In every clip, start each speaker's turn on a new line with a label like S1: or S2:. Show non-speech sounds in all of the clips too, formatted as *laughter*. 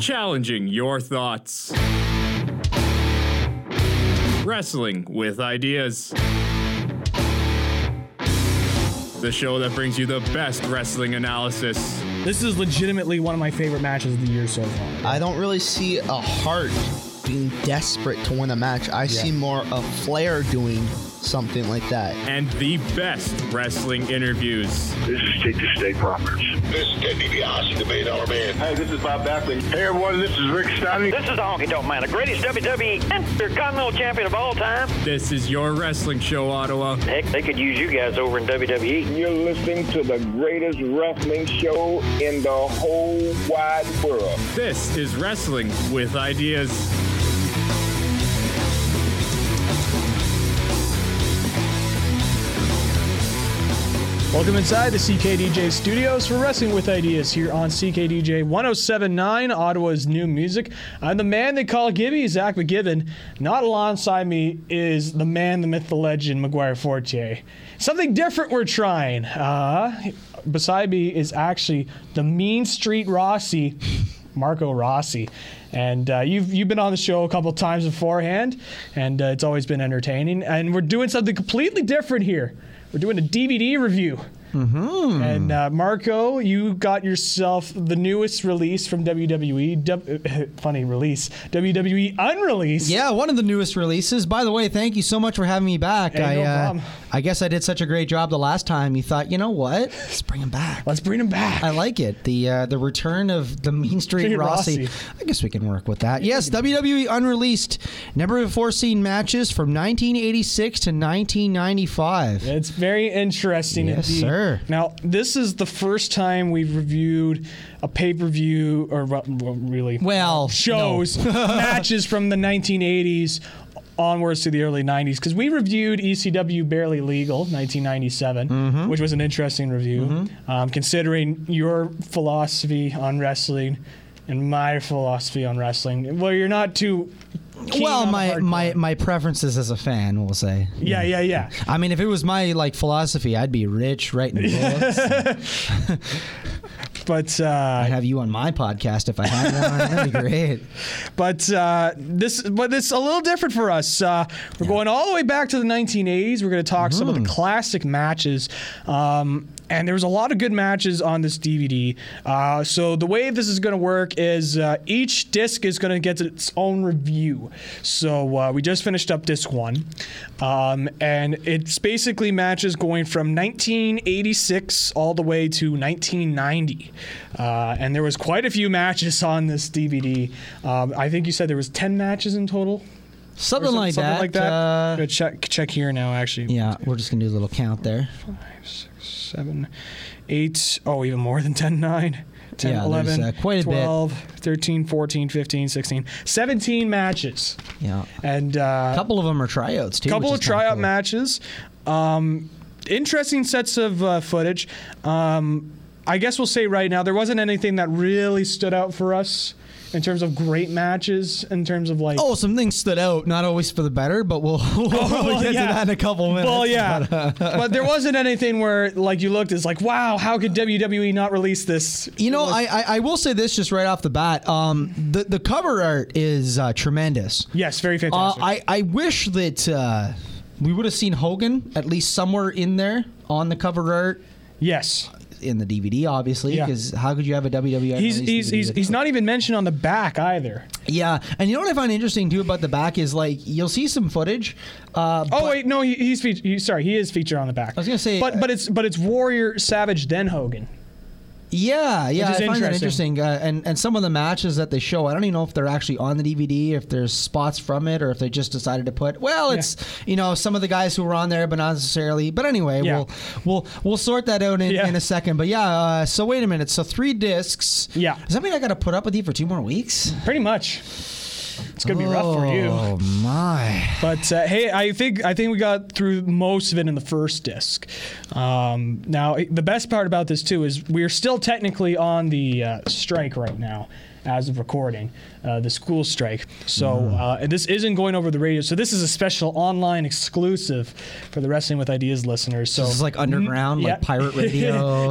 S1: challenging your thoughts. Wrestling with ideas. The show that brings you the best wrestling analysis.
S2: This is legitimately one of my favorite matches of the year so far.
S3: I don't really see a heart being desperate to win a match. I see more a Flair doing something like that.
S1: and the best wrestling interviews.
S4: This is Jake the Snake Roberts.
S5: This is Ted DiBiase, the Million Dollar Man.
S4: Hey, this is Bob Backlund. Hey, everyone, this is Rick Stein.
S6: This is the Honky Tonk Man, the greatest E WWE Intercontinental Champion of all time.
S1: This is your wrestling show, Ottawa.
S6: Heck, they could use you guys over in E. WWE.
S7: You're listening to the greatest wrestling show in the whole wide world.
S1: This is Wrestling with Ideas.
S2: Welcome inside the CKDJ studios for Wrestling with Ideas here on CKDJ 1079, Ottawa's new music. I'm the man they call Gibby, Zach McGibbon. Not alongside me is the man, the myth, the legend, McGuire Fortier. Something different we're trying. Uh, beside me is actually the Mean Street Rossi, *laughs* Marco Rossi. And uh, you've, you've been on the show a couple times beforehand, and uh, it's always been entertaining. And we're doing something completely different here. We're doing a DVD review.
S8: Mm-hmm.
S2: And uh, Marco, you got yourself the newest release from WWE. W- *laughs* funny release. WWE unreleased.
S8: Yeah, one of the newest releases. By the way, thank you so much for having me back.
S2: Hey,
S8: I,
S2: no
S8: uh,
S2: problem.
S8: I guess I did such a great job the last time. You thought, you know what? Let's bring him back.
S2: Let's bring him back.
S8: I like it. The uh, the return of the Mean Street
S2: Street
S8: Rossi.
S2: Rossi.
S8: I guess we can work with that. Yes, WWE unreleased, never before seen matches from 1986 to 1995.
S2: It's very interesting.
S8: Yes,
S2: indeed.
S8: sir.
S2: Now, this is the first time we've reviewed a pay per view, or well, well, really,
S8: Well, *laughs*
S2: shows, matches from the 1980s onwards to the early 90s. Because we reviewed ECW Barely Legal, 1997,
S8: Mm-hmm.
S2: which was an interesting review, um, considering your philosophy on wrestling. And my philosophy on wrestling. Well, you're not too. keen
S8: Well,
S2: on the
S8: my,
S2: hardcore.
S8: my my preferences as a fan, we'll say.
S2: Yeah, yeah, yeah.
S8: I mean, if it was my like philosophy, I'd be rich
S2: *laughs*
S8: writing books.
S2: But uh,
S8: I'd have you on my podcast if I had one. That'd be great.
S2: But uh, this, but it's a little different for us. Uh, we're going all the way back to the 1980s. We're going to talk some of the classic matches, um, and there was a lot of good matches on this DVD. Uh, so the way this is going to work is uh, each disc is going to get its own review. So uh, we just finished up disc one, um, and it's basically matches going from 1986 all the way to 1990, uh, and there was quite a few matches *laughs* on this DVD. Um, I think you said there was 10 matches in total. or
S8: Something
S2: some-
S8: like
S2: something
S8: that.
S2: Like that.
S8: uh,
S2: Gonna check check here now. Actually,
S8: yeah, we're just gonna do a little count there.
S2: seven, eight. Oh, even more than *laughs* 10, 9. 10,
S8: Yeah, there's,
S2: 11,
S8: uh, quite a bit.
S2: 12, 13, 14, 15, 16, 17 matches.
S8: Yeah,
S2: And uh,
S8: a couple of them are tryouts too.
S2: couple
S8: which
S2: of
S8: is kinda
S2: tryout
S8: cool.
S2: matches. Um, interesting sets of uh, footage. Um, I guess we'll say right now there wasn't anything that really stood out for us in terms of great matches. In terms of like,
S8: Oh, some things stood out, not always for the better, but we'll, *laughs*
S2: *laughs*
S8: we'll
S2: well,
S8: get
S2: Oh, yeah.
S8: to that in a couple minutes.
S2: well, yeah,
S8: *laughs*
S2: but there wasn't anything where like you looked it's like, wow, how could WWE not release this?
S8: You know, I, I I will say this just right off the bat. Um, the the cover art is uh, tremendous.
S2: Yes, very
S8: Uh,
S2: fantastic.
S8: I I wish that uh, we would have seen Hogan at least somewhere in there on the cover art
S2: yes,
S8: in the DVD, obviously,
S2: Yeah.
S8: because how could you have a WWE?
S2: he's he's
S8: release DVD
S2: he's,
S8: with-
S2: he's not even mentioned on the back either.
S8: Yeah, and you know what I find interesting too about the back is like you'll see some footage. Uh,
S2: Oh wait, no, he, he's feat he, sorry, he is featured on the back. I
S8: was gonna say,
S2: but
S8: uh,
S2: but it's but it's Warrior, Savage, then Hogan.
S8: yeah, yeah,
S2: Which is
S8: I find that
S2: interesting.
S8: interesting. Uh, and and some of the matches that they show, I don't even know if they're actually on the DVD, if there's spots from it, or if they just decided to put. Well, it's you know some of the guys who were on there, but not necessarily. But anyway,
S2: Yeah.
S8: we'll we'll we'll sort that out in,
S2: Yeah.
S8: in a second. But yeah, uh, so wait a minute. So three discs.
S2: Yeah.
S8: Does that mean I got to put up with you for two more weeks?
S2: Pretty much. It's gonna be rough for you.
S8: Oh my.
S2: But uh, hey, I think I think we got through most of it in the first disc. Um, now, it- the best part about this too is we're still technically on the uh, strike right now, as of recording, uh, the school strike. So
S8: Hmm.
S2: uh, and this isn't going over the radio. So this is a special online exclusive for the Wrestling with Ideas listeners. So
S8: This is like underground,
S2: Mm-hmm. Yeah.
S8: like pirate radio.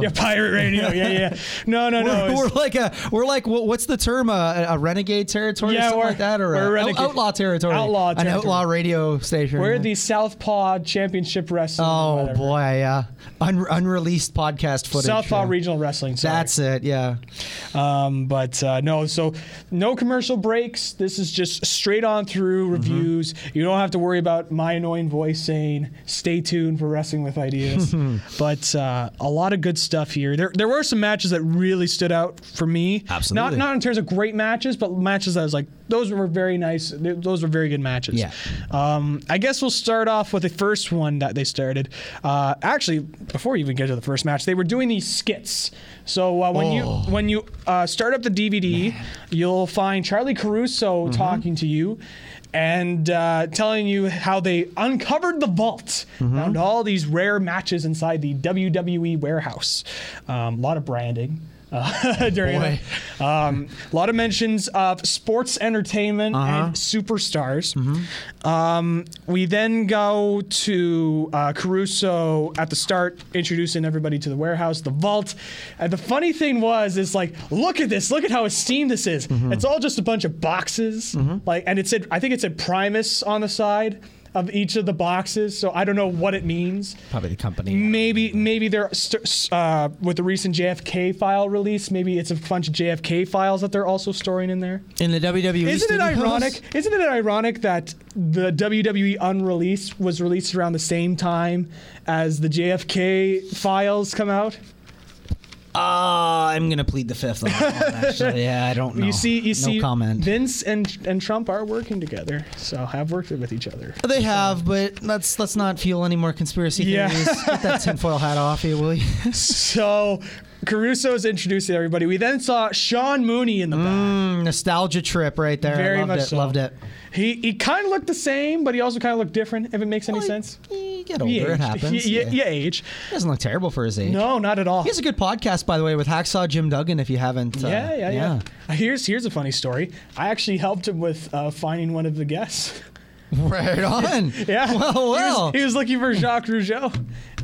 S2: *laughs*
S8: *laughs*
S2: yeah, pirate radio. Yeah, yeah. No, no, no.
S8: We're,
S2: it's-
S8: we're like a we're like wha- what's the term uh, a renegade territory
S2: Yeah,
S8: or something
S2: we're-
S8: like that or
S2: we're
S8: a
S2: renegade-
S8: out- outlaw territory
S2: Outlaw
S8: an
S2: territory.
S8: outlaw radio station
S2: we're the Southpaw Championship Wrestling. *laughs*
S8: oh
S2: whatever.
S8: boy yeah Un- unreleased podcast footage
S2: Southpaw
S8: yeah.
S2: Regional Wrestling. Sorry.
S8: that's it yeah
S2: Um, but uh, no, so no commercial breaks. This is just straight on through
S8: Mm-hmm.
S2: reviews. You don't have to worry about my annoying voice saying "Stay tuned for Wrestling with
S8: *laughs*
S2: Ideas." but uh, a lot of good stuff here. There, there were some matches that really stood out for me. Not
S8: Absolutely.
S2: not in terms of great matches, but matches that I was like, those were very nice. Th- Those were very good matches.
S8: Yeah.
S2: Um, I guess we'll start off with the first one that they started. Uh, actually, before you even get to the first match, they were doing these skits. So uh, when
S8: Oh.
S2: you when you uh, start up the DVD, you'll find Charlie Caruso
S8: Mm-hmm.
S2: talking to you. And uh, telling you how they uncovered the vault,
S8: Mm-hmm.
S2: found all these rare matches inside the WWE warehouse. Um, a lot of branding uh, *laughs* during
S8: Boy.
S2: that. Um, a lot of mentions of sports entertainment and superstars. Um, we then go to uh, Caruso at the start, introducing everybody to the warehouse, the vault. And the funny thing was, is like, look at this, look at how esteemed this is. It's all just a bunch of boxes, like, and it said, I think it said Primus on the side of each of the boxes. So I don't know what it means.
S8: probably the company
S2: Maybe maybe they're st- s- uh, with the recent JFK file release. Maybe it's a bunch of JFK files that they're also storing in there.
S8: in the WWE
S2: Isn't it
S8: studios?
S2: ironic? Isn't it ironic that the WWE unreleased was released around the same time as the JFK files come out?
S8: Uh, I'm gonna plead the fifth. On that one,
S2: *laughs*
S8: actually. Yeah, I don't know.
S2: You see, you
S8: no
S2: see,
S8: comment.
S2: Vince and and Trump are working together, so have worked with each
S8: *laughs*
S2: other.
S8: They have, but let's let's not fuel any more conspiracy
S2: Yeah.
S8: theories. Get that tinfoil hat off you, will you? *laughs*
S2: So Caruso is introducing everybody. We then saw Sean Mooney in the
S8: Mm.
S2: back.
S8: Nostalgia trip right there. I
S2: Very
S8: loved
S2: much
S8: it.
S2: so.
S8: Loved it.
S2: He he kind of looked the same, but he also kind of looked different. If it makes any sense.
S8: You get older,
S2: He
S8: it
S2: *laughs* aged.
S8: happens.
S2: He- he- he aged.
S8: He doesn't look terrible for his age.
S2: No, not at all.
S8: He has a good podcast, by the way, with Hacksaw Jim Duggan. If you haven't, uh,
S2: yeah, yeah, yeah, Here's here's a funny story. I actually helped him with uh, finding one of the guests.
S8: *laughs*
S2: *laughs*
S8: right on.
S2: Yeah.
S8: *laughs* Well,
S2: He
S8: well.
S2: was, he was looking for Jacques Rougeau,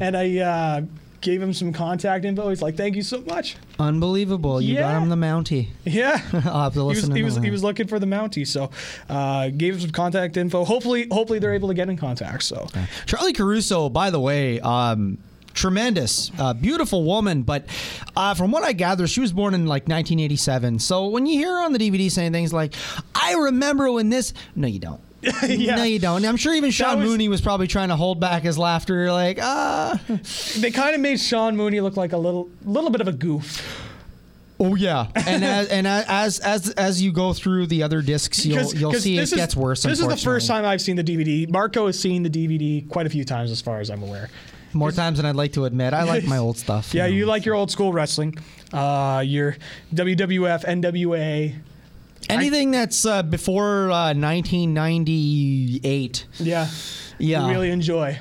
S2: and I uh, gave him some contact info. He's like, "Thank you so much." *laughs*
S8: Unbelievable. You
S2: Yeah.
S8: got him the Mountie.
S2: Yeah.
S8: I'll have to
S2: He was,
S8: listen
S2: he
S8: to
S2: was
S8: that.
S2: he was looking for the Mountie, so uh, gave him some contact info. Hopefully, hopefully they're able to get in contact. So
S8: Charlie Caruso, by the way, um, tremendous, uh, beautiful woman. But uh, from what I gather, she was born in like 1987. So when you hear her on the DVD saying things like, "I remember when this," no, you don't.
S2: *laughs* yeah,
S8: No, you don't. I'm sure even Sean
S2: was-
S8: Mooney was probably trying to hold back his laughter, like, ah,
S2: they kind of made Sean Mooney look like a little little bit of a goof.
S8: oh yeah. And as, and as as as you go through the other discs, you'll
S2: Because-
S8: you'll
S2: because
S8: see it
S2: this is-
S8: gets worse.
S2: This is the
S8: unfortunately.
S2: first time I've seen the DVD. Marco has seen the DVD quite a few times, as far as I'm aware.
S8: More times than I'd like to admit. I like my
S2: *laughs*
S8: old stuff.
S2: Yeah,
S8: know.
S2: you like your old school wrestling, uh, your WWF, NWA.
S8: anything that's uh, before uh, 1998.
S2: Yeah,
S8: Yeah.
S2: you really enjoy.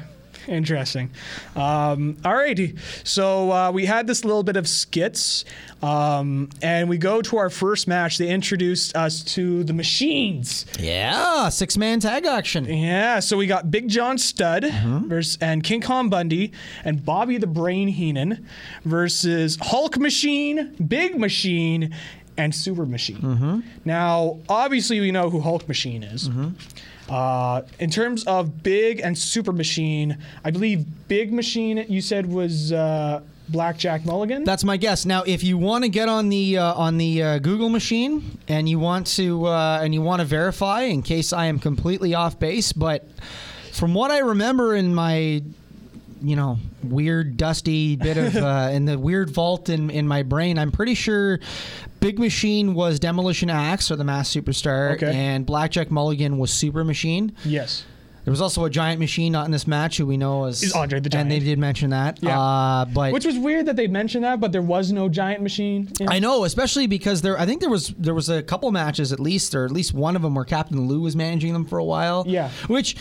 S2: Interesting. Um, all righty. So uh, we had this little bit of skits, um, and we go to our first match. They introduced us to the machines.
S8: Yeah, six man tag auction.
S2: Yeah, so we got Big John Studd versus and King Kong Bundy and Bobby the Brain Heenan versus Hulk Machine, Big Machine, and Super Machine. Now, obviously, we know who Hulk Machine is. Uh, in terms of Big and Super Machine, I believe Big Machine you said was uh, Blackjack Mulligan.
S8: That's my guess. Now, if you want to get on the uh, on the uh, Google machine and you want to uh, and you want to verify, in case I am completely off base, but from what I remember in my you know weird dusty bit of
S2: *laughs*
S8: uh, in the weird vault in in my brain, I'm pretty sure Big Machine was Demolition Axe or the Mass Superstar,
S2: Okay.
S8: and Blackjack Mulligan was Super Machine.
S2: yes.
S8: There was also a giant machine not in this match who we know is,
S2: Is Andre the
S8: and they
S2: Giant.
S8: did mention that.
S2: Yeah.
S8: Uh, but
S2: Which was weird that they mentioned that, but there was no giant machine. in-
S8: I know, especially because there. I think there was there was a couple matches at least, or at least one of them where Captain Lou was managing them for a while.
S2: Yeah.
S8: Which,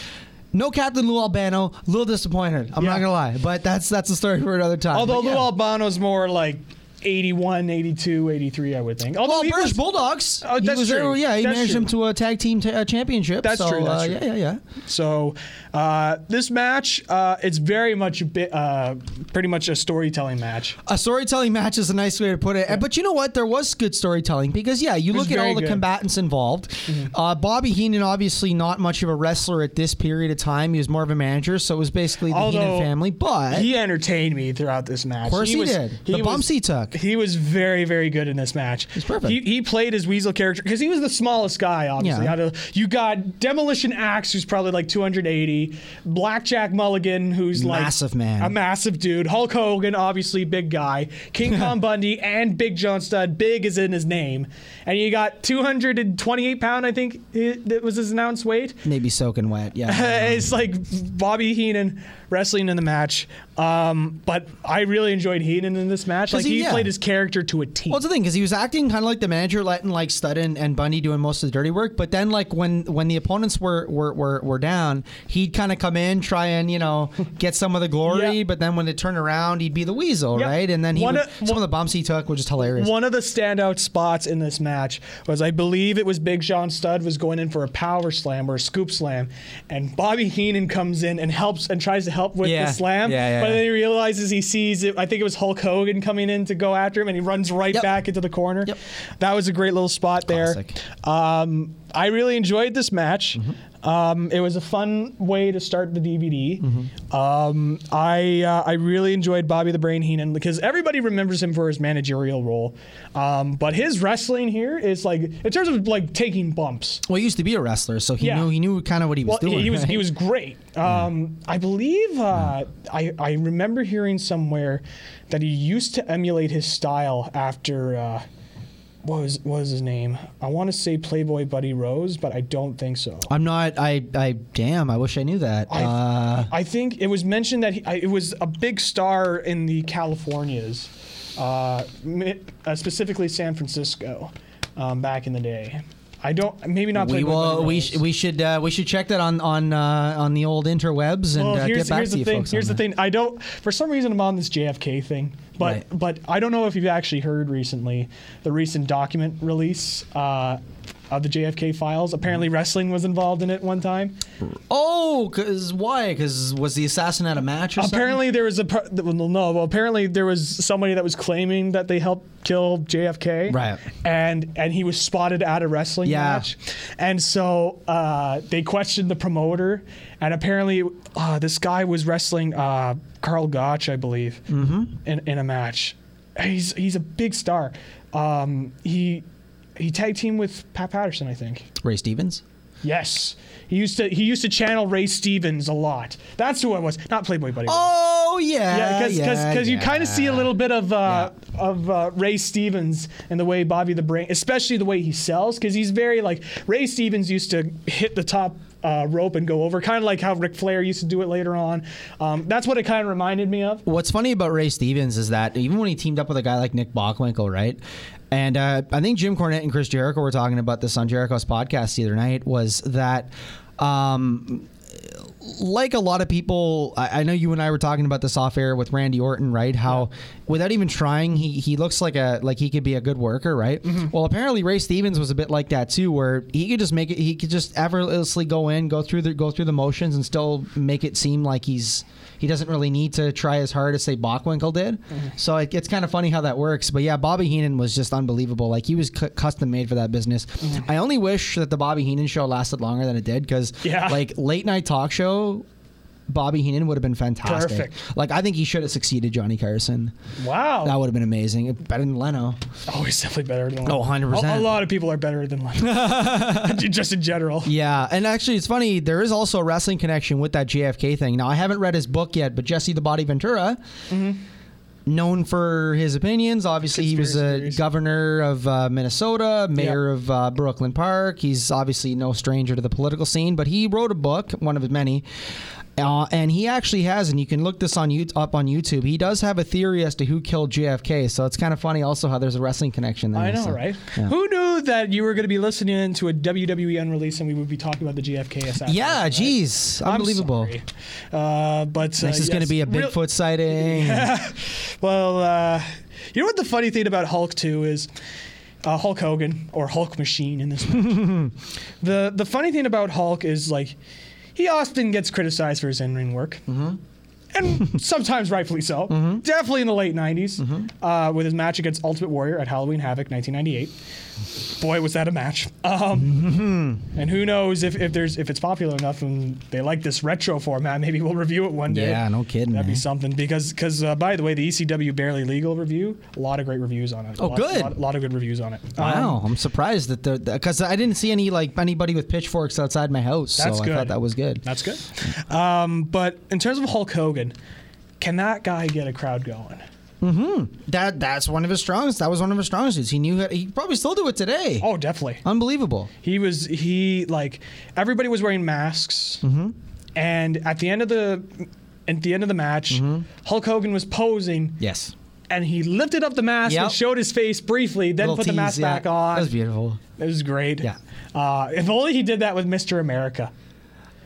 S8: no Captain Lou Albano, a little disappointed. I'm
S2: Yeah.
S8: not gonna lie, but that's that's a story for another time.
S2: Although
S8: But yeah.
S2: Lou Albano's more like 81, 82, 83, I would think. Although
S8: Well,
S2: he
S8: British
S2: was-
S8: Bulldogs.
S2: Oh,
S8: he
S2: that's
S8: was there-
S2: true.
S8: yeah, he
S2: That's
S8: managed
S2: true.
S8: them to a tag team ta- uh, championship.
S2: That's
S8: so,
S2: true, that's
S8: uh,
S2: true.
S8: Yeah, yeah, yeah.
S2: So uh, this match, uh, it's very much a bit, uh, pretty much a storytelling match.
S8: A storytelling match is a nice way to put it. But you know what? There was good storytelling because, yeah, you
S2: was
S8: look at
S2: very
S8: all the
S2: good. Mm-hmm.
S8: combatants involved. Uh, Bobby Heenan, obviously, not much of a wrestler at this period of time. He was more of a manager, so it was basically the
S2: Although
S8: Heenan family. But
S2: He entertained me throughout this match. Of
S8: course he did. The bumps he took.
S2: He was very, very good in this match. He's
S8: perfect.
S2: He, he played his Weasel character because he was the smallest guy, obviously.
S8: Yeah.
S2: Out of, you got Demolition Axe, who's probably like 280, Blackjack Mulligan, who's like
S8: Massive man.
S2: a massive dude, Hulk Hogan, obviously big guy, King Kong Bundy, and Big John Studd. Big is in his name, and you got 228 pound, I think i- that was his announced weight.
S8: maybe soaking wet.
S2: *laughs*
S8: Yeah.
S2: it's like Bobby Heenan wrestling in the match. Um, but I really enjoyed Heenan in this match. Like
S8: he-
S2: he,
S8: yeah.
S2: played his character to a T.
S8: Well, that's the thing because he was acting kind of like the manager, letting like Studd and, and Bundy doing most of the dirty work. But then, like when when the opponents were were, were, were down, he'd kind of come in, try and you know get some of the glory.
S2: Yeah.
S8: But then when they turn around, he'd be the weasel,
S2: Yep.
S8: right? And then he
S2: One
S8: would-
S2: of-
S8: some of the bumps he took were just hilarious.
S2: One of the standout spots in this match was I believe it was Big John Studd was going in for a power slam or a scoop slam, and Bobby Heenan comes in and helps and tries to help with
S8: Yeah.
S2: the slam.
S8: Yeah, yeah,
S2: but
S8: yeah.
S2: then he realizes he sees it. I think it was Hulk Hogan coming in to go after him, and he runs right
S8: Yep.
S2: back into the corner.
S8: Yep.
S2: That was a great little spot there.
S8: Classic.
S2: Um, I really enjoyed this match.
S8: Mm-hmm.
S2: Um, it was a fun way to start the DVD.
S8: Mm-hmm.
S2: Um, I uh, I really enjoyed Bobby the Brain Heenan because everybody remembers him for his managerial role, um, but his wrestling here is like in terms of like taking bumps.
S8: Well, he used to be a wrestler, so he
S2: Yeah.
S8: knew he knew kind of what he was
S2: Well,
S8: doing.
S2: he was
S8: right?
S2: he was great. Um, I believe uh, I I remember hearing somewhere that he used to emulate his style after. Uh, what was, what was his name? I want to say Playboy Buddy Rose, but I don't think so.
S8: I'm not. I. I. Damn. I wish I knew that.
S2: I,
S8: uh,
S2: I think it was mentioned that he, I, it was a big star in the Californias, uh, mi- uh, specifically San Francisco, um, back in the day. I don't, maybe not.
S8: we
S2: Playboy
S8: will.
S2: Buddy
S8: We,
S2: Rose.
S8: sh- we should. Uh, we should check that on on uh, on the old interwebs and
S2: Well,
S8: uh, get
S2: Oh, here's,
S8: back
S2: here's
S8: to
S2: the
S8: you
S2: thing.
S8: folks.
S2: Here's
S8: on
S2: the
S8: that.
S2: thing. I don't. For some reason, I'm on this JFK thing, but
S8: Right.
S2: but I don't know if you've actually heard recently the recent document release uh, of the JFK files.
S8: Mm-hmm.
S2: Apparently, wrestling was involved in it one time.
S8: Oh, cause why? Cause was the assassin at a match or
S2: Apparently there was a per- th- well, no. Well, apparently there was somebody that was claiming that they helped kill JFK.
S8: Right.
S2: And and he was spotted at a wrestling
S8: Yeah.
S2: match, and so uh, they questioned the promoter, and apparently uh, this guy was wrestling uh, Carl Gotch, I believe,
S8: Mm-hmm.
S2: in in a match. He's he's a big star. Um, he he tag team with Pat Patterson, I think.
S8: something? Ray Stevens?
S2: Yes. He used to he used to channel Ray Stevens a lot. That's who it was, not Playboy Buddy. Rose.
S8: Oh yeah,
S2: Yeah, because because you kind of see a little bit of uh, of uh, Ray Stevens and the way Bobby the Brain, especially the way he sells, because he's very like Ray Stevens used to hit the top uh, rope and go over, kind of like how Ric Flair used to do it later on. Um, that's what it kind of reminded me of.
S8: What's funny about Ray Stevens is that even when he teamed up with a guy like Nick Bockwinkel, right? And uh, I think Jim Cornette and Chris Jericho were talking about this on Jericho's podcast the other night. Was that um, like a lot of people, I, I know you and I were talking about this off air with Randy Orton, right? How without even trying, he he looks like a like he could be a good worker, right? Well, apparently Ray Stevens was a bit like that too, where he could just make it, he could just effortlessly go in, go through the go through the motions, and still make it seem like he's he doesn't really need to try as hard as say Bockwinkel did. So it, it's kind of funny how that works. But yeah, Bobby Heenan was just unbelievable. Like he was cu- custom made for that business. I only wish that the Bobby Heenan show lasted longer than it did because
S2: Yeah.
S8: like late night talk show, Bobby Heenan would have been fantastic.
S2: Perfect.
S8: Like I think he should have succeeded Johnny Carson.
S2: Wow,
S8: That would have been amazing. Better than Leno.
S2: oh, he's definitely better than.
S8: Oh, 100%.
S2: A, a lot of people are better than Lana,
S8: *laughs*
S2: *laughs* just in general.
S8: Yeah, and actually, it's funny. There is also a
S2: Mm-hmm.
S8: wrestling connection with that JFK thing. Now, I haven't read his book yet, but Jesse the Body Ventura known for his opinions. Obviously, he was
S2: Conspiracy
S8: a
S2: theories.
S8: governor of uh, Minnesota, mayor of uh, Brooklyn Park. He's obviously no stranger to the political scene, but he wrote a book, one of his many. Uh, and he actually has, and you can look this on you, up on YouTube. He does have a theory as to who killed JFK, so it's kind of funny also how there's a wrestling connection there.
S2: I know,
S8: so,
S2: right?
S8: yeah.
S2: Who knew that you were going to be listening to a WWE unrelease and we would be talking about the GFK assassination?
S8: Yeah,
S2: right?
S8: geez,
S2: I'm
S8: unbelievable.
S2: sorry. Uh, but uh,
S8: Next is
S2: yes.
S8: going to be a
S2: Real-
S8: Bigfoot sighting.
S2: well, uh, you know what the funny thing about Hulk too is uh, Hulk Hogan or Hulk Machine in
S8: *laughs*
S2: this. Match. the the funny thing about Hulk is like he often gets criticized for his in ring work.
S8: Mm-hmm.
S2: And sometimes rightfully so. Definitely in the late 90s
S8: Mm-hmm.
S2: uh, with his match against Ultimate Warrior at Halloween Havoc 1998. Boy, was that a match. Um,
S8: Mm-hmm.
S2: And who knows if, if there's if it's popular enough and they like this retro format, *laughs* maybe we'll review it one day.
S8: Yeah, no kidding,
S2: That'd be
S8: man.
S2: something because because uh, by the way, the ECW Barely Legal review, a lot of great reviews on it. A
S8: Oh,
S2: lot,
S8: good.
S2: A lot, lot of good reviews on it. Um,
S8: Wow, I'm surprised that they're because I didn't see any like anybody with pitchforks outside my house, so
S2: That's
S8: I
S2: good.
S8: thought that was good.
S2: that's good. Um, but in terms of Hulk Hogan, can that guy get a crowd going?
S8: That that's one of his strongest. That was one of his strongest suits. He knew how, he probably still do it today.
S2: Oh, definitely.
S8: Unbelievable.
S2: He was he like everybody was wearing masks,
S8: Mm-hmm.
S2: and at the end of the at the end of the match,
S8: Mm-hmm.
S2: Hulk Hogan was posing,
S8: Yes.
S2: and he lifted up the mask
S8: Yep.
S2: and showed his face briefly, then
S8: Little
S2: put the
S8: tease,
S2: mask
S8: yeah.
S2: back on.
S8: That was beautiful.
S2: It was great.
S8: Yeah.
S2: Uh, if only he did that with Mr. America.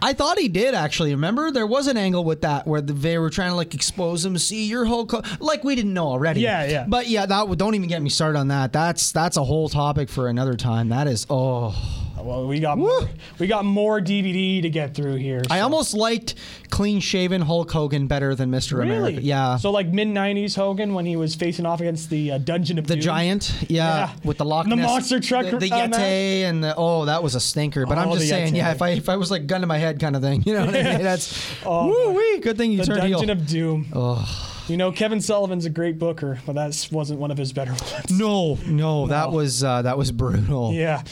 S8: I thought he did actually. Remember, there was an angle with that where the, they were trying to like expose him. See your whole co-. like we didn't know already.
S2: Yeah, yeah.
S8: But yeah, that would- don't even get me started on that. That's that's a whole topic for another time. That is oh.
S2: Well, we got more, we got more DVD to get through here.
S8: I
S2: so-
S8: almost liked clean shaven Hulk Hogan better than Mr.
S2: really,
S8: America. Yeah.
S2: So like mid '90s Hogan when he was facing off against the uh, Dungeon of
S8: the
S2: Doom.
S8: giant, yeah,
S2: Yeah.
S8: with the Loch
S2: The
S8: Ness,
S2: monster truck,
S8: the, the
S2: uh,
S8: Yeti,
S2: match.
S8: and the, oh, that was a stinker. But I'm
S2: Oh,
S8: just
S2: the
S8: saying,
S2: Yeti.
S8: yeah, if I if I was like gun to my head kind of thing, *laughs* you know what I
S2: *laughs*
S8: mean? That's
S2: Oh,
S8: woo wee. Good thing
S2: The
S8: you turned heel.
S2: Dungeon of Doom. You know, Kevin Sullivan's a great booker, but that wasn't one of his better ones. *laughs*
S8: no, no, that was uh, that was brutal.
S2: Yeah.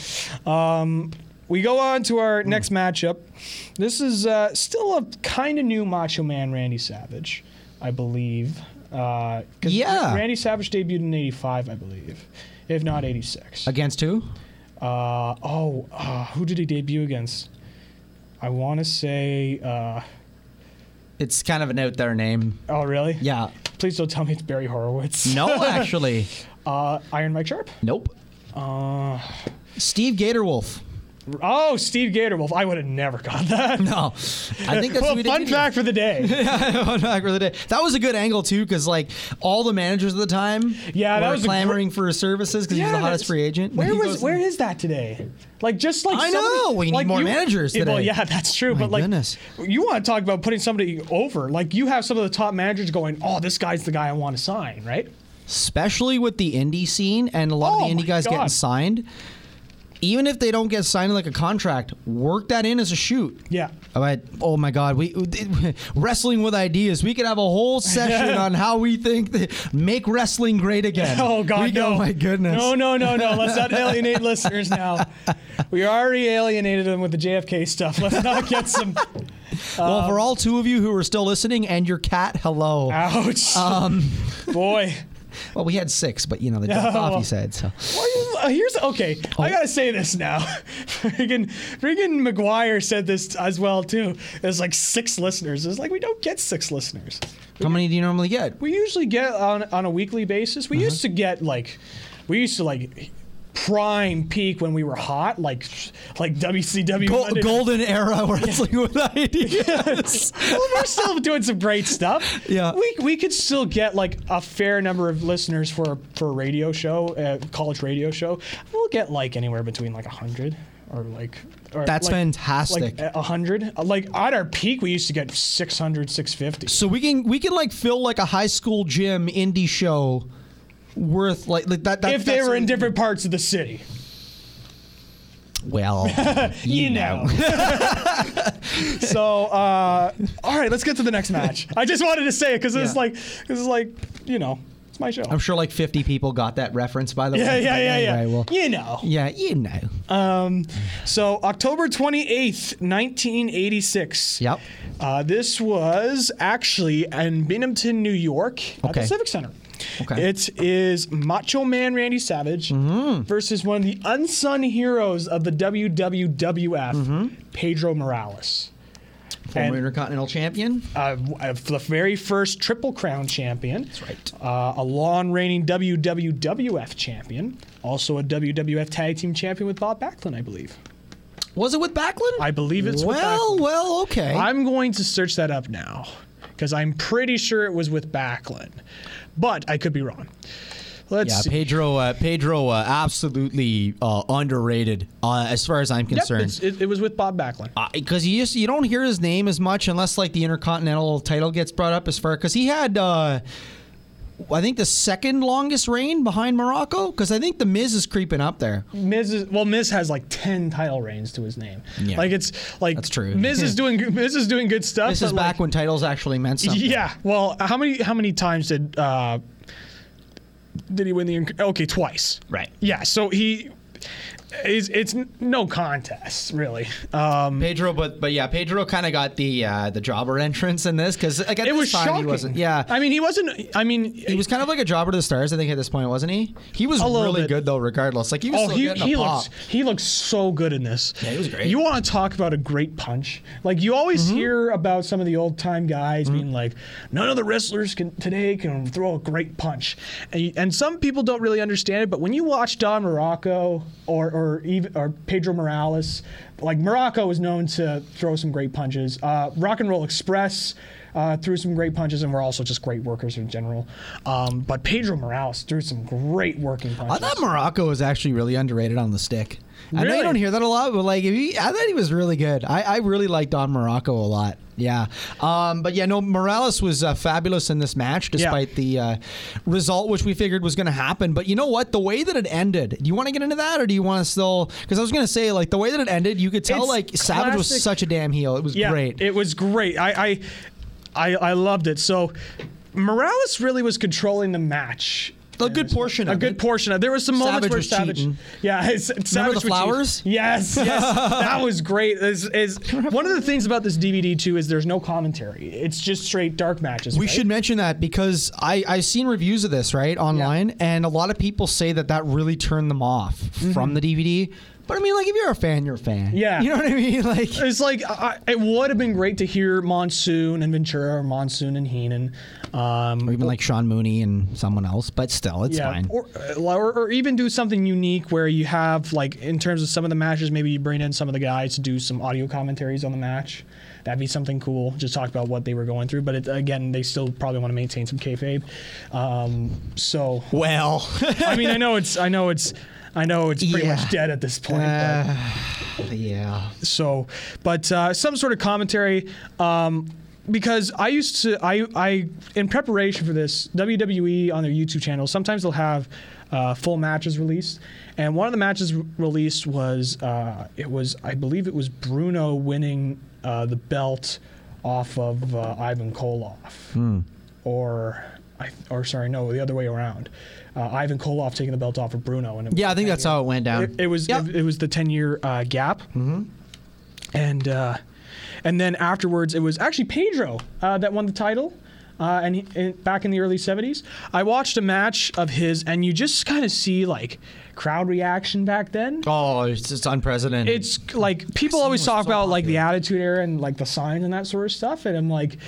S2: Um, we go on to our
S8: Hmm.
S2: next matchup. This is uh, still a kind of new Macho Man Randy Savage, I believe. Uh, 'cause
S8: Yeah.
S2: Randy Savage debuted in 85, I believe, if not 86.
S8: Against who?
S2: Uh, oh, uh, who did he debut against? I want to say. Uh,
S8: It's kind of an out there name.
S2: oh, really?
S8: Yeah.
S2: Please don't tell me it's Barry Horowitz. *laughs*
S8: *laughs* No, actually,
S2: Uh, Iron Mike Sharp.
S8: nope.
S2: Uh,
S8: Steve Gatorwolf.
S2: oh, Steve Gatorwolf. I would have never got that.
S8: No, Oh, I think
S2: *laughs*
S8: that's
S2: well,
S8: who we did
S2: fun
S8: it
S2: fact for the
S8: *laughs*
S2: day.
S8: Fun fact for the day. That was a good angle too, because like all the managers at the time,
S2: Yeah, that
S8: were
S2: was a gr-
S8: clamoring for his services because he was the hottest
S2: that's-
S8: free agent.
S2: Where
S8: He
S2: was
S8: goes-
S2: where is that today? Like just like
S8: I
S2: somebody-
S8: know, we need
S2: like
S8: more managers
S2: Yeah, Well,
S8: today.
S2: yeah, that's true.
S8: My
S2: but like,
S8: goodness.
S2: you want to talk about putting somebody over? Like you have some of the top managers going, "Oh, this guy's the guy I want to sign," right?
S8: especially with the indie scene and a lot
S2: Oh
S8: of the
S2: my
S8: indie guys getting
S2: God.
S8: signed. Even if they don't get signed like a contract, work that in as a shoot.
S2: Yeah.
S8: All right. Oh my God, we *laughs* wrestling with ideas. We could have
S2: *laughs*
S8: a whole session on how we think that make wrestling great again.
S2: *laughs* Oh God,
S8: We-
S2: no!
S8: Oh my goodness.
S2: No, no, no, no! Let's not alienate listeners now. We already alienated them with the JFK stuff. Let's not get
S8: *laughs*
S2: some
S8: Well, for all two of you who are still listening and your cat, hello.
S2: ouch.
S8: Um,
S2: Boy,
S8: Well, we had six, but you know they dropped off. *laughs* You said so.
S2: Why you- uh, here's okay.
S8: Oh.
S2: I gotta say this now. *laughs* friggin' friggin' McGuire said this as well too. There's like six listeners. It's like we don't get six listeners.
S8: How many do you normally get?
S2: We usually get on on a weekly basis. We
S8: Uh-huh.
S2: used to get like, we used to like prime peak when we were hot, like like WCW.
S8: Go-
S2: Monday Night
S8: golden era *laughs* wrestling with ideas.
S2: well, we're still doing some great stuff.
S8: Yeah.
S2: we, we could still get like a fair number of listeners for for a radio show, uh, college radio show. We'll get like anywhere between like hundred or like. Or
S8: That's
S2: like-
S8: fantastic.
S2: Like a hundred. Like at our peak, we used to get 600, 650.
S8: so we can we can like fill like a high school gym indie show worth like like that. that
S2: If they
S8: that's-
S2: were in different parts of the city,
S8: well,
S2: you know. *laughs* so, uh, all right, let's get to the next match. I just wanted to say it because it's
S8: Yeah. Oh,
S2: like, it's like, you know, it's my show.
S8: I'm sure like 50 people got that reference. By the
S2: yeah,
S8: way,
S2: yeah, yeah, yeah.
S8: Anyway, well,
S2: you know.
S8: yeah, you know.
S2: Um, so October 28th, 1986.
S8: Yep.
S2: Uh, this was actually in Binghamton, New York, at the
S8: Okay.
S2: Civic Center.
S8: Okay.
S2: It
S8: Mm-hmm.
S2: is Macho Man Randy Savage versus one of the unsung heroes of the WWWF, Pedro Morales,
S8: Mm-hmm. Former
S2: and-
S8: Intercontinental Champion.
S2: uh, w- uh, the very first Triple Crown champion. That's
S8: right.
S2: Uh, a long reigning WWWF champion, also a WWF Tag Team champion with Bob Backlund, I believe.
S8: Was it with Backlund?
S2: I believe it's with
S8: well,
S2: Backlund.
S8: well, okay.
S2: I'm going to search that up now because I'm pretty sure it was with Backlund, but I could be wrong. Let's
S8: yeah,
S2: see.
S8: Pedro. Uh, Pedro, uh, absolutely uh, underrated uh, as far as I'm
S2: Yep,
S8: concerned.
S2: it's- it, it was with Bob Backlund.
S8: because you just you don't hear his name as much unless like the Intercontinental title gets brought up as far because he had uh, I think the second longest reign behind Morocco because I think the Miz is creeping up there.
S2: Miz is, well, Miz has like ten title reigns to his name.
S8: Yeah.
S2: Like it's like
S8: That's true.
S2: Miz
S8: *laughs*
S2: is doing good- Miz is doing good stuff.
S8: This is
S2: but, like,
S8: back when titles actually meant something.
S2: Yeah. Well, how many how many times did uh, did he win the? inc- Okay, twice.
S8: Right.
S2: Yeah. So he. It's, it's n- no contest, really. Um,
S8: Pedro, but but yeah, Pedro kind of got the uh, the jobber *laughs* entrance in this because like at
S2: it
S8: this
S2: was
S8: time
S2: shocking.
S8: he wasn't. Yeah,
S2: I mean, he wasn't. I mean,
S8: he was kind of like a jobber to the stars. I think at this point wasn't he? He was
S2: A little
S8: really
S2: bit.
S8: good though, regardless. Like he was
S2: Oh,
S8: still
S2: he,
S8: getting a
S2: he
S8: pop.
S2: looks he looks so good in this.
S8: Yeah, he was great. Mm-hmm.
S2: You want to talk about a great punch? Like you always hear about some of the old time guys being like, none of the wrestlers can today can throw a great punch, and, you- and some people don't really understand it. But when you watch Don Morocco or or even or Pedro Morales, like Morocco was known to throw some great punches. Uh, Rock and Roll Express. Uh, threw some great punches and were also just great workers in general. Um, but Pedro Morales threw some great working punches.
S8: I thought Morocco was actually really underrated on the stick. I know
S2: Really?
S8: you don't hear that a lot, but like if he, I thought he was really good. I, I really liked Don Morocco a lot. Yeah, um, but yeah, no, Morales was uh, fabulous in this match, despite the uh, result which we figured was going to happen. But you know what? The way that it ended. Do you want to get into that, or do you want to still? Because I was going to say, like the way that it ended, you could tell
S2: It's
S8: like Savage was
S2: classic-
S8: such a damn heel. It was
S2: Yeah,
S8: great.
S2: It was great. I, I, I, I loved it. So Morales really was controlling the match.
S8: a good portion.
S2: A
S8: of
S2: good
S8: it.
S2: portion. of There was some moments
S8: Savage
S2: where
S8: was
S2: Savage,
S8: cheating.
S2: yeah, *laughs* it's, Savage
S8: the
S2: was cheating.
S8: flowers?
S2: Yes,
S8: *laughs*
S2: yes, that was great. Is is one of the things about this DVD too is there's no commentary. It's just straight dark matches.
S8: We
S2: right?
S8: should mention that because I, I've seen reviews of this, right, online, and a lot of people say that that really turned them off from the DVD. But I mean, like, if you're a fan, you're a fan.
S2: Mm-hmm. Yeah.
S8: You know what I mean?
S2: *laughs*
S8: *laughs* Like,
S2: It's like I, I- it would have been great to hear Monsoon and Ventura, or Monsoon and Heenan. Um,
S8: or even like Sean Mooney and someone else, but still, it's fine.
S2: Or, uh, or, or even do something unique where you have, like, in terms of some of the matches, maybe you bring in some of the guys to do some audio commentaries on the match. That'd be something cool. Just talk about what they were going through. But it, again, they still probably want to maintain some kayfabe. Um, so,
S8: well, *laughs*
S2: I mean, I know it's, I know it's, I know it's pretty
S8: Yeah.
S2: much dead at this point. but
S8: yeah.
S2: so but uh, some sort of commentary um, because I used to I, I in preparation for this WWE on their YouTube channel sometimes they'll have uh, full matches released and one of the matches re- released was uh, it was I believe it was Bruno winning uh, the belt off of uh, Ivan Koloff or I, or sorry no the other way around uh, Ivan Koloff taking the belt off of Bruno and it was
S8: Yeah, I think that's how it went down.
S2: it, it was
S8: Yeah.
S2: it, it was the ten year uh, gap, and uh, and then afterwards it was actually Pedro uh, that won the title. Uh, and, he, and back in the early 70s, I watched a match of his, and you just kind of see like crowd reaction back then.
S8: oh, it's, it's unprecedented.
S2: It's like people always
S8: was
S2: talk
S8: so
S2: about like the attitude era and like the signs and that sort of stuff, and I'm like.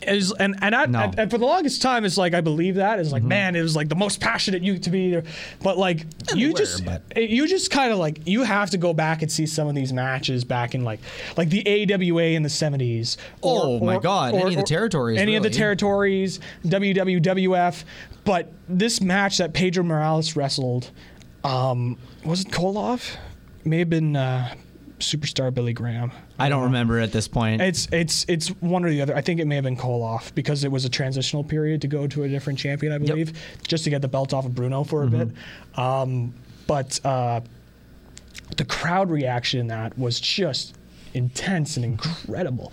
S2: Is, and and, I,
S8: No. Mm-hmm.
S2: and- and for the longest time, it's like I believe that it's like man, it was like the most passionate you to be, there. but like you
S8: were,
S2: just
S8: but-
S2: it- you just kind of like you have to go back and see some of these matches back in like like the AWA in the seventies.
S8: Oh, my God, any of the territories,
S2: any of the
S8: really.
S2: territories, WWWF. But this match that Pedro Morales wrestled, um, was it Koloff? May have been uh, superstar Billy Graham.
S8: I don't remember at this point.
S2: It's it's it's one or the other. I think it may have been Koloff because it was a transitional period to go to a different champion, I believe, just to get the belt off of Bruno for a bit. Um, but uh, the crowd reaction in that was just intense and incredible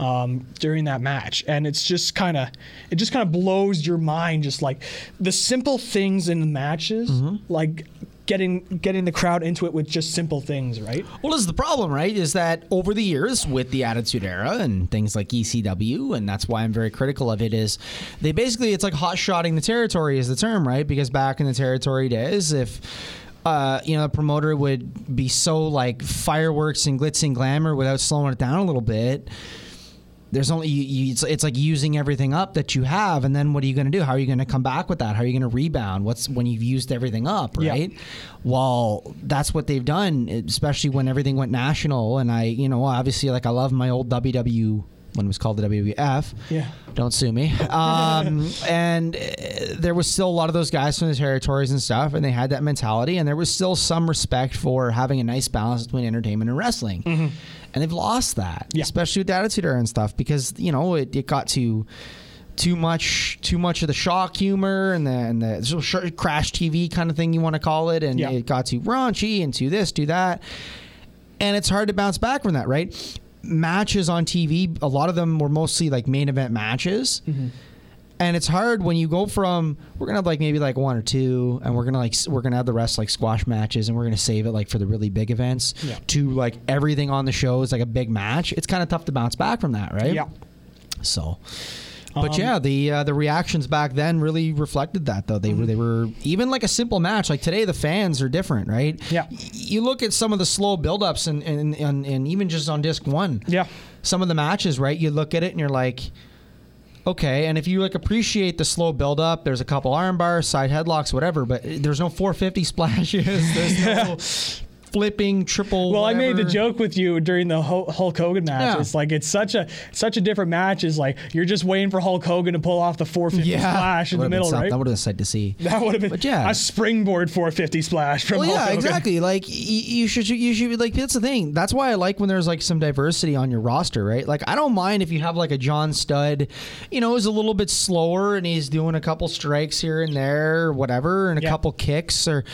S2: um, during that match and it's just kind of it just kind of blows your mind just like the simple things in the matches like getting getting the crowd into it with just simple things, right?
S8: Well, this is the problem, right? Is that over the years with the Attitude Era and things like ECW, and that's why I'm very critical of it, is they basically, it's like hot shotting the territory is the term, right? Because back in the territory days, if. Uh, you know, the promoter would be so like fireworks and glitz and glamour without slowing it down a little bit there's only you, you, it's, it's like using everything up that you have and then what are you going to do how are you going to come back with that how are you going to rebound what's when you've used everything up
S2: Yeah.
S8: right well that's what they've done especially when everything went national and i you know obviously like i love my old ww when it was called the WWF.
S2: Yeah.
S8: Don't sue me. Um, and uh, there was still a lot of those guys from the territories and stuff, and they had that mentality, and there was still some respect for having a nice balance between entertainment and wrestling. And they've lost that,
S2: Yeah.
S8: especially with Attitude Era and stuff, because you know it, it got to too much too much of the shock humor and the and the sort of sh- crash TV kind of thing you want to call it, and
S2: Yeah.
S8: it got too raunchy and to this, do that and it's hard to bounce back from that, right? Matches on TV, a lot of them were mostly like main event matches.
S2: Mm-hmm.
S8: And it's hard when you go from we're gonna have like maybe like one or two, and we're gonna like s- we're gonna have the rest like squash matches, and we're gonna save it like for the really big events.
S2: Yeah.
S8: To like everything on the show is like a big match. It's kind of tough to bounce back from that, right?
S2: Yeah.
S8: So, but
S2: Um,
S8: yeah, the uh, the reactions back then really reflected that though. They
S2: Mm-hmm.
S8: were they were even like a simple match like today. The fans are different, right?
S2: Yeah.
S8: Y- you look at some of the slow buildups and and, and and even just on disc one.
S2: Yeah.
S8: Some of the matches, right? You look at it and you're like. Okay, and if you like appreciate the slow build up, there's a couple arm bars, side headlocks, whatever, but there's no 450 splashes. *laughs* There's no flipping triple.
S2: Well, I made the
S8: whatever.
S2: joke with you during the Hul- Hulk Hogan match.
S8: Yeah.
S2: It's like it's such a such a different match. Is like you're just waiting for Hulk Hogan to pull off the 450 splash in the
S8: Would've been
S2: middle,
S8: something.
S2: right?
S8: That would have been sight to see.
S2: That would have been
S8: But yeah.
S2: a springboard 450 splash from
S8: Well,
S2: Hulk
S8: yeah,
S2: Hogan.
S8: exactly. Like y- you should, you should like that's the thing. That's why I like when there's like some diversity on your roster, right? Like I don't mind if you have like a John Stud, you know, is a little bit slower and he's doing a couple strikes here and there, or whatever, and a
S2: Yeah.
S8: couple kicks or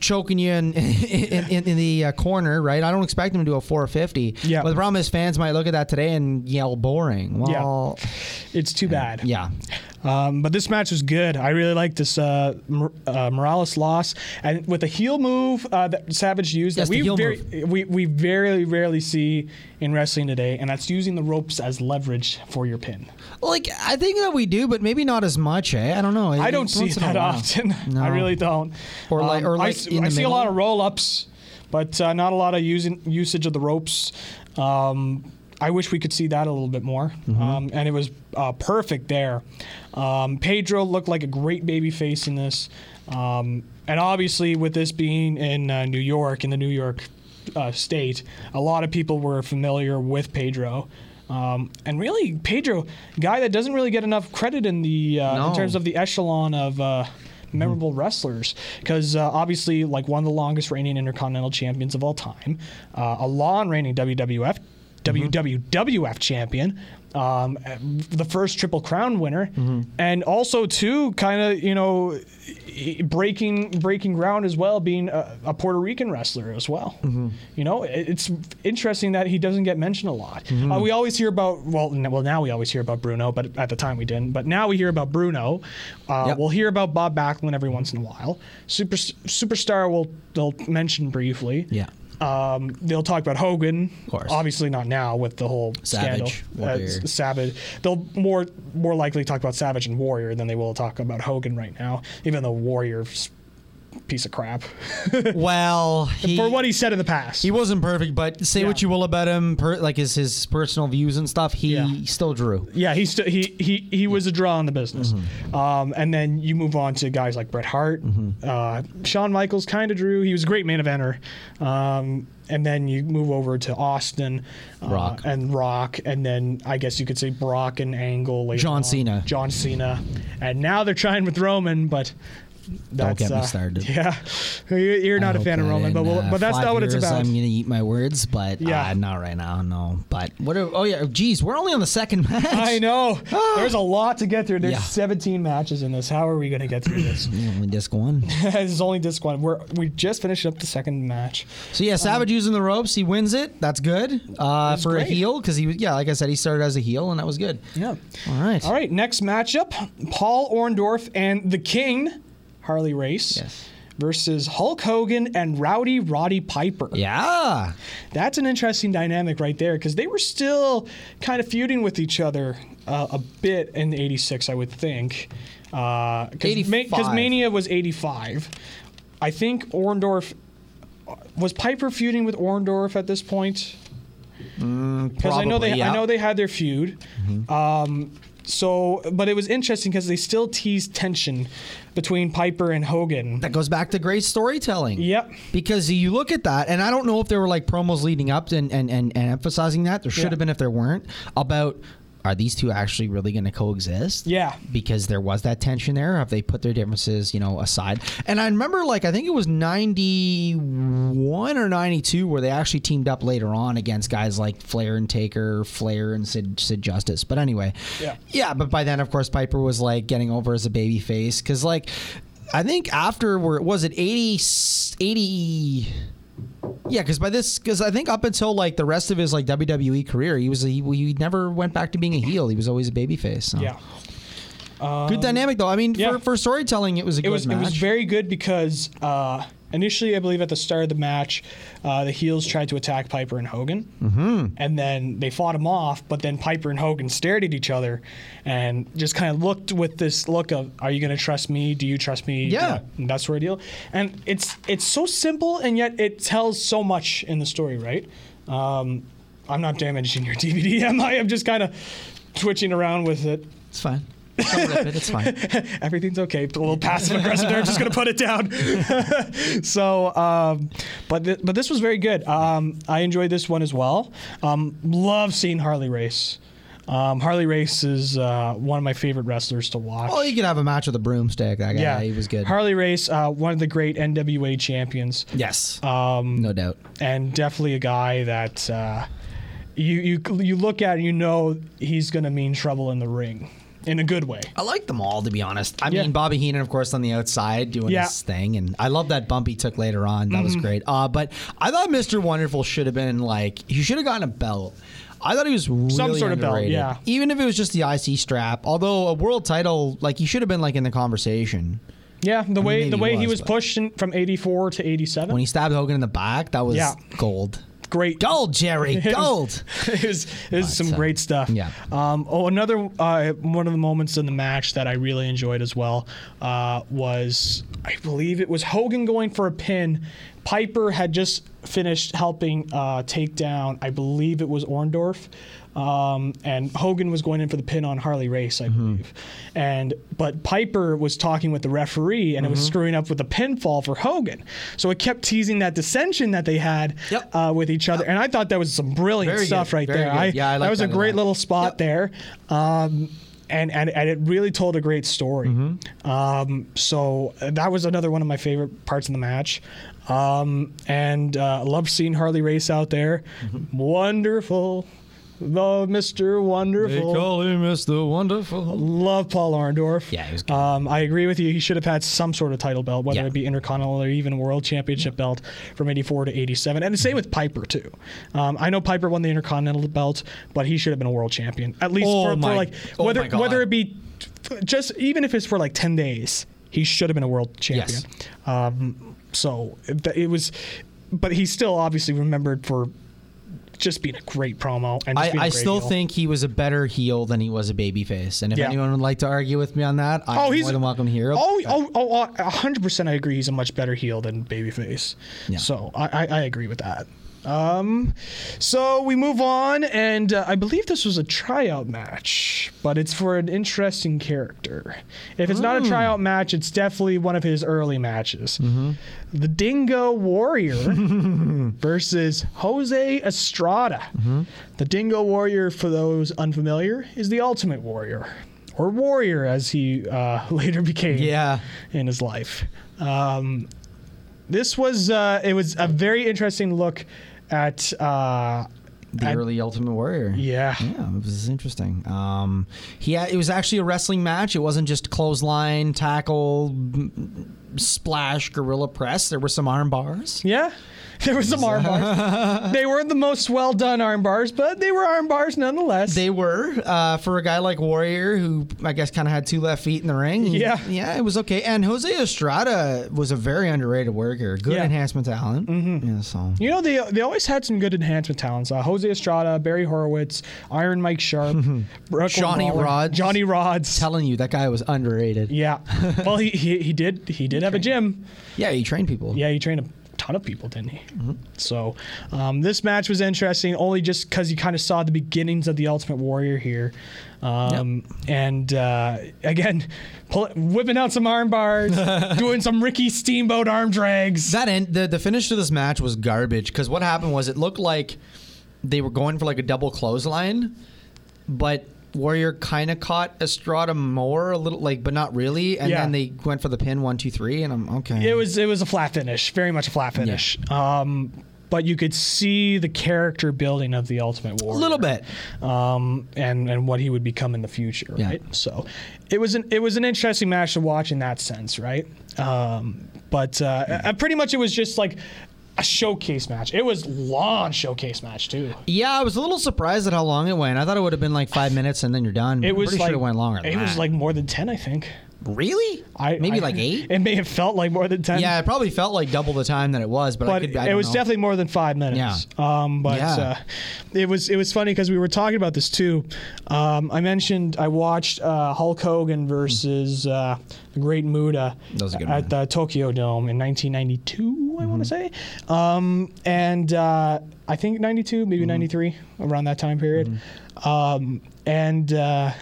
S8: choking you in *laughs* in, in, in the uh, corner, right? I don't expect him to do a 450.
S2: Yeah.
S8: But the problem is fans might look at that today and yell boring.
S2: Yeah.
S8: Well,
S2: It's too bad.
S8: yeah.
S2: Um, but this match was good. I really liked this uh, Mor- uh, Morales loss, and with the heel move uh, that Savage used,
S8: Yes,
S2: that we
S8: the heel
S2: very we we very rarely see in wrestling today, and that's using the ropes as leverage for your pin.
S8: Like I think that we do, but maybe not as much, eh? I don't know.
S2: I
S8: It's
S2: don't see
S8: once in a
S2: that
S8: while.
S2: often. *laughs*
S8: No.
S2: I really don't. Um,
S8: Or like- or
S2: I
S8: like
S2: s- I,
S8: in the
S2: see a lot
S8: middle.
S2: of roll ups, but uh, not a lot of using usage of the ropes. Um, I wish we could see that a little bit more.
S8: Mm-hmm.
S2: Um, and it was uh, perfect there. Um, Pedro looked like a great baby face in this. Um, and obviously, with this being in uh, New York, in the New York uh, state, a lot of people were familiar with Pedro. Um, and really, Pedro, guy that doesn't really get enough credit in the uh, in
S8: No.
S2: terms of the echelon of uh, memorable wrestlers because uh, obviously like one of the longest reigning intercontinental champions of all time uh, a long reigning wwf WWWF champion, um, the first Triple Crown winner, and also too kind of you know breaking breaking ground as well, being a, a Puerto Rican wrestler as well. You know, it, it's interesting that he doesn't get mentioned a lot. Uh, we always hear about well, n- well now we always hear about Bruno, but at the time we didn't. But now we hear about Bruno. Uh,
S8: Yep.
S2: We'll hear about Bob Backlund every once in a while. Super superstar will they'll mention briefly.
S8: Yeah.
S2: Um, they'll talk about Hogan, of
S8: course.
S2: Obviously, not now with the whole
S8: Savage,
S2: scandal. Uh,
S8: Warrior.
S2: s- Savage. They'll more more likely talk about Savage and Warrior than they will talk about Hogan right now. Even though Warrior's piece of crap *laughs*
S8: Well, he,
S2: for what he said in the past.
S8: He wasn't perfect, but say
S2: Yeah.
S8: what you will about him, per, like his his personal views and stuff, he
S2: Yeah.
S8: still drew.
S2: yeah, he st- he he he was a draw in the business.
S8: Mm-hmm.
S2: Um, and then you move on to guys like Bret Hart, uh, Shawn Michaels, kind of drew. He was a great main eventer. Um, and then you move over to Austin uh,
S8: Rock.
S2: and Rock, and then I guess you could say Brock and Angle. later
S8: John
S2: on.
S8: Cena.
S2: John Cena, and now they're trying with Roman, but. That's,
S8: get me
S2: uh, *laughs*
S8: started.
S2: Yeah, You- you're not
S8: I
S2: a
S8: hope
S2: fan of
S8: that
S2: Roman,
S8: in,
S2: but we'll,
S8: uh,
S2: but that's
S8: five
S2: not what it's
S8: years
S2: about.
S8: I'm gonna eat my words, but
S2: Yeah.
S8: yeah, not right now, no. But what? Are, oh yeah, geez, we're only on the second *laughs* match.
S2: I know. There's a lot to get through. There's
S8: Yeah.
S2: 17 matches in this. How are we going to get through
S8: *clears throat*
S2: this?
S8: Only disc one.
S2: *laughs* this is only disc one. We're we just finished up the second match.
S8: So yeah, Savage using the ropes, he wins it. That's good uh, for
S2: Um, great.
S8: a heel because he was yeah, like I said, he started as a heel and that was good.
S2: Yeah.
S8: All right.
S2: All right. Next matchup: Paul Orndorff and the King, Harley Race,
S8: Yes.
S2: versus Hulk Hogan and Rowdy Roddy Piper.
S8: Yeah.
S2: That's an interesting dynamic right there because they were still kind of feuding with each other uh, a bit in '86, I would think. Uh, Because
S8: 85.
S2: Mania was '85, I think Orndorff uh, was Piper feuding with Orndorff at this point. Because I know
S8: Mm, probably,
S2: they,
S8: yeah. Mm-hmm.
S2: I know they had their feud. Um, so, but it was interesting because they still teased tension between Piper and Hogan.
S8: That goes back to great storytelling.
S2: Yep.
S8: Because you look at that, and I don't know if there were like promos leading up and, and, and, and emphasizing that. There should
S2: Yeah.
S8: have been if there weren't about are these two actually really going to coexist?
S2: Yeah.
S8: Because there was that tension there. Have they put their differences, you know, aside? And I remember like I think it was 91 or 92 where they actually teamed up later on against guys like Flair and Taker, Flair and Sid, Sid Justice. But anyway.
S2: Yeah.
S8: Yeah, but by then, of course, Piper was like getting over as a baby face because, like, I think after where was it 80, 80 yeah, because by this, because I think up until like the rest of his like WWE career, he was a, he, he never went back to being a heel. He was always a babyface. So.
S2: Yeah.
S8: good dynamic though. I mean,
S2: Um, yeah.
S8: for, for storytelling, it was a
S2: it
S8: good
S2: was
S8: match.
S2: it was very good because uh, initially I believe at the start of the match uh, the heels tried to attack Piper and Hogan
S8: Mm-hmm.
S2: and then they fought him off but then Piper and Hogan stared at each other and just kind of looked with this look of are you going to trust me do you trust me
S8: Yeah.
S2: and that sort of deal and it's it's so simple and yet it tells so much in the story right um, I'm not damaging your *laughs* DVD am I I'm just kind of twitching around with it
S8: it's fine. Don't rip it. It's fine.
S2: *laughs* everything's okay. A little passive
S8: *laughs*
S2: aggressive there. I'm just gonna put it down. *laughs* so, um, but th- but this was very good. Um, I enjoyed this one as well. Um, love seeing Harley race. Um, Harley race is uh, one of my favorite wrestlers to watch.
S8: Well, you could have a match with a broomstick. That guy,
S2: yeah,
S8: Oh, he was good.
S2: Harley race, uh, one of the great NWA champions,
S8: yes. Um, no doubt.
S2: and definitely a guy that. Uh, you, you you look at and you know he's gonna mean trouble in the ring, in a good way.
S8: I like them all, to be honest. I
S2: Yeah.
S8: mean, Bobby Heenan, of course, on the outside doing
S2: Yeah. Mm-hmm.
S8: his thing, and I love that bump he took later on. That was great. Uh, but I thought Mr. Wonderful should have been like he should have gotten a belt. I thought he was really
S2: sort of belt,
S8: underrated.
S2: yeah.
S8: Even if it was just the IC strap, although a world title, like he should have been like in the conversation
S2: Yeah, the way
S8: maybe
S2: the way
S8: he
S2: he
S8: was,
S2: was
S8: but-
S2: pushed in, from '84 to '87.
S8: when he stabbed Hogan in the back. That was
S2: Yeah.
S8: gold,
S2: great.
S8: gold, Jerry, gold.
S2: *laughs* it was, it was some
S8: so-
S2: great stuff.
S8: uh, yeah.
S2: Um, oh, another uh, one of the moments in the match that I really enjoyed as well uh, was I believe it was Hogan going for a pin. Piper had just finished helping uh, take down, I believe it was Orndorff. Um, and Hogan was going in for the pin on Harley Race, I
S8: Mm-hmm.
S2: believe. And but Piper was talking with the referee and it
S8: Mm-hmm.
S2: was screwing up with the pinfall for Hogan. So it kept teasing that dissension that they had
S8: Yep.
S2: uh, with each other. And I thought that was some brilliant
S8: Very
S2: stuff
S8: good,
S2: right
S8: very
S2: there.
S8: good.
S2: I,
S8: Yeah, I like
S2: that was
S8: that
S2: a
S8: a
S2: great
S8: lot.
S2: little spot there. Um, and, and, and it really told a great story.
S8: Mm-hmm.
S2: Um, so uh, that was another one of my favorite parts of the match. Um, and uh, love seeing Harley Race out there.
S8: Mm-hmm.
S2: Wonderful. The Mr. Wonderful.
S8: him Mr. Wonderful.
S2: Love Paul Orndorff.
S8: Yeah, he was good.
S2: Um, I agree with you. He should have had some sort of title belt, whether
S8: Yeah.
S2: it be Intercontinental or even World Championship belt from '84 to '87. And the same with Piper too. Um, I know Piper won the Intercontinental belt, but he should have been a world champion at least
S8: Oh
S2: for, for
S8: my-
S2: like
S8: oh
S2: whether
S8: my God.
S2: whether it be f- just even if it's for like 10 days, he should have been a world champion.
S8: Yes.
S2: Um, so th- it was, but he's still obviously remembered for just being a great promo and just
S8: I,
S2: being a
S8: I
S2: great
S8: still
S2: heel.
S8: think he was a better heel than he was a babyface. And if
S2: Yeah.
S8: anyone would like to argue with me on that, I'm
S2: Oh, he's
S8: more than welcome to hear it.
S2: Oh, oh, oh, hundred percent. I agree. He's a much better heel than babyface.
S8: Yeah.
S2: So I, I, I agree with that. Um, so we move on, and uh, I believe this was a tryout match, but it's for an interesting character. If it's
S8: Hmm.
S2: not a tryout match, it's definitely one of his early matches.
S8: Mm-hmm.
S2: The Dingo Warrior versus Jose Estrada. The Dingo Warrior, for those unfamiliar, is the Ultimate Warrior, or Warrior as he uh, *laughs* later became
S8: Yeah.
S2: in his life. Um, this was uh, it was a very interesting look at uh,
S8: the
S2: I-
S8: early Ultimate Warrior.
S2: yeah.
S8: Yeah, it was interesting. Um, he had, it was actually a wrestling match. It wasn't just clothesline, tackle, m- splash gorilla press. There were some arm bars.
S2: Yeah. *laughs* There were some arm bars. They weren't the most well done arm bars, but they were arm bars nonetheless.
S8: They were uh, for a guy like Warrior, who I guess kind of had two left feet in the ring.
S2: Yeah.
S8: yeah, it was okay. And Jose Estrada was a very underrated worker, good
S2: Yeah.
S8: enhancement talent. Mm-hmm. Yeah, so
S2: you know, they they always had some good enhancement talents. Uh, Jose Estrada, Barry Horowitz, Iron Mike
S8: *laughs*
S2: Sharp, Brooklyn
S8: Johnny
S2: Brawler,
S8: Rods.
S2: Johnny Rods.
S8: telling you, that guy was underrated. *laughs*
S2: yeah. Well, he, he he did he did have a gym.
S8: Yeah, he trained people.
S2: Yeah, he trained a ton of people, didn't he?
S8: Mm-hmm.
S2: So um, this match was interesting only just because you kind of saw the beginnings of the Ultimate Warrior here. Um, And uh, again, pull, whipping out some arm
S8: *laughs*
S2: bars, doing some Ricky Steamboat arm drags.
S8: That end, the, the finish to this match was garbage because what happened was it looked like they were going for like a double clothesline, but Warrior kind of caught Estrada more a little, like, but not really. And
S2: Yeah.
S8: then they went for the pin one, two, three, and I'm okay.
S2: It was it was a flat finish, very much a flat finish. Um, but you could see the character building of the Ultimate Warrior
S8: a little bit.
S2: um, and and what he would become in the future,
S8: Yeah.
S2: right? So, it was an it was an interesting match to watch in that sense, right? Um, but uh, uh, pretty much it was just like a showcase match. It was long showcase match too.
S8: Yeah, I was a little surprised at how long it went. I thought it would have been like five minutes and then you're done.
S2: It
S8: I'm
S2: was
S8: pretty
S2: like
S8: sure it went longer. than
S2: It was
S8: that.
S2: like more than ten, I think.
S8: really?
S2: I
S8: Maybe
S2: I-
S8: like eight?
S2: It may have felt like more than ten.
S8: yeah, it probably felt like double the time that it was, but, I
S2: but
S8: could, I
S2: it
S8: don't
S2: was
S8: know.
S2: definitely more than five minutes. Um, but
S8: Yeah.
S2: uh, it was it was funny because we were talking about this too. Um, I mentioned I watched uh, Hulk Hogan versus uh, the Great Muda
S8: That was a good Mm-hmm.
S2: at the Tokyo Dome in 1992. I want to say, um, and uh, I think 92, maybe
S8: Mm-hmm.
S2: 93, around that time period. Um, and uh,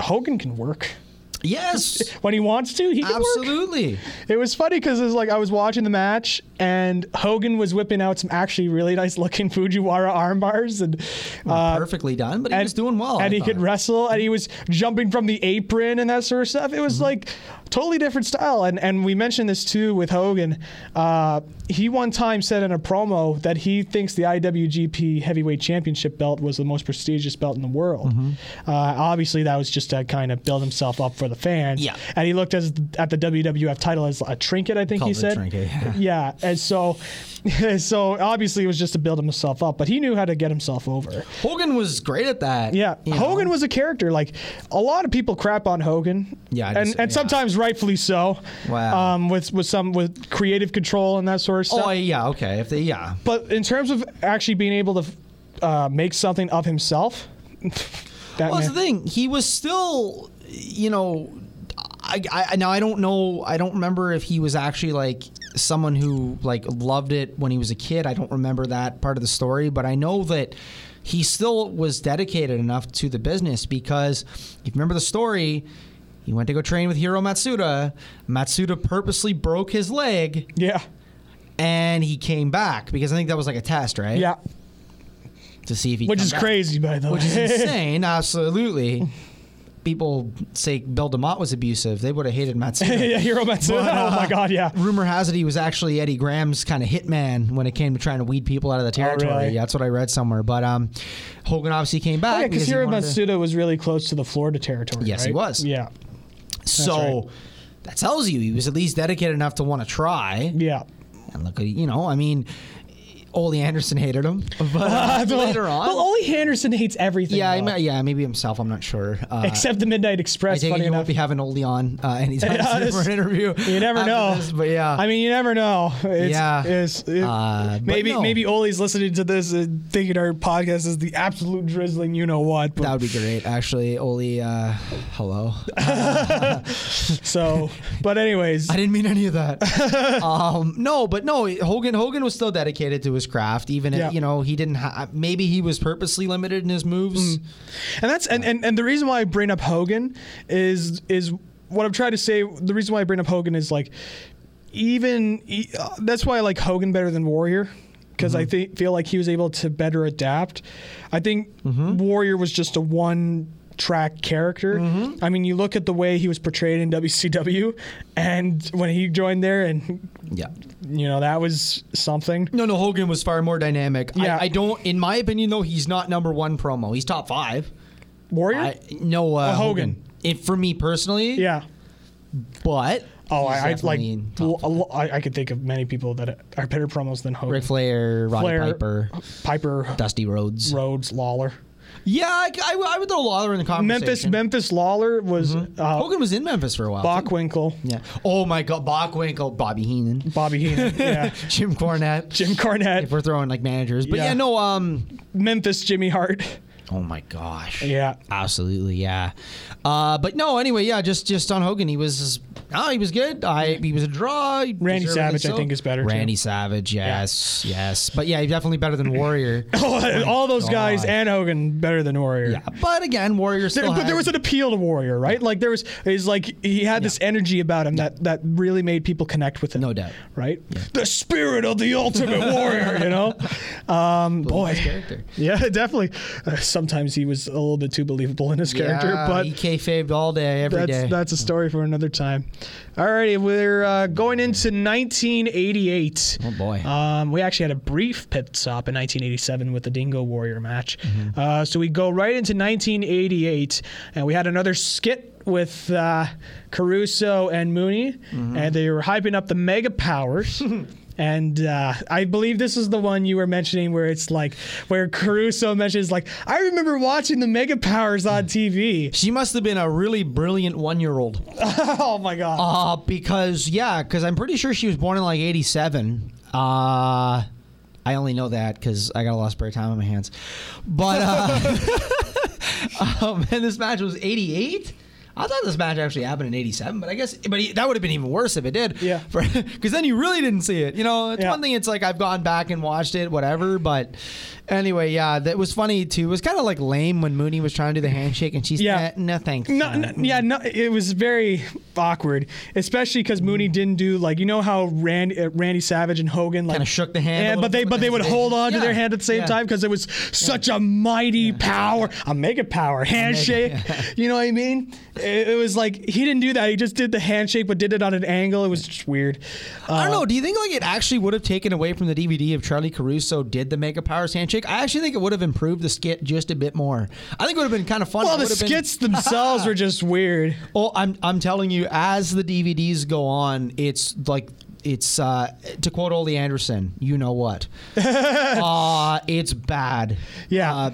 S2: Hogan can work. *laughs*
S8: Yes,
S2: When he wants to, he can work.
S8: absolutely.
S2: It was funny because it was like I was watching the match and Hogan was whipping out some actually really nice looking *laughs* Fujiwara arm bars and uh,
S8: Perfectly done, but he
S2: and-
S8: was doing well.
S2: and
S8: I
S2: he could
S8: thought.
S2: wrestle and he was jumping from the apron and that sort of stuff. It was
S8: Mm-hmm.
S2: like totally different style. And and we mentioned this too with Hogan. Uh, he one time said in a promo that he thinks the IWGP Heavyweight Championship belt was the most prestigious belt in the world.
S8: Mm-hmm.
S2: Uh, obviously, that was just to kind of build himself up for the fans.
S8: Yeah.
S2: And he looked as at the WWF title as a trinket. I think he
S8: Called it a
S2: said.
S8: trinket, yeah.
S2: *laughs* Yeah, and so, *laughs* so obviously it was just to build himself up, but he knew how to get himself over.
S8: Hogan was great at that.
S2: Yeah,
S8: you know?
S2: Hogan was a character. Like a lot of people crap on Hogan.
S8: Yeah, I
S2: and
S8: dis-
S2: and
S8: yeah.
S2: sometimes rightfully so.
S8: Wow.
S2: Um, with with some with creative control and that sort of stuff.
S8: Oh yeah, okay. If they yeah,
S2: But in terms of actually being able to uh, make something of himself, *laughs* that
S8: well, that's
S2: man,
S8: the thing. He was still, you know, I, I now I don't know. I don't remember if he was actually like someone who like loved it when he was a kid. I don't remember that part of the story, but I know that he still was dedicated enough to the business because if you remember the story. He went to go train with Hiro Matsuda. Matsuda purposely broke his leg
S2: yeah,
S8: and he came back because I think that was like a test, right?
S2: yeah,
S8: To see if he
S2: which is crazy by the *laughs*
S8: which is
S2: way.
S8: insane. Absolutely. People say Bill DeMott was abusive. They would have hated
S2: *laughs*
S8: Matsuda.
S2: yeah, Hiro Matsuda. *laughs* oh my God, yeah.
S8: uh, Rumor has it he was actually Eddie Graham's kind of hitman when it came to trying to weed people out of the territory.
S2: Oh, really?
S8: Yeah, that's what I read somewhere. But um, Hogan obviously came back.
S2: Oh, Yeah, because
S8: he
S2: Hiro
S8: wanted to-
S2: Matsuda was really close to the Florida territory.
S8: Yes, he
S2: right?
S8: was.
S2: Yeah,
S8: so that tells you he was at least dedicated enough to want to try.
S2: yeah.
S8: And look, you know, I mean, Ole Anderson
S2: *laughs*
S8: hated him. But uh, later on.
S2: Well, only Henderson hates everything.
S8: yeah, I
S2: though.
S8: might- yeah, maybe himself. I'm not sure. Uh,
S2: Except the Midnight Express.
S8: I take
S2: funny
S8: it you
S2: enough.
S8: won't be having Ole on
S2: *laughs*
S8: uh, anytime
S2: Yeah,
S8: soon for
S2: this-
S8: an interview.
S2: *laughs* You never
S8: after
S2: know.
S8: this, but yeah,
S2: I mean, you never know. It's,
S8: Yeah.
S2: It's, it-
S8: Uh, but
S2: maybe
S8: no.
S2: maybe Ole's listening to this and thinking our podcast is the absolute drizzling, you know what.
S8: that
S2: But,
S8: would be great. Actually, Ole, uh, hello.
S2: so, but anyways,
S8: *laughs* I didn't mean any
S2: *laughs*
S8: of that. um, no, but no, Hogan. Hogan was still dedicated to his craft, even
S2: Yeah.
S8: if you know he didn't. Ha- uh, maybe he was purposely limited in his moves.
S2: Mm. and that's and, and and the reason why I bring up Hogan is is what I'm trying to say. The reason why I bring up Hogan is like even e- uh, that's why I like Hogan better than Warrior. Because
S8: Mm-hmm.
S2: I think feel like he was able to better adapt. I think
S8: Mm-hmm.
S2: Warrior was just a one track character.
S8: Mm-hmm.
S2: I mean, you look at the way he was portrayed in WCW, and when he joined there, and
S8: Yeah.
S2: you know that was something.
S8: No, no, Hogan was far more dynamic.
S2: Yeah.
S8: I, I don't. In my opinion, though, he's not number one promo. He's top five.
S2: Warrior,
S8: I no uh,
S2: Oh, Hogan.
S8: It, for me personally,
S2: yeah.
S8: But
S2: Oh, I, I
S8: He's
S2: like.
S8: definitely in top
S2: l- l- I, I could think of many people that are better promos than Hogan.
S8: Ric Flair, Roddy
S2: Flair,
S8: Piper,
S2: Piper,
S8: Dusty Rhodes.
S2: Rhodes, Lawler.
S8: Yeah, I, I- I would throw Lawler in the conversation. Mm-hmm.
S2: Memphis, Memphis Lawler was uh,
S8: Hogan was in Memphis for a while. too.
S2: Bockwinkel,
S8: Yeah. Oh my God, Bockwinkel, Bobby Heenan,
S2: Bobby
S8: *laughs*
S2: Heenan, yeah,
S8: Jim Cornette.
S2: Jim
S8: if
S2: Cornette,
S8: we're throwing like managers, but yeah.
S2: Yeah.
S8: no. Um.
S2: Memphis Jimmy Hart.
S8: Oh my gosh.
S2: Yeah.
S8: Absolutely. Yeah. Uh. But no. Anyway. Yeah. Just just on Hogan, he was. Oh, he was good. I he was a draw. He
S2: Randy
S8: deservedly
S2: Savage, I
S8: so.
S2: think, is better, too.
S8: Randy Savage, yes, yes, but yeah, he's definitely better than
S2: *laughs*
S8: Warrior.
S2: *laughs* All those guys
S8: Oh God.
S2: and Hogan better than Warrior.
S8: yeah, but again, Warrior
S2: There-
S8: still.
S2: but there
S8: had-
S2: was an appeal to Warrior, right? Like there was is like he had this energy about him that that really made people connect with him.
S8: No doubt.
S2: right? The spirit of the ultimate
S8: *laughs*
S2: warrior, you know. Um, boy,
S8: character.
S2: yeah, *laughs* definitely. Uh, sometimes he was a little bit too believable in his character,
S8: yeah,
S2: but
S8: he kayfabed all day, every day.
S2: that's that's a story for another time. Alrighty, we're uh, going into 1988.
S8: Oh, boy.
S2: Um, we actually had a brief pit stop in 1987 with the Dingo Warrior match.
S8: Mm-hmm.
S2: Uh, so we go right into 1988, and we had another skit with uh, Caruso and Mooney,
S8: Mm-hmm.
S2: and they were hyping up the Mega
S8: *laughs*
S2: Powers. And uh, I believe this is the one you were mentioning where it's like, where Caruso mentions, like, I remember watching the Mega Powers on TV.
S8: she must have been a really brilliant one-year-old.
S2: *laughs* oh my God.
S8: Uh, because yeah, because I'm pretty sure she was born in like '87. Uh, I only know that because I got a lot of spare time on my hands. But uh, *laughs* um, and this match was '88. I thought this match actually happened in '87, but I guess, but that would have been even worse if it did. *laughs*
S2: Yeah.
S8: Because then you really didn't see it. You know, it's
S2: Yeah.
S8: one thing. It's like I've gone back and watched it, whatever. But anyway, yeah, that was funny too. It was kind of like lame when Mooney was trying to do the handshake and she's
S2: Yeah.
S8: yeah, no thanks.
S2: No, no, yeah, no, it was very awkward, especially because Mooney
S8: Mm.
S2: didn't do like you know how Randy, uh, Randy Savage and Hogan like
S8: Kinda shook the hand a
S2: Yeah,
S8: little
S2: but they
S8: bit
S2: but they would
S8: with
S2: hold on to
S8: hesitation.
S2: their hand at the same
S8: Yeah.
S2: time because it was such a mighty power, a mega power handshake.
S8: *laughs*
S2: you know what I mean? It, it was like he didn't do that. He just did the handshake, but did it on an angle. It was just weird. Uh,
S8: I don't know. Do you think like it actually would have taken away from the DVD if Charlie Caruso did the Mega Powers handshake? I actually think it would have improved the skit just a bit more. I think it would have been kind of fun.
S2: Well,
S8: It
S2: the
S8: would have been-
S2: skits themselves were just weird.
S8: Oh, I'm I'm telling you, as the DVDs go on, it's like it's uh, to quote Ole Anderson, you
S2: *laughs*
S8: know what? uh, it's bad.
S2: Yeah.
S8: Uh,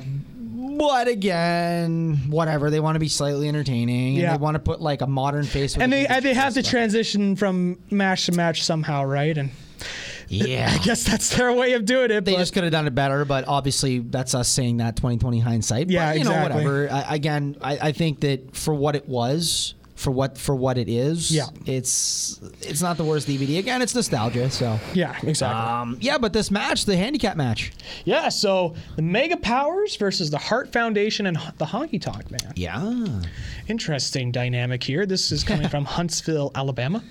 S8: but again, whatever they want to be slightly entertaining,
S2: Yeah.
S8: and they want to put like a modern face. with
S2: and
S8: a
S2: they
S8: bigger
S2: and they have to
S8: chest,
S2: transition from match to match somehow, right? And
S8: but- Yeah,
S2: I guess that's their way of doing it.
S8: They
S2: but-
S8: just could have done it better, but obviously that's us saying that 2020 hindsight.
S2: Yeah,
S8: but, you know,
S2: exactly.
S8: whatever. I, again, I, I think that for what it was, for what for what it is,
S2: Yeah.
S8: it's it's not the worst DVD. Again, it's nostalgia. So
S2: yeah, exactly.
S8: um, yeah, but this match, the handicap match,
S2: Yeah, so the Mega Powers versus the Heart Foundation and the Honky Tonk Man.
S8: yeah,
S2: Interesting dynamic here. This is
S8: *laughs*
S2: coming from Huntsville, Alabama.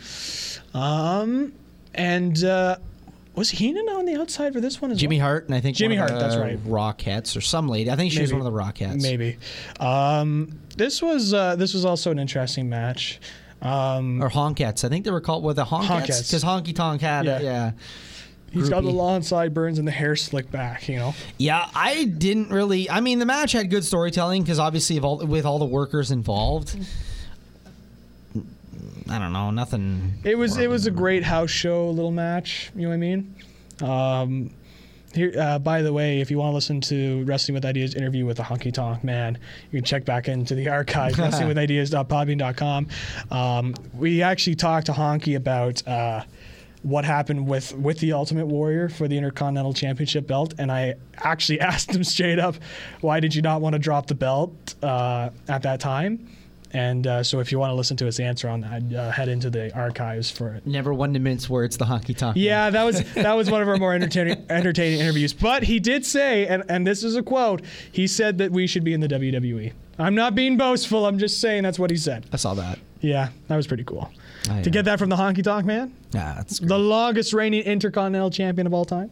S2: Um, and uh, was Heenan on the outside for this one as
S8: Jimmy
S2: well?
S8: Hart, and I think
S2: Jimmy
S8: one of
S2: Hart, that's
S8: the
S2: right.
S8: Rockettes or some lady. I think she was one of the Rockettes.
S2: Maybe. Um, this was uh, this was also an interesting match. Um,
S8: or Honkettes. I think they were called with the Honkettes
S2: Honkettes.
S8: because Honky Tonk had
S2: Yeah.
S8: it. Yeah.
S2: he's got the
S8: groupie.
S2: long sideburns and the hair slicked back. You know.
S8: Yeah, I didn't really. I mean, the match had good storytelling because obviously, of all, with all the workers involved, I don't know, nothing.
S2: It was it was a great house show little match. You know what I mean? Um, here, uh, by the way, if you want to listen to Wrestling with Ideas interview with the Honky Tonk Man, you can check back into the archive wrestlingwithideas.podbean.com. Um, we actually talked to Honky about. Uh, what happened with with the Ultimate Warrior for the Intercontinental Championship belt? And I actually *laughs* asked him straight up, why did you not want to drop the belt uh, at that time? And uh, so, if you want to listen to his answer on that, uh, head into the archives for it.
S8: Never one to mince words. The honky tonk.
S2: Yeah, that was that was one of our more entertaining entertaining interviews. But he did say, and, and this is a quote, he said that we should be in the WWE. I'm not being boastful. I'm just saying that's what he said.
S8: I saw that.
S2: Yeah, that was pretty cool.
S8: I,
S2: To
S8: uh,
S2: get that from the Honky Tonk Man,
S8: Yeah, that's
S2: the longest reigning Intercontinental Champion of all time.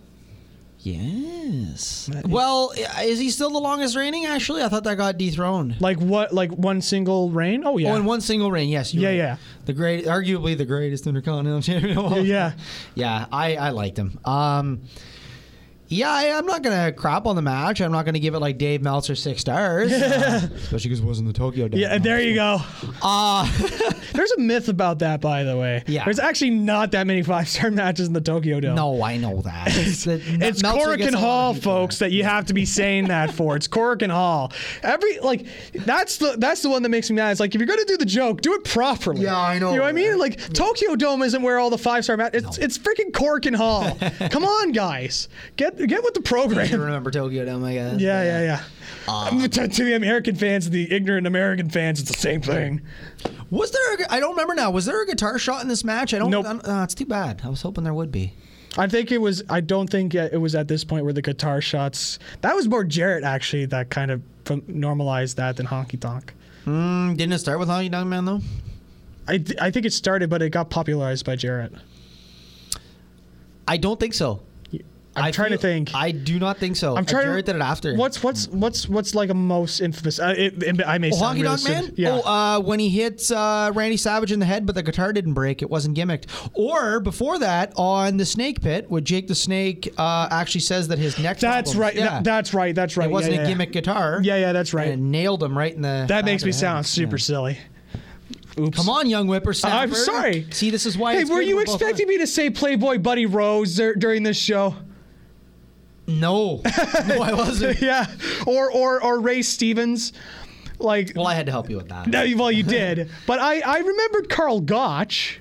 S8: yes. Well, i- is he still the longest reigning? Actually, I thought that got dethroned.
S2: Like what? Like one single reign? Oh yeah.
S8: Oh, in one single reign. Yes. you're
S2: Yeah,
S8: right.
S2: yeah.
S8: The great, arguably *laughs* the greatest intercontinental champion. of all
S2: yeah.
S8: Yeah, I, I liked him. Um, yeah, I, I'm not gonna crap on the match. I'm not gonna give it like Dave Meltzer six stars, uh, especially because it wasn't the Tokyo Dome.
S2: Yeah, there you go.
S8: Uh,
S2: *laughs* There's a myth about that, by the way.
S8: Yeah.
S2: There's actually not that many five star *laughs* matches in the Tokyo Dome.
S8: no, I know that. It's, the-
S2: *laughs* It's
S8: Meltzer
S2: Corican
S8: gets a lot of
S2: Hall,
S8: heat for *laughs*
S2: folks, that you have to be saying that for. It's Corican Hall. Every like, that's the that's the one that makes me mad. It's like if you're gonna do the joke, do it properly.
S3: Yeah, I know.
S2: You know what I mean? Like Tokyo Dome isn't where all the five star matches. It's, it's freaking Corican
S8: *laughs*
S2: Hall. Come on, guys, get get with the
S8: that. You
S2: program.
S8: remember Tokyo Dome? I guess.
S2: Yeah, yeah, yeah. Um, *laughs* to, to the American fans, the ignorant American fans, it's the same thing.
S8: Was there? A, gu- I don't remember now. Was there a guitar shot in this match? I don't.
S2: Nope.
S8: I don't- uh, it's too bad. I was hoping there would be.
S2: I think it was. I don't think it was at this point where the guitar shots. That was more Jarrett actually that kind of from, normalized that than Honky Tonk.
S8: Mm, didn't it start with Honky Tonk Man though?
S2: I, th- I think it started, but it got popularized by Jarrett.
S8: I don't think so.
S2: I'm trying to
S8: feel-
S2: think.
S8: I do not think so.
S2: I'm trying.
S8: Jared
S2: to,
S8: Uh, did it after.
S2: What's what's what's what's like a most infamous? Uh, it, it- I may
S8: Oh,
S2: sound
S8: Honky
S2: really
S8: Tonk Man?
S2: stupid. Yeah.
S8: Oh, uh, when he hits uh, Randy Savage in the head, but the guitar didn't break. It wasn't gimmicked. Or before that, on the Snake Pit, where Jake the Snake uh, actually says that his neck.
S2: that's
S8: problems-
S2: right.
S8: Yeah.
S2: That, that's right. That's right.
S8: it wasn't
S2: yeah,
S8: a
S2: yeah,
S8: gimmick guitar.
S2: Yeah, yeah, that's right.
S8: And it nailed him right in the.
S2: That makes
S8: back
S2: me
S8: of the
S2: sound
S8: head.
S2: super
S8: Yeah.
S2: silly. Oops.
S8: Come on, young whippersnapper.
S2: I'm sorry.
S8: See, this is why.
S2: Hey,
S8: it's
S2: were
S8: good
S2: you
S8: we're both
S2: expecting me to say Playboy Buddy Rose dur- during this show?
S8: on-
S2: *laughs*
S8: No, no, I wasn't.
S2: yeah, or or or Ray Stevens, like
S8: Well, I had to help you with that.
S2: no, you- well you *laughs* did, but I I remembered Carl Gotch.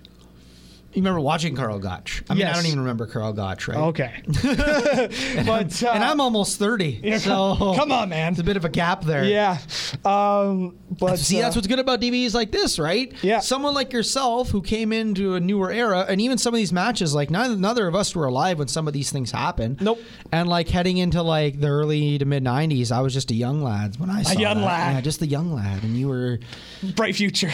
S8: You remember watching Carl Gotch? I mean,
S2: Yes.
S8: I don't even remember Carl Gotch, right?
S2: Okay, *laughs* but uh,
S8: And I'm almost thirty,
S2: *laughs*
S8: so
S2: come on, man.
S8: it's a bit of a gap there.
S2: Yeah, um, but
S8: See,
S2: uh,
S8: that's what's good about DVDs like this, right?
S2: Yeah.
S8: Someone like yourself who came into a newer era, and even some of these matches, like neither, neither of us were alive when some of these things happened.
S2: Nope.
S8: And like heading into like the early to mid '90s, I was just a young lad when I saw
S2: young
S8: that.
S2: lad.
S8: Yeah, just a young lad, and you were,
S2: bright future.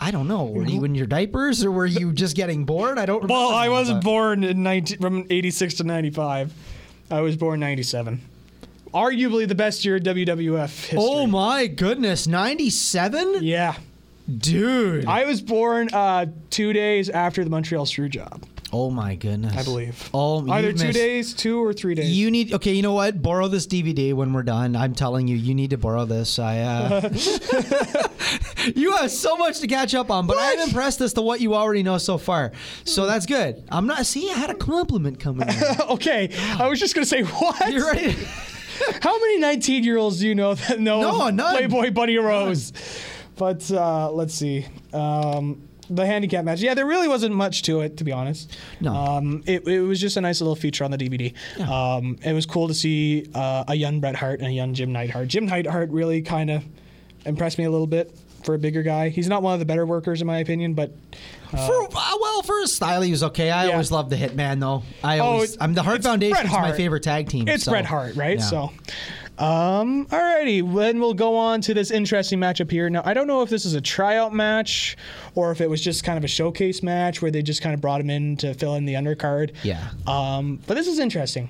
S8: I don't know, were you in your diapers or were you just getting bored? I
S2: *laughs*
S8: don't.
S2: Well,
S8: remember
S2: I
S8: now,
S2: wasn't
S8: but-
S2: born in 19, from '86 to '95. I was born '97. Arguably the best year in WWF history.
S8: Oh my goodness, '97,
S2: Yeah,
S8: dude.
S2: I was born uh, two days after the Montreal Screw Job,
S8: oh my goodness.
S2: I believe.
S8: Oh,
S2: either
S8: you've
S2: two
S8: missed-
S2: days, two or three days.
S8: You need okay. You know what? Borrow this DVD when we're done. I'm telling you, you need to borrow this. I. Uh, *laughs* you have so much to catch up on, but I'm impressed as to what you already know so far.
S2: Hmm.
S8: So that's good. I'm not. See, I had a compliment
S2: *laughs*
S8: coming. in.
S2: *laughs* Okay, I was just gonna say what?
S8: You're right.
S2: *laughs* How many 19 year olds do you know that know
S8: No,
S2: of
S8: none.
S2: Playboy Buddy Rose? But uh, let's see. Um, the handicap match. Yeah, there really wasn't much to it, to be honest.
S8: No.
S2: Um, it, it was just a nice little feature on the DVD. Um, it was cool to see uh, a young Bret Hart and a young Jim Neidhart. Jim Neidhart really kind of impressed me a little bit for a bigger guy. He's not one of the better workers, in my opinion, but
S8: for, uh, well, for his style, he was okay. I
S2: Yeah.
S8: always loved the Hitman, though. I
S2: Oh,
S8: always.
S2: it's-
S8: I'm the Hart
S2: it's
S8: Foundation.
S2: Bret
S8: is my
S2: Hart.
S8: favorite tag team.
S2: It's
S8: so-
S2: Bret Hart, right?
S8: Yeah.
S2: So, um, alrighty. Then we'll go on to this interesting matchup here. Now, I don't know if this is a tryout match or if it was just kind of a showcase match where they just kind of brought him in to fill in the undercard.
S8: Yeah.
S2: Um, but this is interesting,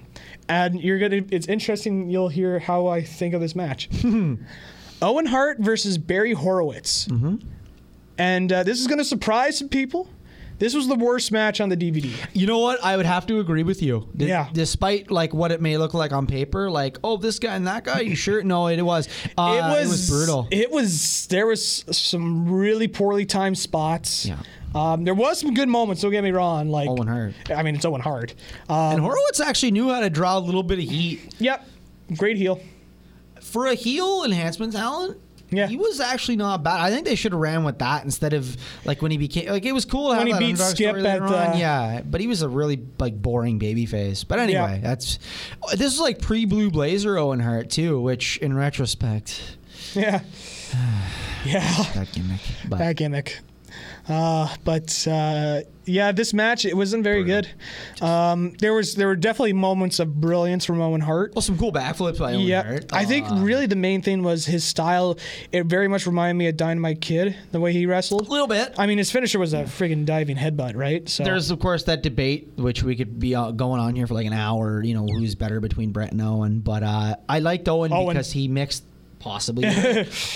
S2: and you're gonna. It's interesting. You'll hear how I think of this
S8: *laughs*
S2: match. Owen Hart versus Barry Horowitz,
S8: Mm-hmm.
S2: and uh, this is gonna surprise some people. This was the worst match on the DVD.
S8: You know what? I would have to agree with you. D-
S2: Yeah.
S8: Despite like what it may look like on paper, like oh this guy and that guy,
S2: *laughs*
S8: you sure? No, it was. Uh, it, was brutal.
S2: It was there was some really poorly timed spots.
S8: Yeah.
S2: Um, there was some good moments. Don't get me wrong. Like
S8: Owen Hart.
S2: I mean, it's Owen Hart. Uh,
S8: and Horowitz actually knew how to draw a little bit of heat
S2: yep. Great heel. *laughs*
S8: for a heel enhancement talent.
S2: Yeah.
S8: He was actually not bad. I think they should have ran with that instead of like when he became like it was cool to
S2: When
S8: have
S2: he
S8: that
S2: beat
S8: underdog
S2: Skip
S8: story later
S2: at uh, the-
S8: on. Yeah, but he was a really like boring baby face. But anyway, that's this is like pre Blue Blazer Owen Hart too, which in
S2: *laughs*
S8: retrospect
S2: Yeah. yeah.
S8: that gimmick. But
S2: That gimmick. Uh, but uh, yeah, this match it wasn't very good. Um, there was there were definitely moments of brilliance from Owen Hart.
S8: well, some cool backflips by Owen
S2: Yeah,
S8: Hart.
S2: I think
S8: Uh,
S2: really the main thing was his style. It very much reminded me of Dynamite Kid, the way he wrestled.
S8: a little bit.
S2: I mean, his finisher was a friggin' diving headbutt, right? So
S8: There's of course that debate which we could be uh, going on here for like an hour. You know who's better between Brett and Owen, but uh, I liked Owen,
S2: Owen. *laughs*
S8: because he mixed possibly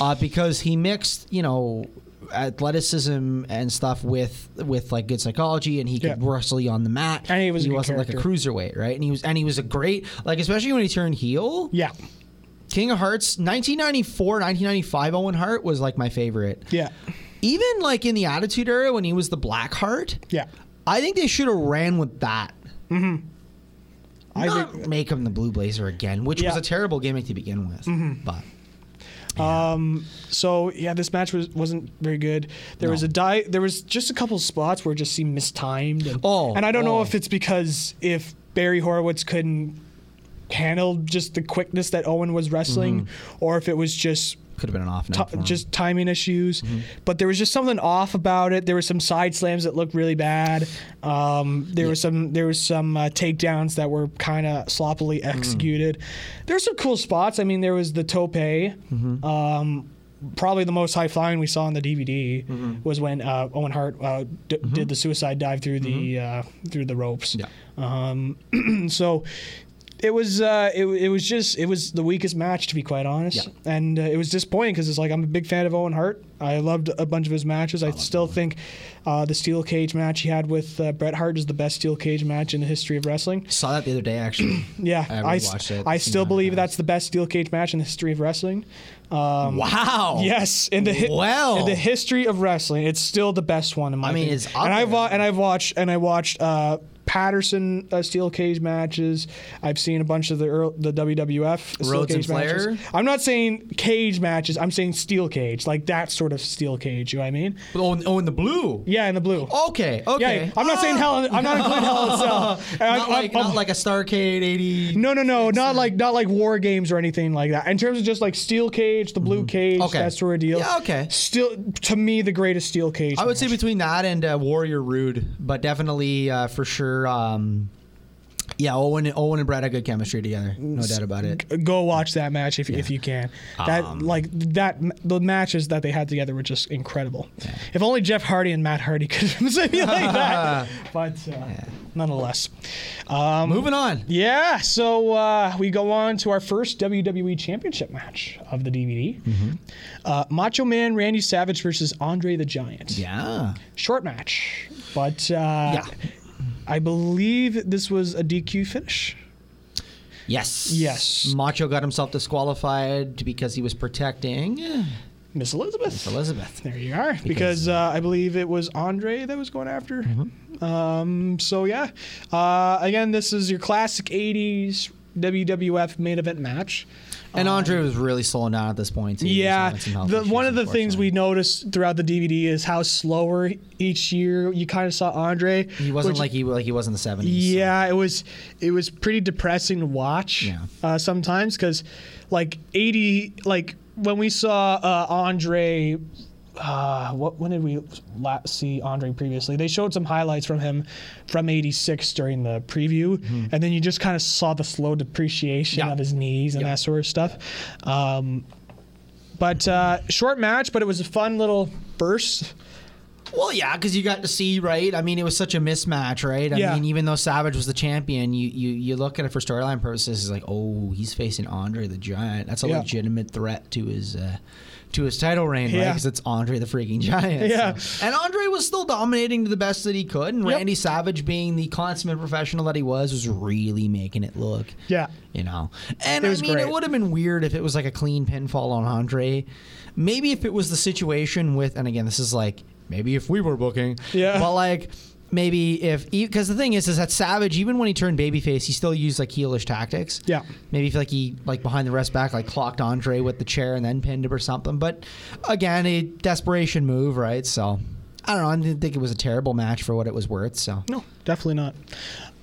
S8: uh, because he mixed you know athleticism and stuff with with like good psychology, and he could
S2: Yeah.
S8: wrestle you on the mat.
S2: And he was a
S8: he
S2: good
S8: wasn't like a cruiserweight, right? And he was and he was a great like especially when he turned heel.
S2: Yeah.
S8: King of Hearts, 1994, 1995. Owen Hart was like my favorite.
S2: Yeah.
S8: Even like in the Attitude Era when he was the Black Heart.
S2: Yeah.
S8: I think they should have ran with that.
S2: I
S8: Not
S2: think
S8: make him the Blue Blazer again, which was
S2: Yeah. Mm-hmm.
S8: a terrible gimmick to begin with. But
S2: so. Yeah, this match was wasn't very good. There was a die. There was just a couple spots where it just seemed mistimed. And,
S8: Oh,
S2: and I don't know
S8: oh.
S2: if it's because if Barry Horowitz couldn't handle just the quickness that Owen was wrestling,
S8: Mm-hmm.
S2: or if it was just
S8: could have been an off night. for
S2: t-
S8: him.
S2: just timing issues. But there was just something off about it. There were some side slams that looked really bad. Um, there was some there was some uh, takedowns that were kind of sloppily executed. There were some cool spots. I mean, there was the tope. Um, probably the most high flying we saw on the DVD was when uh, Owen Hart uh, d- did the suicide dive through the uh, through the ropes.
S8: Yeah.
S2: And so it was uh, it, it was just it was the weakest match to be quite honest,
S8: Yeah.
S2: and uh, it was disappointing because it's like I'm a big fan of Owen Hart. I loved a bunch of his matches. I, still think uh, the steel cage match he had with uh, Bret Hart is the best steel cage match in the history of wrestling.
S8: Saw that the other
S2: *clears throat*
S8: day actually.
S2: Yeah,
S8: I
S2: I, s-
S8: rewatched it.
S2: I
S8: Seen
S2: still
S8: that
S2: believe
S8: as-
S2: that's the best steel cage match in the history of wrestling. Um,
S8: wow.
S2: Yes, in the hi-
S8: Oh. Well.
S2: in the history of wrestling, it's still the best one in my.
S8: I mean,
S2: opinion.
S8: it's up
S2: and I've
S8: there.
S2: wa- and I've watched and I watched uh, Patterson uh, steel cage matches. I've seen a bunch of the earl- the WWF steel
S8: Rhodes and
S2: cage matches.
S8: Flair?
S2: I'm not saying cage matches. I'm saying steel cage, like that sort of steel cage. You know what I mean?
S8: Oh, and- oh, in the blue.
S2: Yeah, in the blue.
S8: Okay. Oh, Okay. Ah!
S2: Yeah, I'm not saying hell. in- I'm not including hell itself. And I'm-
S8: *laughs* Not like,
S2: I'm-
S8: not like a Starcade 80.
S2: no, no, no, not like not like war games or anything like that. In terms of just like steel cage, the blue cage,
S8: Mm-hmm. Okay.
S2: that sort of deal.
S8: Yeah, okay.
S2: Still, to me, the greatest steel cage.
S8: I would say between that and uh, Warrior Rude, but definitely uh, for sure. Um, yeah, Owen, Owen and Brad had good chemistry together. No doubt about it.
S2: go watch that match if, if you can. That
S8: Um,
S2: like that the matches that they had together were just incredible. If only Jeff Hardy and Matt Hardy *laughs* could simulate
S8: *laughs*
S2: that. But uh, nonetheless, um,
S8: Moving on.
S2: yeah. So uh, we go on to our first WWE Championship match of the DVD.
S8: Mm-hmm.
S2: Uh, Macho Man Randy Savage versus Andre the Giant.
S8: Yeah.
S2: Short match, but uh, I believe this was a DQ finish.
S8: Yes.
S2: Yes.
S8: Macho got himself disqualified because he was protecting
S2: Miss Elizabeth.
S8: Elizabeth.
S2: There you are. Because uh, I believe it was Andre that was going after.
S8: Mm-hmm.
S2: Um, so, yeah. Uh, again, this is your classic 80s WWF main event match.
S8: And Andre was really slowing down at this point. Too. He was
S2: Yeah.
S8: having some health
S2: The,
S8: issues,
S2: one of the things we
S8: unfortunately.
S2: noticed throughout the DVD is how slower each year you kind of saw Andre.
S8: he wasn't
S2: which-
S8: like he like he was in the seventies.
S2: Yeah, it was it was pretty depressing to watch
S8: Yeah.
S2: uh, sometimes because like eighty like when we saw uh, Andre. Uh, what when did we la- see Andre previously? They showed some highlights from him from '86 during the preview, and then you just kind of saw the slow depreciation
S8: Mm-hmm. Yeah.
S2: of his knees and
S8: Yeah.
S2: that sort of stuff. Um, but uh, short match, but it was a fun little burst.
S8: Well, yeah, because you got to see, right? I mean, it was such a mismatch, right? I
S2: Yeah.
S8: mean, even though Savage was the champion, you you, you look at it for storyline purposes. It's like, oh, he's facing Andre the Giant. That's a
S2: Yeah.
S8: legitimate threat to his uh, to his title reign, right?
S2: Yeah.
S8: Because it's Andre the freaking Giant.
S2: Yeah.
S8: so. And Andre was still dominating to the best that he could, and
S2: Yep.
S8: Randy Savage, being the consummate professional that he was, was really making it look.
S2: Yeah.
S8: You know, and
S2: It
S8: I
S2: was
S8: mean,
S2: great.
S8: it would have been weird if it was like a clean pinfall on Andre. Maybe if it was the situation with, and again, this is like maybe if we were booking,
S2: Yeah.
S8: But like maybe if because the thing is, is that Savage even when he turned babyface, he still used like heelish tactics.
S2: Yeah.
S8: Maybe if like he like behind the rest back, like clocked Andre with the chair and then pinned him or something. But again, a desperation move, right? So. I don't know. I didn't think it was a terrible match for what it was worth. So
S2: No, definitely not.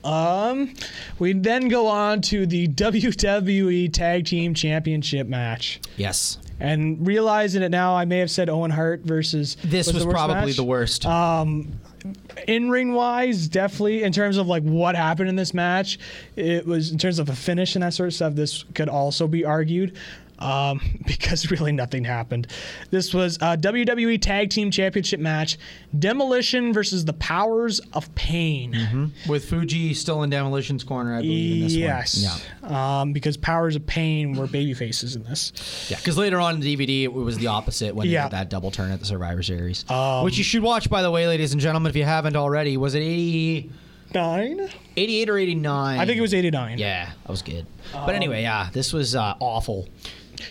S2: Um, we then go on to the *laughs* WWE Tag Team Championship match,
S8: yes,
S2: and realizing it now, I may have said Owen Hart versus.
S8: this was,
S2: the worst
S8: probably
S2: match. Uh,
S8: the worst.
S2: in ring wise, definitely in terms of like what happened in this match, it was in terms of a finish and that sort of stuff. This could also be argued. Um, *laughs* because really nothing happened. This was a WWE Tag Team Championship match Demolition versus the Powers of Pain.
S8: Mm-hmm. with Fuji still in Demolition's corner, I believe. In this one.
S2: Yes.
S8: Yeah.
S2: Um, because Powers of Pain were baby faces in this.
S8: Yeah, because later on in the DVD, it was the opposite when they
S2: Yeah. Um,
S8: had that double turn at the Survivor Series, which you should watch, by the way, ladies and gentlemen, if you haven't already. Was it 80,
S2: Nine?
S8: 88 or 89?
S2: I think it was Um, 89.
S8: Yeah, that was good. but anyway, yeah, this was uh, awful,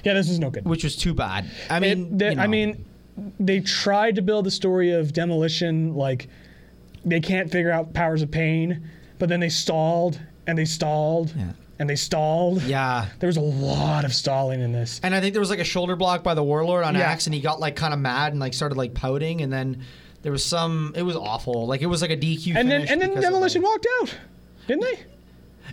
S2: Yeah, this is no good.
S8: which was too bad. I
S2: It-
S8: mean,
S2: they-
S8: you know.
S2: I mean, they tried to build the story of demolition. Like, they can't figure out powers of pain, but then they stalled and they stalled
S8: Yeah.
S2: and they stalled.
S8: yeah.
S2: There was a lot of stalling in this.
S8: And I think there was like a shoulder block by the warlord on
S2: Yeah.
S8: Axe, and he got like kind of mad and like started like pouting, and then there was some. It was awful. Like it was like a DQ.
S2: And then
S8: finish
S2: and then
S8: because of,
S2: demolition
S8: like-
S2: walked out, didn't they?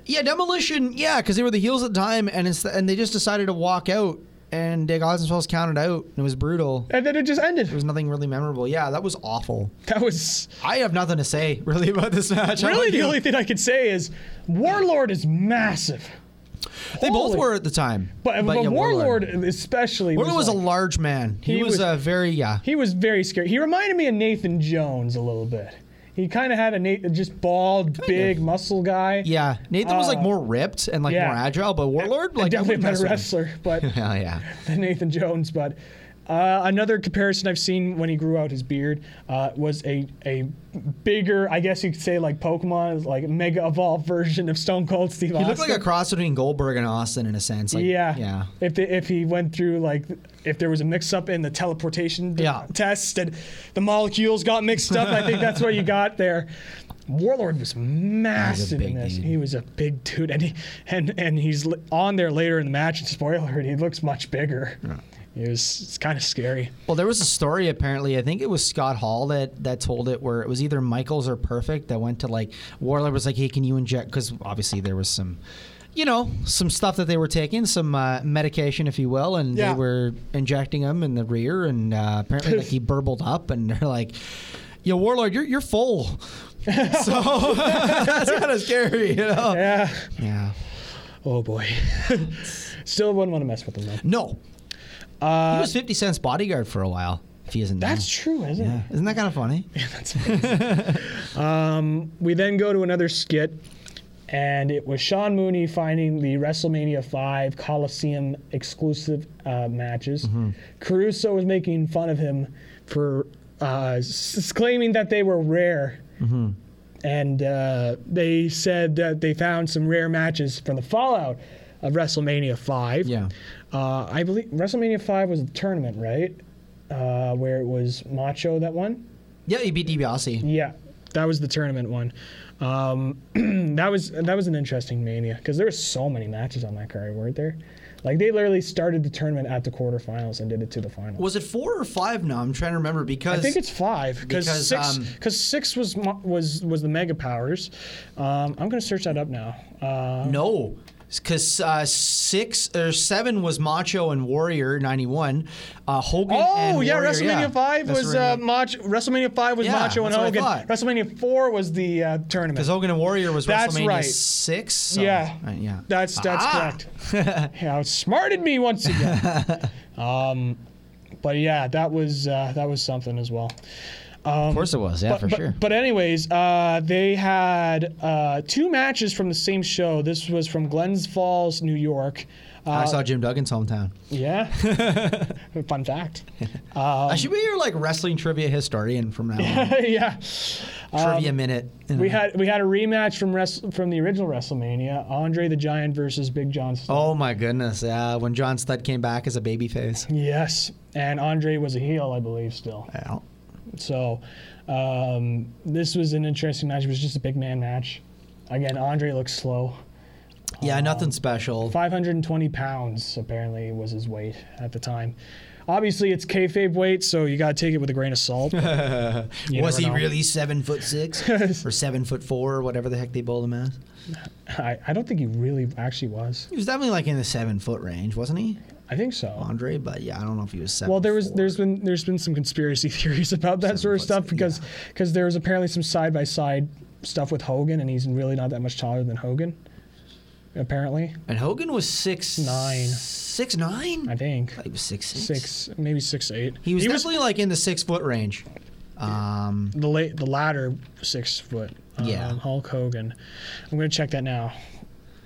S8: yeah, demolition. Yeah, because they were the heels at the time, and it's and they just decided to walk out, and Dick Oswald's counted out, and it was brutal. There
S2: And then it just ended.
S8: was nothing really memorable. Yeah, that was awful.
S2: That was
S8: I have nothing to say *laughs* really about this match. How
S2: really
S8: about
S2: the
S8: you?
S2: only thing I could say is Warlord is massive,
S8: they both
S2: Holy-
S8: were at the time.
S2: but, but Warlord, especially
S8: Warlord was
S2: like-
S8: a large man. He,
S2: He
S8: was,
S2: was-
S8: a very yeah.
S2: He was very scary. He reminded me of Nathan Jones a little bit. He kind of had a Nathan, just bald, big muscle guy.
S8: Yeah, Nathan was like
S2: Uh,
S8: more ripped and like
S2: yeah.
S8: more agile, but Warlord like I
S2: definitely a
S8: wouldn't
S2: better
S8: mess with
S2: wrestler, but
S8: him. Hell yeah, *laughs*
S2: than Nathan Jones. But uh, another comparison I've seen when he grew out his beard uh, was a a bigger, I guess you could say like Pokemon, like mega evolved version of Stone Cold Steve
S8: he
S2: Austin.
S8: looked like a cross between Goldberg and Austin in a sense. Like,
S2: yeah,
S8: yeah.
S2: If the, if he went through like if there was a mix up in the teleportation d-
S8: Yeah.
S2: test and the molecules got mixed up, I think that's what you got there. Warlord was massive in
S8: big
S2: this.
S8: dude.
S2: He was a big dude, and he and and he's li- on there later in the match. And spoiler, he looks much bigger. It was it's kind of scary.
S8: Well, there was a story apparently. I think it was Scott Hall that that told it, where it was either Michaels or Perfect that went to like Warlord was like, "Hey, can you inject?" Because obviously there was some, you know, some stuff that they were taking, some uh, medication, if you will, and
S2: Yeah.
S8: they were injecting him in the rear, and uh, apparently
S2: *laughs*
S8: like he burbled up, and they're like, "Yo, Warlord, you're you're full." *laughs* so *laughs* that's kind of scary, you know.
S2: Yeah.
S8: Yeah.
S2: Oh boy. *laughs* Still wouldn't want to mess with him though.
S8: No. he was 50 Cent's bodyguard for a while, if he isn't now.
S2: Uh, That's true, isn't it?
S8: Isn't that kind of funny?
S2: We then go to another skit, and it was Sean Mooney finding the WrestleMania 5 Coliseum exclusive uh, matches. Caruso was making fun of him for uh, s- s- claiming that they were rare. And uh, they said that they found some rare matches from the fallout of WrestleMania 5.
S8: Yeah.
S2: Uh, I believe WrestleMania 5 was a tournament, right? Uh, where it was Macho that won?
S8: Yeah, he beat DiBiase.
S2: Yeah, that was the tournament one. Um, *clears throat* that was that was an interesting mania because there were so many matches on that card, weren't there? Like they literally started the tournament at the quarterfinals and did it to the final.
S8: Was it four or five now? I'm trying to remember because
S2: I think it's five cause
S8: because,
S2: six
S8: um,
S2: because six was mo- was was the mega powers. Um, I'm gonna search that up now. Uh,
S8: no. Because uh, six or seven was Macho and Warrior '91, uh, Hogan. and
S2: oh yeah,
S8: Warrior,
S2: WrestleMania
S8: yeah.
S2: five was uh,
S8: WrestleMania.
S2: Macho. WrestleMania five was
S8: Yeah,
S2: Macho and
S8: that's what I
S2: Hogan.
S8: thought.
S2: WrestleMania four was the uh, tournament.
S8: 'Cause Hogan and Warrior was
S2: That's
S8: WrestleMania
S2: right.
S8: six. so-
S2: Yeah,
S8: right, Uh, yeah.
S2: That's that's
S8: Ah! *laughs*
S2: correct. yeah, outsmarted me once again. um, but yeah, that was uh, that was something as well.
S8: of course it was. Yeah,
S2: But,
S8: for
S2: but,
S8: sure.
S2: but anyways, uh, they had uh, two matches from the same show. This was from Glens Falls, New York. Uh,
S8: I saw Jim Duggan's hometown.
S2: Yeah,
S8: *laughs*
S2: fun fact. *laughs*
S8: I should be your like wrestling trivia historian from now
S2: um, yeah, um,
S8: on. trivia minute.
S2: we had we had a rematch from Wrest from the original WrestleMania: Andre the Giant versus Big John. Studd.
S8: Oh my goodness! Yeah, when John Studd came back as a babyface.
S2: Yes, and Andre was a heel, I believe, still.
S8: Ow.
S2: So um, this was an interesting match. It was just a big man match. Again, Andre looks slow.
S8: Yeah, nothing special.
S2: 520 pounds apparently was his weight at the time. Obviously, it's kayfabe weight, so you gotta take it with a grain of
S8: *laughs*
S2: salt. but you never
S8: Was he
S2: know.
S8: really seven foot
S2: *laughs*
S8: six or seven foot four or whatever the heck they bowled him as?
S2: I, I don't think he really actually was.
S8: He was definitely like in the seven foot range, wasn't he,
S2: I think so.
S8: Andre? But yeah, I don't know if he was seven.
S2: Well, there was
S8: four.
S2: there's been there's been some conspiracy *laughs* theories about that sort of
S8: foot
S2: stuff
S8: six,
S2: because because there was apparently some side by side stuff with Hogan, and he's really not that much taller than Hogan. Apparently,
S8: and Hogan was six
S2: Nine.
S8: six nine.
S2: I think
S8: he was six six.
S2: six, maybe six eight.
S8: He was definitely like in the six foot range. *laughs* Um,
S2: the late the latter six foot. Um,
S8: Yeah.
S2: Hulk Hogan. I'm gonna check that now.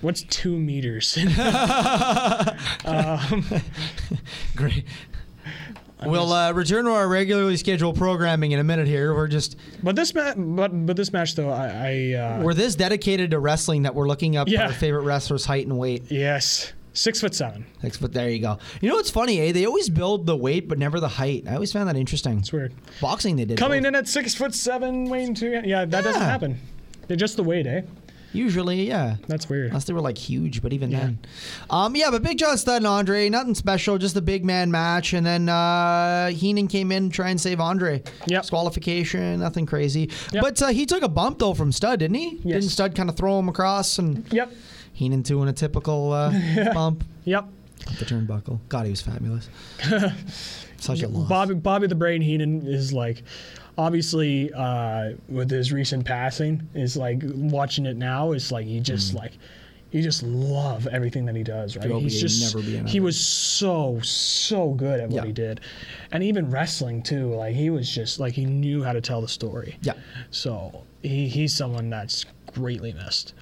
S2: What's two meters? *laughs* *laughs*
S8: great. We'll uh, return to our regularly scheduled programming in a minute here. We're just
S2: but this match, but but this match though, I, I uh,
S8: we're this dedicated to wrestling that we're looking up
S2: Yeah.
S8: our favorite wrestlers' height and weight.
S2: yes, six foot seven.
S8: Six foot. There you go. You know what's funny? Eh? They always build the weight, but never the height. I always found that interesting.
S2: It's weird.
S8: Boxing they did
S2: Coming
S8: both.
S2: in at six foot seven, weighing two. Yeah, that doesn't
S8: Yeah.
S2: happen. They're just the weight, eh?
S8: usually, yeah.
S2: That's weird.
S8: Unless they were like huge, but even then. Um, yeah, but Big John Studd and Andre, nothing special, just the big man match. And then uh, Heenan came in to try and save Andre.
S2: Yep.
S8: Disqualification, nothing crazy.
S2: Yep.
S8: But uh, he took a bump, though, from Studd, didn't he?
S2: Yes.
S8: Didn't Studd kind of throw him across and
S2: Yep,
S8: Heenan doing a
S2: *laughs*
S8: typical uh, bump
S2: yep.
S8: off the turnbuckle? God, he
S2: *laughs*
S8: was fabulous. Such a loss.
S2: Bobby Bobby the Brain Heenan is like, obviously, uh, with his recent passing, is like watching it now. It's like he just
S8: Mm.
S2: like. You just love everything that he does, right?
S8: There'll
S2: He's
S8: be-
S2: just
S8: never be another.
S2: he was so so good at what
S8: Yeah.
S2: he did, and even wrestling too. Like he was just like he knew how to tell the story.
S8: Yeah.
S2: So he, he's someone that's greatly missed.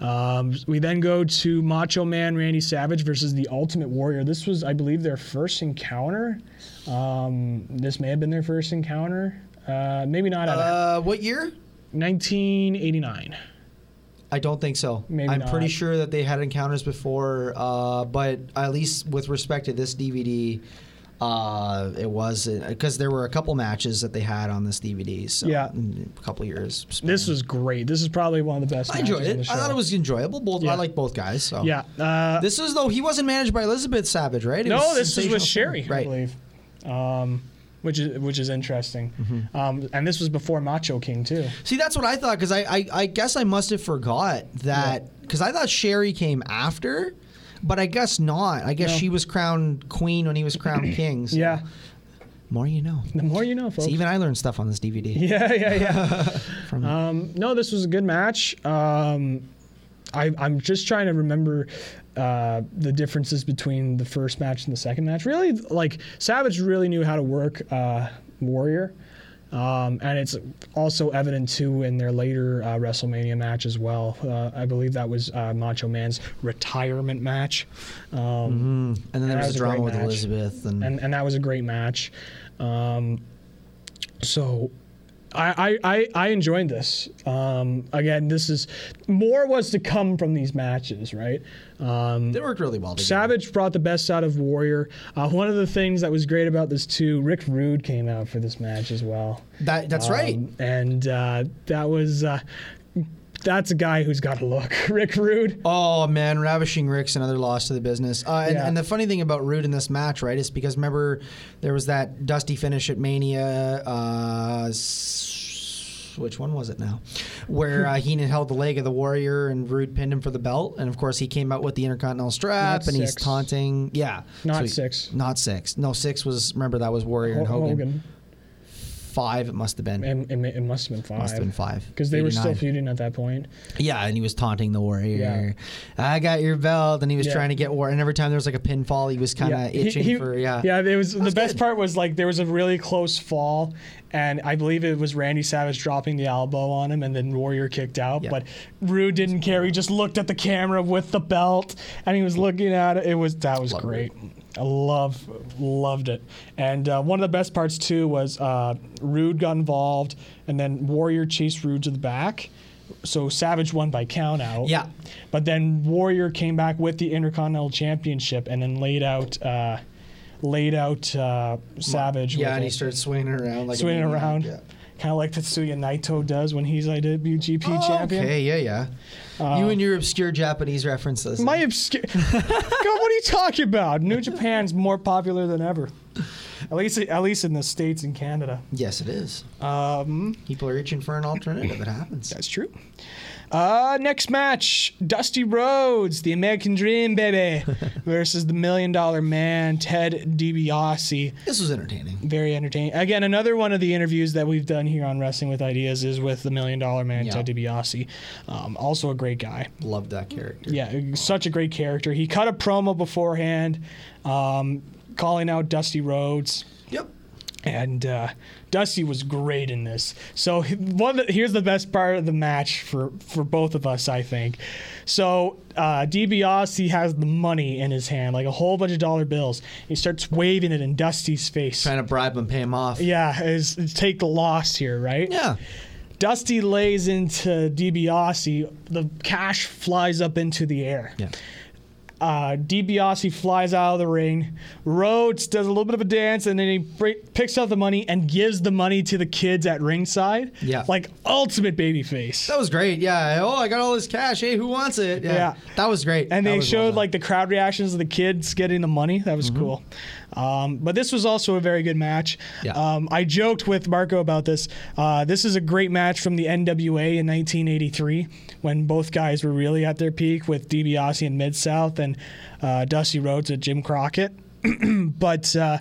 S2: Um, we then go to Macho Man Randy Savage versus the Ultimate Warrior. This was, I believe, their first encounter. Um, this may have been their first encounter. Uh, maybe not. at
S8: Uh, what year?
S2: 1989.
S8: I don't think so.
S2: Maybe
S8: I'm
S2: not.
S8: pretty sure that they had encounters before, uh, but at least with respect to this DVD, uh, it was because there were a couple matches that they had on this DVD. So
S2: Yeah.
S8: mm, a couple years. span.
S2: This was great. This is probably one of the best.
S8: I enjoyed
S2: matches in
S8: it.
S2: the
S8: I thought
S2: show.
S8: it was enjoyable. Both
S2: Yeah.
S8: I like both guys. So
S2: Yeah. Uh,
S8: This is though he wasn't managed by Elizabeth Savage, right? It
S2: no, this was
S8: Sensational
S2: with Sherry,
S8: Sherry,
S2: I believe. Um, which is which is interesting.
S8: Mm-hmm.
S2: Um, and this was before Macho King too.
S8: See, that's what I thought because I, I I guess I must have forgot that because I thought Sherry came after, but I guess not. I guess
S2: No.
S8: she was crowned queen when he was
S2: *clears throat*
S8: crowned king. So
S2: Yeah.
S8: more you know.
S2: The more you know, folks.
S8: See, even I learned stuff on this *laughs* DVD.
S2: Yeah, yeah, yeah. um, no, this was a good match. Um, I, I'm just trying to remember uh, the differences between the first match and the second match. Really, like Savage really knew how to work uh, Warrior. Um, and it's also evident too in their later uh, WrestleMania match as well. Uh, I believe that was uh, Macho Man's retirement match. Um,
S8: And then there
S2: That
S8: was,
S2: was
S8: a
S2: a
S8: drama
S2: great
S8: with
S2: match.
S8: Elizabeth, and,
S2: and and that was a great match. Um, so. I, I, I- I enjoyed this. Um, again, this is more was to come from these matches, right? Um,
S8: they worked really well together.
S2: Savage brought the best out of Warrior. Uh, one of the things that was great about this too, Rick Rude came out for this match as well.
S8: That, that's right.
S2: Um, and uh, that was uh, that's a guy who's got a look, *laughs* Rick Rude.
S8: Oh man, ravishing Rick's another loss to the business. Uh, and,
S2: Yeah.
S8: and the funny thing about Rude in this match, right, is because remember there was that dusty finish at Mania. Uh, s- which one was it now? Where uh, Heenan held the leg of the Warrior and Rude pinned him for the belt, and of course he came out with the Intercontinental Strap,
S2: Not
S8: and he's
S2: six.
S8: taunting. Yeah,
S2: Not
S8: he-
S2: six.
S8: Not six. No, six was remember that was Warrior and Hogan. Five, it must have been.
S2: And, and it must have been five.
S8: Must have been five.
S2: Because they were still
S8: 89.
S2: feuding at that point.
S8: Yeah, and he was taunting the warrior. I got your belt, and he was
S2: Yeah.
S8: trying to get war. And every time there was like a pinfall, he was kind of
S2: He-
S8: itching
S2: he-
S8: for yeah.
S2: Yeah, it was, the best
S8: good.
S2: part was like there was a really close fall, and I believe it was Randy Savage dropping the elbow on him, and then Warrior kicked out.
S8: Yeah.
S2: But Rude didn't care. He just looked at the camera with the belt, and he was looking at it. It was that was great. I love loved it. And uh, one of the best parts too was uh, Rude got involved, and then Warrior chased Rude to the back. So Savage won by count out.
S8: Yeah.
S2: But then Warrior came back with the Intercontinental Championship and then laid out uh, laid out uh, Savage.
S8: Yeah,
S2: with
S8: and
S2: it,
S8: he started swinging it around like a
S2: swinging
S8: maniac,
S2: around.
S8: yeah.
S2: kind of like Tetsuya Naito does when he's IWGP champion.
S8: Oh, Okay, yeah, yeah. you and your obscure Japanese references.
S2: Um, My obscure. *laughs* God, what are you talking about? New Japan's more popular than ever. At least, at least in the states and Canada.
S8: yes, it is.
S2: Um,
S8: People are itching for an alternative. It happens.
S2: that's true. Uh, next match: Dusty Rhodes, the American Dream, baby, *laughs* versus the Million Dollar Man, Ted DiBiase.
S8: This was entertaining.
S2: Very entertaining. Again, another one of the interviews that we've done here on Wrestling with Ideas is with the Million Dollar Man,
S8: Yeah.
S2: Ted DiBiase. Um, also a great guy.
S8: Loved that character.
S2: Yeah, such a great character. He cut a promo beforehand, um, calling out Dusty Rhodes,
S8: Yep.
S2: and uh, Dusty was great in this. So he- one, of the- here's the best part of the match for for both of us, I think. So uh, DiBiase has the money in his hand, like a whole bunch of dollar bills. He starts waving it in Dusty's face.
S8: Trying to bribe him, pay him off.
S2: Yeah, is take the loss here, right?
S8: Yeah.
S2: Dusty lays into DiBiase. The cash flies up into the air.
S8: Yeah.
S2: Uh, DiBiase flies out of the ring. Rhodes does a little bit of a dance, and then he br- picks up the money and gives the money to the kids at ringside.
S8: Yeah.
S2: like ultimate babyface.
S8: That was great. Yeah. Oh, I got all this cash. Hey, who wants it? Yeah.
S2: Yeah.
S8: That was great.
S2: And
S8: That
S2: they
S8: was well
S2: showed
S8: done. Mm-hmm.
S2: like the crowd reactions of the kids getting the money. That was cool. Um, but this was also a very good match.
S8: Yeah.
S2: Um, I joked with Marco about this. Uh, this is a great match from the NWA in 1983 when both guys were really at their peak with DiBiase in Mid South and uh, Dusty Rhodes with Jim Crockett. *clears throat* but uh,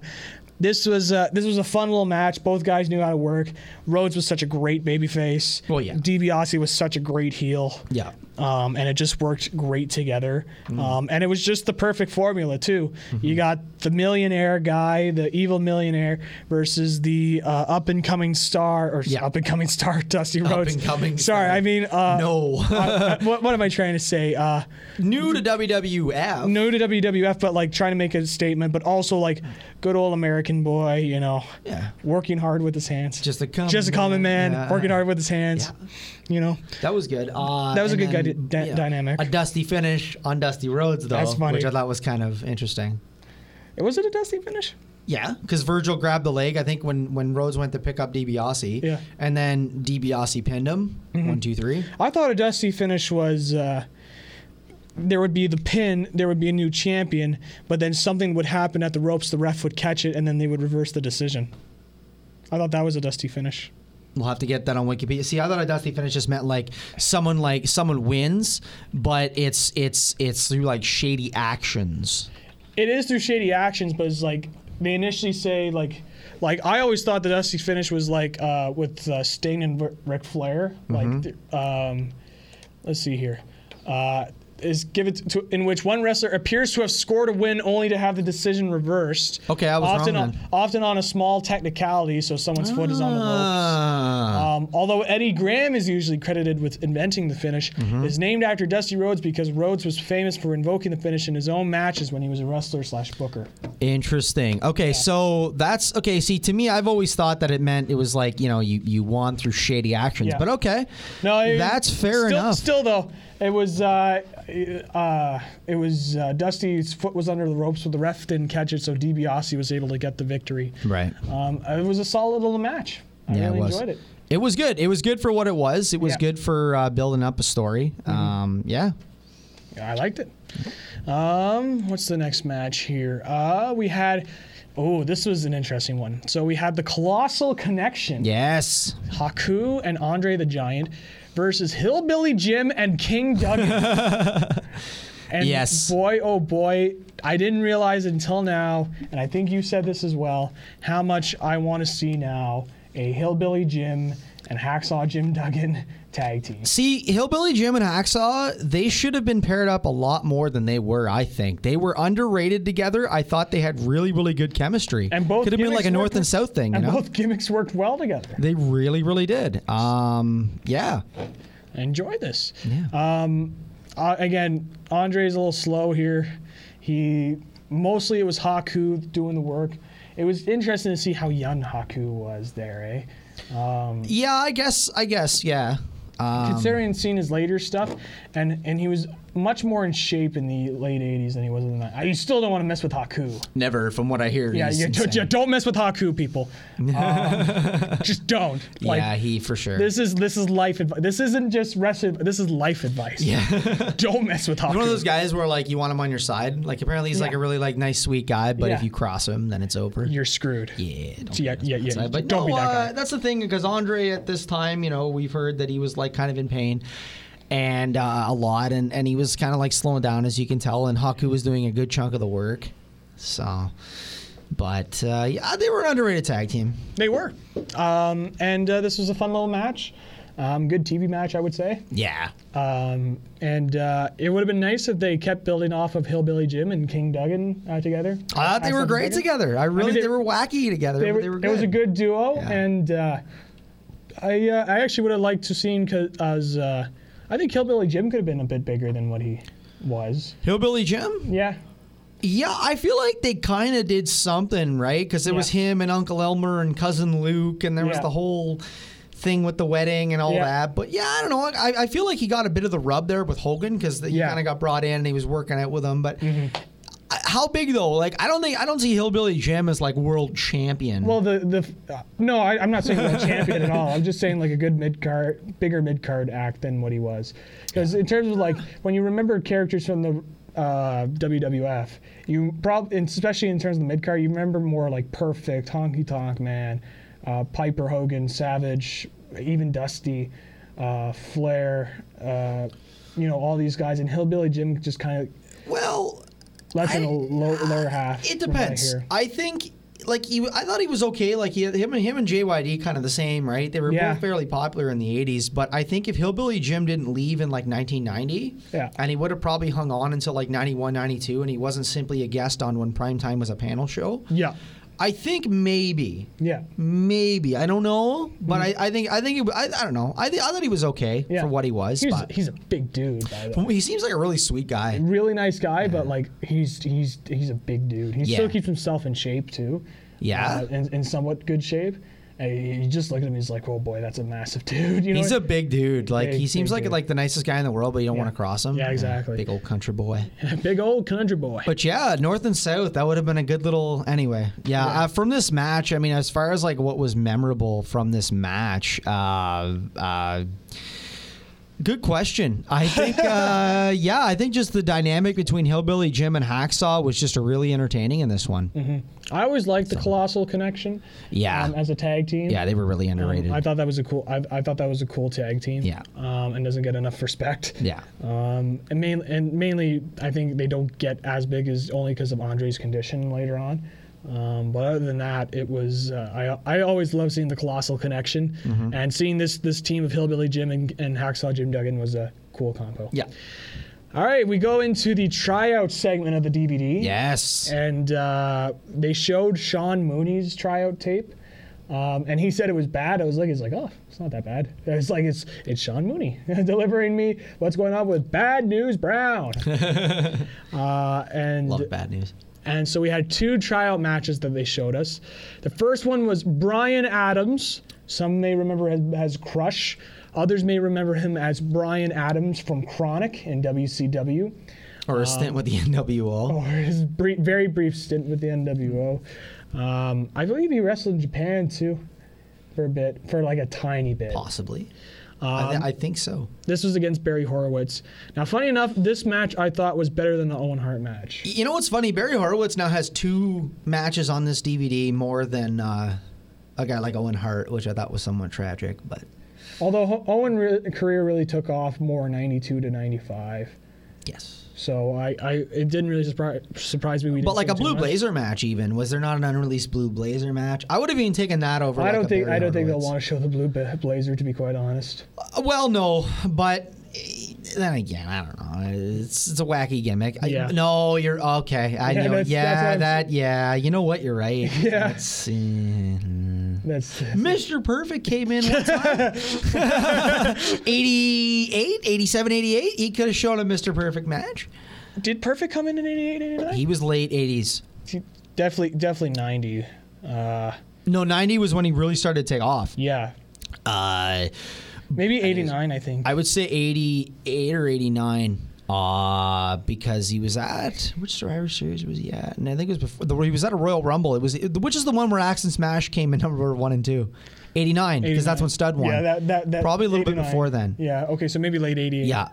S2: this was uh, this was a fun little match. Both guys knew how to work. Rhodes was such a great babyface.
S8: Well, yeah.
S2: DiBiase was such a great heel
S8: Yeah.
S2: um, and it just worked great together.
S8: Mm.
S2: Um, and it was just the perfect formula too.
S8: Mm-hmm.
S2: You got the millionaire guy, the evil millionaire, versus the uh, up and coming star or
S8: Yeah.
S2: up and coming star *laughs* Dusty Rhodes.
S8: Up-and-coming
S2: Sorry,
S8: star.
S2: I mean uh,
S8: No.
S2: uh, *laughs* what, what am I trying to say? Uh,
S8: New to WWF.
S2: no to WWF, but like trying to make a statement, but also like good old American boy, you know,
S8: Yeah.
S2: working hard with his hands.
S8: Just a common
S2: just a common man,
S8: man. Yeah.
S2: working hard with his hands.
S8: Yeah.
S2: You know,
S8: That was good. Uh,
S2: That was a
S8: and
S2: good guy- dy- dynamic.
S8: A dusty finish on dusty roads, though,
S2: That's funny.
S8: which I thought was kind of interesting.
S2: was it a dusty finish?
S8: Yeah, because Virgil grabbed the leg. I think when when Rhodes went to pick up DiBiase.
S2: Yeah. Mm-hmm.
S8: And then DiBiase pinned him. One, two, three.
S2: I thought a dusty finish was uh, there would be the pin, there would be a new champion, but then something would happen at the ropes, the ref would catch it, and then they would reverse the decision. I thought that was a dusty finish.
S8: We'll have to get that on Wikipedia. See, I thought a dusty finish just meant like someone like someone wins, but it's it's it's through like shady actions.
S2: It is through shady actions, but it's like they initially say like. Like I always thought the dusty finish was like uh, with uh, Sting and Ric- Ric Flair.
S8: Mm-hmm.
S2: Like, th- um, let's see here, uh, is give it to in which one wrestler appears to have scored a win only to have the decision reversed.
S8: Okay, I was wrong
S2: often on,
S8: then.
S2: often on a small technicality, so someone's foot is on the ropes.
S8: Ah.
S2: Um, although Eddie Graham is usually credited with inventing the finish,
S8: Mm-hmm.
S2: is named after Dusty Rhodes because Rhodes was famous for invoking the finish in his own matches when he was a wrestler slash booker.
S8: Interesting. Okay, so that's okay. See, to me, I've always thought that it meant it was like you know you you won through shady actions,
S2: Yeah.
S8: but okay,
S2: No, it-
S8: that's
S2: still,
S8: fair enough.
S2: Still though, it was uh, uh, it was uh, Dusty's foot was under the ropes, so the ref didn't catch it, so DiBiase was able to get the victory.
S8: right.
S2: Um, it was a solid little match. I
S8: Yeah,
S2: really
S8: it was.
S2: enjoyed it.
S8: It was good. It was good for what it was. It was
S2: Yeah. Mm-hmm.
S8: good for uh, building up a story. Um, yeah.
S2: I liked it. Um, what's the next match here? Uh, we had. Oh, this was an interesting one. So we had the Colossal Connection,
S8: Yes.
S2: Haku and Andre the Giant, versus Hillbilly Jim and King Duggan.
S8: *laughs*
S2: and
S8: Yes.
S2: boy, oh boy, I didn't realize until now, and I think you said this as well, how much I want to see now a Hillbilly Jim and Hacksaw Jim Duggan tag team.
S8: See, Hillbilly Jim and Hacksaw, they should have been paired up a lot more than they were. I think they were underrated together. I thought they had really, really good chemistry.
S2: And both
S8: could have been
S2: gimmicks
S8: like a north
S2: worked-
S8: and south thing.
S2: And
S8: you know?
S2: both gimmicks worked well together.
S8: they really, really did. Um, yeah.
S2: enjoy this.
S8: Yeah.
S2: Uh, again, Andre's a little slow here. He mostly it was Haku doing the work. It was interesting to see how young Haku was there, eh?
S8: Yeah, I guess. I guess. Yeah. Uh,
S2: Considering seeing his later stuff, and and he was much more in shape in the late 80s than he was in the 90s. You still don't want to mess with Haku.
S8: Never, from what I hear.
S2: Yeah,
S8: he's
S2: you,
S8: insane.
S2: don't- you don't mess with Haku,
S8: *laughs*
S2: people. Um, just don't. Like,
S8: yeah, he for sure.
S2: This is this is life advice. This isn't just wrestling. This is life advice. Yeah. Don't mess with Haku.
S8: He's one of those guys where like you want him on your side. Like apparently he's like
S2: Yeah.
S8: a really like nice, sweet guy, but if
S2: Yeah.
S8: you cross him, then it's over.
S2: You're screwed.
S8: yeah, don't
S2: Yeah,
S8: be on
S2: yeah,
S8: his
S2: yeah,
S8: side. But
S2: don't
S8: no,
S2: be that
S8: uh,
S2: guy.
S8: that's the thing because Andre at this time, you know, we've heard that he was like kind of in pain. And uh, a lot, and, and he was kind of like slowing down, as you can tell. And Haku was doing a good chunk of the work, so. But uh, yeah, they were an underrated tag team.
S2: They were. Um, and uh, this was a fun little match. Um, good TV match, I would say.
S8: Yeah,
S2: Um, and uh, it would have been nice if they kept building off of Hillbilly Jim and King Duggan uh, together.
S8: I thought they were great together. I really,
S2: they-
S8: they, were wacky together.
S2: They
S8: but
S2: were,
S8: they were good.
S2: It was a good duo,
S8: Yeah.
S2: and uh, I uh, I actually would have liked to seen because uh, I think Hillbilly Jim could have been a bit bigger than what he was.
S8: hillbilly Jim.
S2: Yeah,
S8: Yeah, I feel like they kind of did something, right? Because it was
S2: Yeah.
S8: him and Uncle Elmer and Cousin Luke, and there was
S2: Yeah.
S8: the whole thing with the wedding and all
S2: Yeah.
S8: that. But yeah, I don't know. I, I feel like he got a bit of the rub there with Hogan because he
S2: Yeah. Mm-hmm.
S8: kind of got brought in and he was working it with him. But I- how big though? Like, I don't think I don't see Hillbilly Jim as like world champion.
S2: Well, the the uh, no, I, I'm not saying he's a champion at all. I'm just saying like a good mid card, bigger mid card act than what he was. Because in terms of like when you remember characters from the uh, WWF, you probably especially in terms of the mid card, you remember more like Perfect, Honky Tonk Man, uh, Piper Hogan, Savage, even Dusty, uh, Flair. Uh, you know all these guys, and Hillbilly Jim just kind of
S8: well
S2: less in
S8: I- uh,
S2: the low, lower half.
S8: It
S2: from what I
S8: depends.
S2: hear.
S8: I think like he, I thought he was okay. Like he, him and him and JYD kind of the same, right? They were
S2: Yeah.
S8: both fairly popular in the '80s, but I think if Hillbilly Jim didn't leave in like 1990,
S2: Yeah.
S8: and he would have probably hung on until like 91, 92, and he wasn't simply a guest on when Primetime was a panel show.
S2: Yeah,
S8: I think maybe.
S2: yeah.
S8: Maybe I don't know, but I, I think I think he, I, I don't know. I, th- I thought he was okay
S2: Mm-hmm. Yeah.
S8: for what he was.
S2: He's,
S8: but
S2: he's a big dude. By the way.
S8: he seems like a really sweet guy.
S2: really nice guy, but like he's he's he's a big dude. He still
S8: Yeah.
S2: keeps himself in shape too.
S8: Yeah.
S2: uh, in, in somewhat good shape. And you just look at him, he's like, oh boy, that's a massive *laughs* dude. You know,
S8: He's a big dude. Like
S2: Big,
S8: he seems
S2: big
S8: like
S2: dude.
S8: like the nicest guy in the world, but you don't want to cross him.
S2: Yeah, exactly.
S8: Big old
S2: *laughs*
S8: country boy.
S2: big old country boy.
S8: But yeah, north and south, that would have been a good little. Anyway, yeah. Uh, from this match, I mean, as far as like what was memorable from this match, uh, uh, good question.
S2: *laughs*
S8: I think, uh, yeah, I think just the dynamic between Hillbilly Jim and Hacksaw was just a really entertaining in this one.
S2: I always liked the colossal connection.
S8: Yeah.
S2: Mm-hmm. um, as a tag team. Um,
S8: Yeah, they were really underrated.
S2: I thought that was a cool. I, I thought that was a cool tag team.
S8: Yeah.
S2: Um, and doesn't get enough *laughs* respect.
S8: yeah.
S2: Um, and mainly, and mainly, I think they don't get as big as only because of Andre's condition later on. Um, but other than that, it was uh, I I always love seeing the colossal connection and seeing this this team of hillbilly Jim and, and hacksaw Jim Duggan was a cool combo.
S8: Yeah.
S2: All right, we go into the tryout segment of the DVD.
S8: Yes.
S2: And uh, they showed Sean Mooney's tryout tape. Um, and he said it was bad. I was like, it's like, oh, it's not that bad. It's like it's it's Sean Mooney *laughs* delivering me what's going on with Bad News Brown. uh, and
S8: Love bad news.
S2: and so we had two tryout matches that they showed us. The first one was Brian Adams. Some may remember as, as Crush. Others may remember him as Brian Adams from Chronic in WCW
S8: Or a
S2: Um,
S8: stint with the *laughs* NWO.
S2: or his brief, very brief stint with the NWO. Um, I believe he wrestled in Japan too for a bit, for like a tiny bit.
S8: Possibly. I, thi- I think so.
S2: This was against Barry Horowitz. Now, funny enough, this match I thought was better than the Owen Hart match.
S8: You know what's funny? Barry Horowitz now has two matches on this DVD more than uh, a guy like Owen Hart, which I thought was somewhat tragic. But
S2: Although Ho- Owen re- career really took off more 92 to 95.
S8: yes,
S2: So I, I it didn't really surprise, surprise me. We didn't
S8: but like
S2: see
S8: a
S2: too
S8: Blue
S2: much.
S8: Blazer match, even was there not an unreleased Blue Blazer match? I would have even taken that over.
S2: I
S8: like,
S2: don't
S8: a
S2: think
S8: Barry
S2: I don't think they'll
S8: Horowitz.
S2: want to show the blue Ba- blazer to be quite honest.
S8: Uh, Well, no, but eh, then again, I don't know. It's, it's a wacky gimmick. I-
S2: Yeah.
S8: no, you're okay. I
S2: Yeah,
S8: know.
S2: that's- that's
S8: yeah,
S2: what I'm-
S8: that. Yeah, you know what? You're right.
S2: *laughs* Yeah.
S8: That's, eh,
S2: That's
S8: Mr. Perfect came in what *laughs* time? 88, 87, 88. He could have shown a Mr. Perfect match.
S2: did Perfect come in in 88 89?
S8: He was late 80s.
S2: Definitely definitely 90. Uh,
S8: No, 90 was when he really started to take off.
S2: yeah,
S8: Uh,
S2: Maybe 89, I think.
S8: I would say 88 or 89. uh, because he was at which Survivor Series was he at? And I think it was before the, he was at a Royal Rumble. It was which is the one where Axe and Smash came in *laughs* number one and two. 89 because that's when Stud won.
S2: Yeah, that, that, that
S8: probably a little bit
S2: 89.
S8: before then.
S2: Yeah. Okay. So maybe late '88.
S8: Yeah.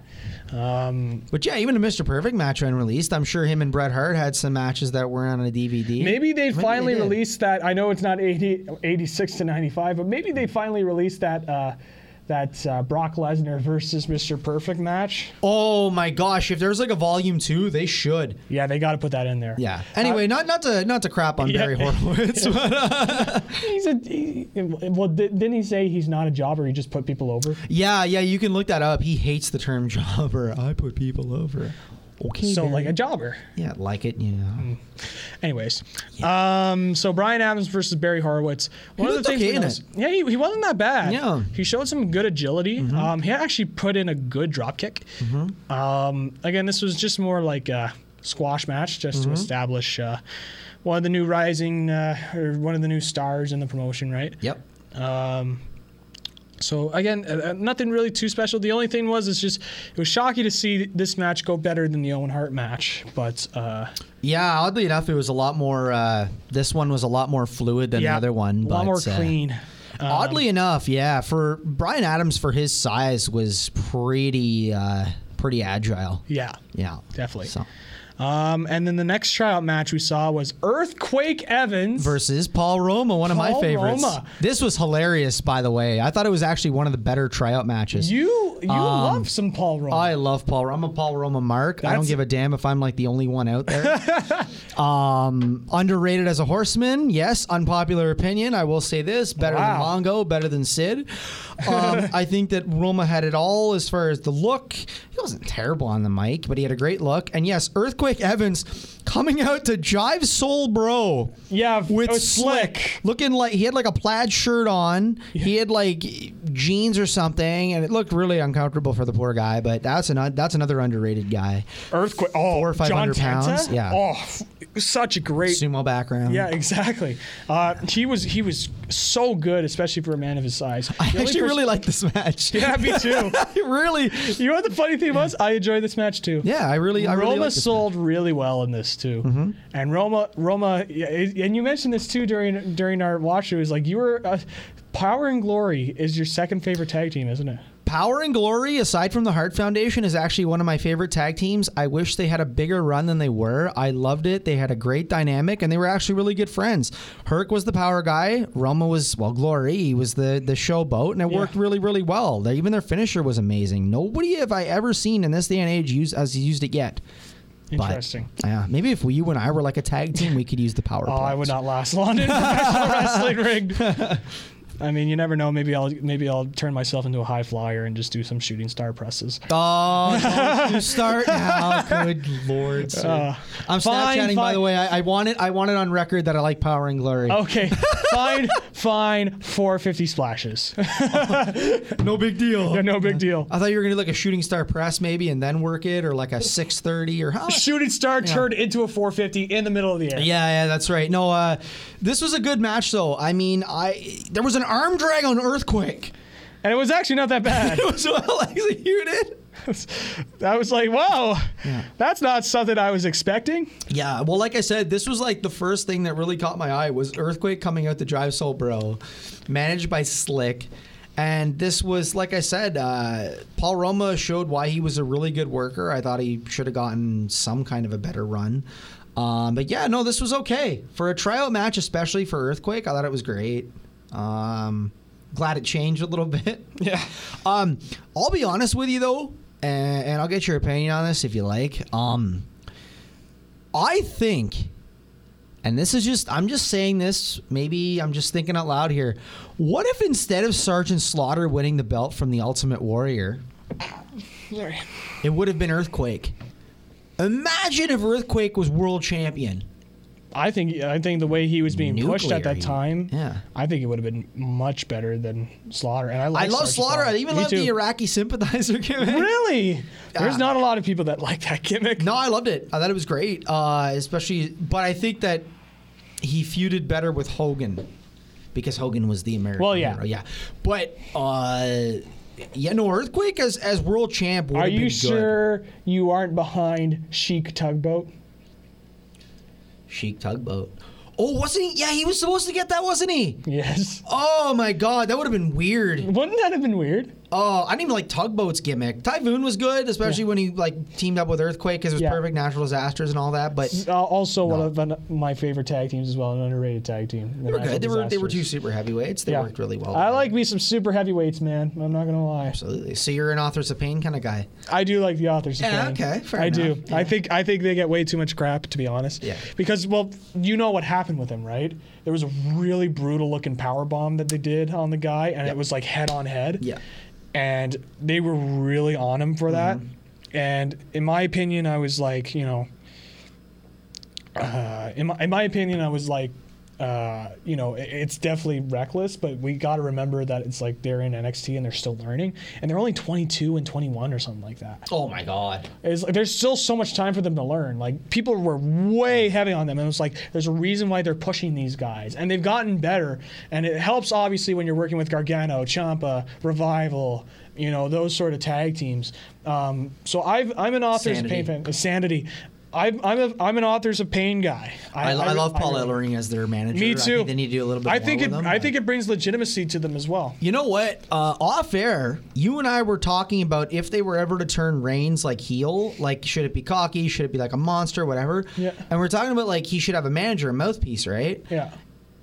S2: Um,
S8: But yeah, even a Mr. Perfect match when released, I'm sure him and Bret Hart had some matches that weren't on a DVD.
S2: maybe they finally
S8: did.
S2: released that. I know it's not 80, 86 to 95, but maybe they finally released that uh, that uh, Brock Lesnar versus Mr. Perfect match.
S8: Oh my gosh, if there's like a volume two, they should.
S2: Yeah, they got to put that in there. Uh,
S8: Yeah. Anyway, not not to not to crap on
S2: Yeah. *laughs*
S8: Barry Horowitz, but uh,
S2: He's a he, well. di- Didn't he say he's not a jobber? He just put people over.
S8: yeah, yeah, you can look that up. He hates the term jobber. *laughs* I put people over. Okay.
S2: So
S8: Barry.
S2: like Hmm. a jobber.
S8: yeah, like it. Yeah.
S2: Anyways, um, so Brian Adams versus Barry Horowitz. One
S8: He
S2: of the things
S8: looked okay
S2: we
S8: in
S2: noticed- yeah, he, he wasn't that bad.
S8: Yeah. Mm-hmm.
S2: he showed some good agility. Um, he actually put in a good drop kick. Um, again, this was just more like a squash match, just
S8: Mm-hmm.
S2: to establish uh, one of the new rising uh, or one of the new stars in the promotion, right?
S8: Yep.
S2: So again, uh, uh, nothing really too special. The only thing was, it's just it was shocking to see this match go better than the Owen Hart match, but. Uh,
S8: Yeah, oddly enough, it was a lot more. Uh, this one was a lot more fluid than the other one.
S2: A
S8: but,
S2: lot more
S8: uh,
S2: clean. Um,
S8: Oddly enough, yeah, for Brian Adams for his size was pretty uh, pretty agile.
S2: Yeah.
S8: Yeah,
S2: Definitely.
S8: So
S2: Um, and then the next tryout match we saw was Earthquake Evans.
S8: versus Paul Roma, one of my
S2: Paul
S8: favorites.
S2: Roma.
S8: This was hilarious, by the way. I thought it was actually one of the better tryout matches.
S2: you you love some Paul Roma.
S8: Um, I love Paul. Roma. I'm a Paul Roma mark. I don't
S2: That's-
S8: give a damn if I'm like the only one
S2: *laughs*
S8: out there. um, underrated as a horseman, yes. Unpopular opinion. I will say this: better
S2: Wow.
S8: than Mongo, better than Sid. Um,
S2: *laughs*
S8: I think that Roma had it all as far as the look. He wasn't terrible on the mic, but he had a great look. And yes, Earthquake Evans coming out to Jive Soul Bro
S2: yeah,
S8: with
S2: it was
S8: Oh, slick. looking like he had like a plaid shirt on. He had like jeans or something, and it looked really uncomfortable for the poor guy. But that's an that's another underrated guy.
S2: Earthquake. Oh,
S8: Four or five
S2: John
S8: hundred pounds,
S2: Tenta?
S8: yeah.
S2: Oh, f- such a great.
S8: Sumo background.
S2: Yeah, exactly. Uh, he was he was so good, especially for a man of his size.
S8: I actually really like this match.
S2: *laughs* Yeah, me too.
S8: *laughs* I really.
S2: you know what the funny thing was? I enjoyed this match too.
S8: Yeah, I really. I really
S2: Roma
S8: like this Mm-hmm.
S2: sold really well in this too, and Roma, Roma, yeah, and you mentioned this too during during our watch. It was like you were, uh, Power and Glory is your second favorite tag team, isn't it?
S8: Power and Glory, aside from the Hart Foundation, is actually one of my favorite tag teams. I wish they had a bigger run than they were. I loved it. They had a great dynamic, and they were actually really good friends. Herc was the power guy. Roma was well, Glory he was the the showboat, and it worked really, really well. They, even their finisher was amazing. Nobody have I ever seen in this day and age use has used it yet. But, *laughs*
S2: Interesting.
S8: yeah, maybe if you and I were like a tag team, we could use the power.
S2: Oh, I would not last long in *laughs* professional wrestling
S8: *laughs*
S2: ring. I mean, you never know. Maybe I'll maybe I'll turn myself into a high flyer and just do some shooting star
S8: *laughs*
S2: presses.
S8: Oh, don't you
S2: *laughs*
S8: start now. Good lord, sir. I'm
S2: Uh, fine,
S8: Snapchatting, by
S2: fine. Oh.
S8: the way. I, I want it. I want it on record that I like Power and Glory.
S2: Okay, fine, fine. 450 splashes.
S8: *laughs* no big deal.
S2: no big
S8: *laughs*
S2: deal.
S8: I thought you were gonna do like a shooting star press maybe, and then work it, or like a 6:30 or how?
S2: Shooting star turned into a 450 in the middle of the air.
S8: Yeah, yeah, that's right. No, uh, this was a good match though. I mean, I there was an arm drag on Earthquake. *laughs*
S2: And it was actually not that bad.
S8: It was *laughs* well executed.
S2: I was like, wow, that's not something I was expecting.
S8: Yeah, well, like I said, this was like the first thing that really caught my eye was Earthquake coming out to Drive Soul Bro, managed by Slick. And this was, like I said, uh, Paul Roma showed why he was a really good worker. I thought he should have gotten some kind of a better run. Um, but yeah, no, this was okay. For a tryout match, especially for Earthquake, I thought it was great. Um, glad it changed a little *laughs* bit. Yeah. Um, I'll be honest with you, though, and, and I'll get your opinion on this if you like. Um, I think, and this is just, I'm just saying this, maybe I'm just thinking out loud here. What if instead of Sergeant Slaughter winning the belt from the Ultimate Warrior, it would have been Earthquake? Imagine if Earthquake was world champion.
S2: I think I think the way he was being pushed at
S8: Nuclear,
S2: that time,
S8: yeah.
S2: I think it would have been much better than Slaughter. And I,
S8: I
S2: like
S8: love
S2: Sergeant
S8: Slaughter. I even
S2: Me
S8: love
S2: too.
S8: the Iraqi sympathizer *laughs* gimmick.
S2: Really?
S8: Yeah.
S2: There's not a lot of people that like that gimmick.
S8: No, I loved it. I thought it was great, uh, especially. But I think that he feuded better with Hogan because Hogan was the American.
S2: Well, yeah.
S8: hero. yeah. But uh, yeah, no, Earthquake as as world champ. would
S2: Are
S8: have been
S2: you
S8: good.
S2: sure you aren't behind Chic Tugboat?
S8: Chic tugboat. Oh, wasn't he? Yeah, he was supposed to get that, wasn't he?
S2: Yes. *laughs*
S8: Oh my God, that would have been weird.
S2: Wouldn't that have been weird?
S8: Oh, I didn't even like Tugboat's gimmick. Typhoon was good, especially when he like teamed up with Earthquake because it was
S2: Yeah.
S8: perfect natural disasters and all that. But
S2: Uh, also, one of an- my favorite tag teams as well, an underrated tag team.
S8: they were good. They were, they were two super heavyweights. They
S2: Yeah.
S8: worked really well.
S2: I
S8: together.
S2: like me some super heavyweights, man. I'm not gonna lie.
S8: Absolutely. So you're an authors of pain kind of guy.
S2: I do like the authors. of
S8: Yeah,
S2: Pain.
S8: okay, fair
S2: I do.
S8: enough,
S2: I think I think they get way too much crap, to be honest.
S8: Yeah.
S2: Because well, you know what happened with him, right? There was a really brutal looking power bomb that they did on the guy, and it was like head on head.
S8: Yeah.
S2: And they were really on him for that. And in my opinion, I was like, you know, uh, in my in my opinion, I was like. Uh, you know, it- it's definitely reckless, but we got to remember that it's like they're in NXT and they're still learning, and they're only 22 and 21 or something like that.
S8: Oh my God.
S2: It's like there's still so much time for them to learn. Like people were way heavy on them, and it's like there's a reason why they're pushing these guys, and they've gotten better. And it helps obviously when you're working with Gargano, Champa, Revival, you know those sort of tag teams. Um, so I've, I'm an authors of pain
S8: Sanity.
S2: fan. uh, Sanity. I've, I'm a, I'm an authors of pain guy.
S8: I, I, love Paul
S2: really-
S8: Ellering as their manager.
S2: Me
S8: I
S2: too.
S8: think they need to do a little bit
S2: I
S8: more
S2: think
S8: with
S2: it.
S8: him,
S2: I
S8: but-
S2: think it brings legitimacy to them as well.
S8: You know what? Uh, off air, you and I were talking about if they were ever to turn Reigns like heel, like should it be cocky? Should it be like a monster? Whatever.
S2: Yeah.
S8: And we're talking about like he should have a manager, a mouthpiece, right?
S2: Yeah.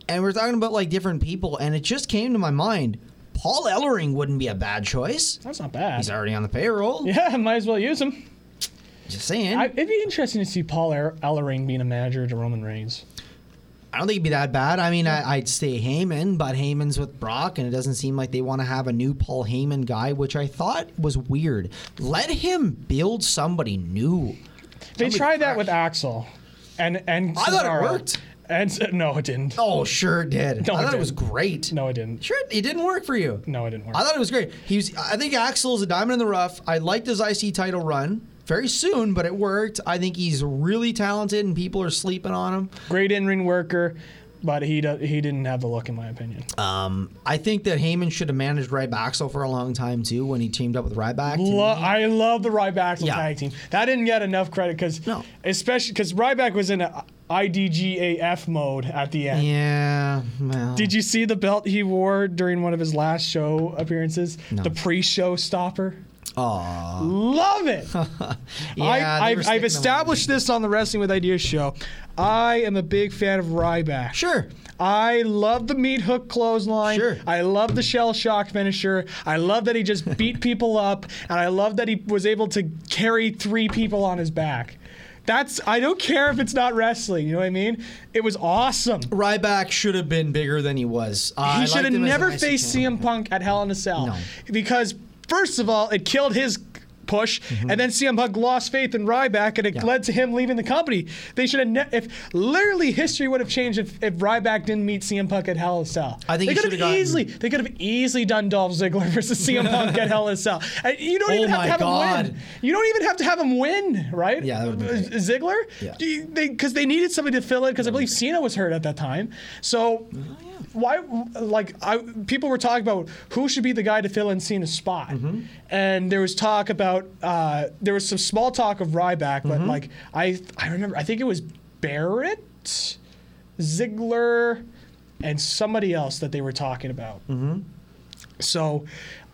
S8: And we're talking about like different people, and it just came to my mind. Paul Ellering wouldn't be a bad choice.
S2: That's not bad.
S8: He's already on the
S2: *laughs*
S8: payroll.
S2: yeah, might as well use them.
S8: Just saying.
S2: I,
S8: I,
S2: it'd be interesting to see Paul Er- Ellering being a manager to Roman Reigns.
S8: don't think it'd be that bad. I mean, I, I'd stay Heyman, but Heyman's with Brock, and it doesn't seem like they want to have a new Paul Heyman guy, which I thought was weird. Let him build somebody new.
S2: They tried that with Axel, and and
S8: I thought it
S2: Cesaro.
S8: worked.
S2: And s- no, it didn't.
S8: Oh, sure it did.
S2: No,
S8: I
S2: it
S8: thought it was
S2: didn't.
S8: great.
S2: No, it didn't.
S8: Sure, it didn't work for you.
S2: No, it didn't work.
S8: I thought it was great. He was. I think Axel is a diamond in the rough. I liked his IC title run very soon, but it worked. I think he's really talented, and people are sleeping on him.
S2: Great in ring worker, but he do, he didn't have the look, in my opinion.
S8: Uh, Um, I think that Heyman should have managed Ryback for a long time too when he teamed up with Ryback. To me,
S2: Lo- I love the Ryback
S8: Yeah.
S2: tag team. That didn't get enough credit because,
S8: No.
S2: especially because Ryback was in a IDGAF mode at the end.
S8: yeah. Well,
S2: Did you see the belt he wore during one of his last show appearances? The pre-show stopper. Love
S8: *laughs*
S2: it.
S8: yeah,
S2: I,
S8: they were
S2: I've,
S8: sticking
S2: I've
S8: them
S2: established this on the Wrestling with Ideas show. I am a big fan of Ryback.
S8: on. Sure.
S2: I love the meat hook clothesline.
S8: Sure.
S2: I love the shell shock finisher. I love that he
S8: *laughs*
S2: just beat people up, and I love that he was able to carry three people on his back. That's I don't care if it's not wrestling. You know what I mean? It was awesome.
S8: Ryback should have been bigger than he was. Uh, I
S2: He
S8: liked
S2: should have
S8: him as an
S2: never
S8: IC
S2: faced
S8: champion.
S2: CM Punk at Hell in a Cell.
S8: No.
S2: Because, first of all, it killed his push,
S8: Mm-hmm.
S2: and then CM Punk lost faith in Ryback, and it led to him leaving the company. They should have, ne- if literally history would have changed if, if Ryback didn't meet CM Punk at Hell in a Cell.
S8: I think
S2: they could
S8: he
S2: have
S8: should have gotten-
S2: easily, they could have easily done Dolph Ziggler *laughs* versus
S8: *laughs*
S2: CM Punk at Hell in a Cell. And you don't
S8: Oh
S2: even have
S8: my
S2: to have
S8: God.
S2: him win. You don't even have to have him win, right?
S8: Yeah, that would've been great.
S2: Ziggler?
S8: Yeah.
S2: Because
S8: Mm-hmm.
S2: they, 'cause they needed somebody to fill in because I believe Cena was hurt at that time. So
S8: Oh,
S2: why, like, I, people were talking about who should be the guy to fill in Cena's spot,
S8: Mm-hmm.
S2: and there was talk about uh, there was some small talk of Ryback, but
S8: Mm-hmm.
S2: like I I remember I think it was Barrett, Ziggler, and somebody else that they were talking about. So,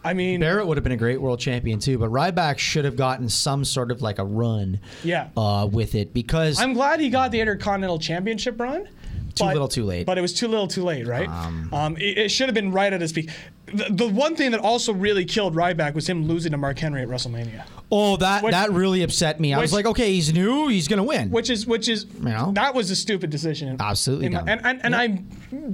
S2: I mean,
S8: Mm-hmm. Barrett would have been a great world champion too, but Ryback should have gotten some sort of like a run
S2: yeah.
S8: uh, with it because
S2: I'm glad he got the Intercontinental Championship run.
S8: Too little, too late.
S2: But it was too little, too late, right? Um, it, it should have been right at his peak. The, the one thing that also really killed Ryback was him losing to Mark Henry at WrestleMania,
S8: oh that
S2: Which-
S8: that really upset me. I was
S2: which-
S8: like, okay, he's new, he's gonna win.
S2: which is which is
S8: know?
S2: that was a stupid decision.
S8: Absolutely
S2: In my-
S8: dumb.
S2: and and, and I'm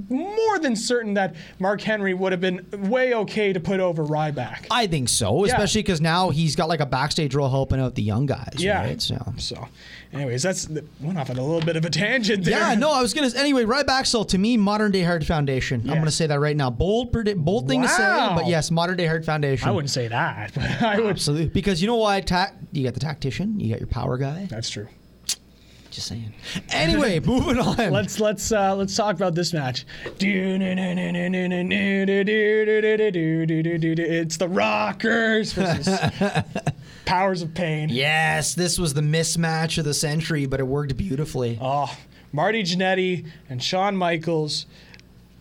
S2: more than certain that Mark Henry would have been way okay to put over Ryback.
S8: I think so, especially because now he's got like a backstage role helping out the young guys.
S2: Yeah.
S8: right? So.
S2: so, anyways, that's that went off on a little bit of a tangent *laughs* there.
S8: Yeah, no, I was gonna. Anyway, Ryback still to me, modern day Hard Foundation. I'm gonna
S2: Yes.
S8: say that right now. Bold, predi- bold thing to say,
S2: Wow.
S8: but yes, modern day Hard Foundation.
S2: I wouldn't say that, *laughs* but I would.
S8: absolutely because you know why? Tac, you got the tactician, you got your power guy.
S2: That's true.
S8: Just saying.
S2: *laughs*
S8: Anyway, moving on.
S2: Let's let's uh, let's talk about this match. It's the Rockers versus Powers of Pain.
S8: yes, this was the mismatch of the century, but it worked beautifully.
S2: Oh, Marty Jannetty and Shawn Michaels,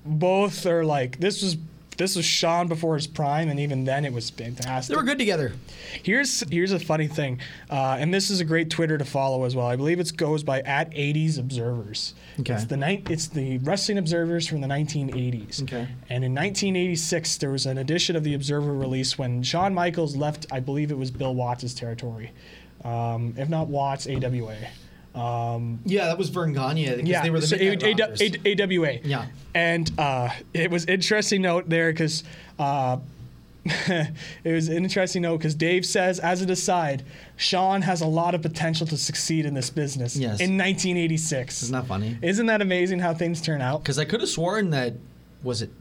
S2: both are like this was this was Shawn before his prime, and even then it was fantastic.
S8: They were good together.
S2: Here's here's a funny thing, uh, and this is a great Twitter to follow as well. I believe it goes by at 80s Observers.
S8: Okay.
S2: It's the night. It's the wrestling observers from the 1980s.
S8: Okay.
S2: And in 1986, there was an edition of the Observer release when Shawn Michaels left. I believe it was Bill Watts' territory, um, if not Watts, AWA. Um,
S8: Yeah, that was Vern Gagne. because
S2: Yeah,
S8: they were the
S2: so
S8: Midnight
S2: A- A-
S8: Rockers.
S2: A- AWA.
S8: Yeah.
S2: and uh, it was interesting note there because uh, *laughs* it was an interesting note because Dave says, as an aside, Sean has a lot of potential to succeed in this business.
S8: Yes.
S2: in 1986.
S8: Isn't that funny?
S2: Isn't that amazing how things turn out?
S8: Because I could have sworn that was it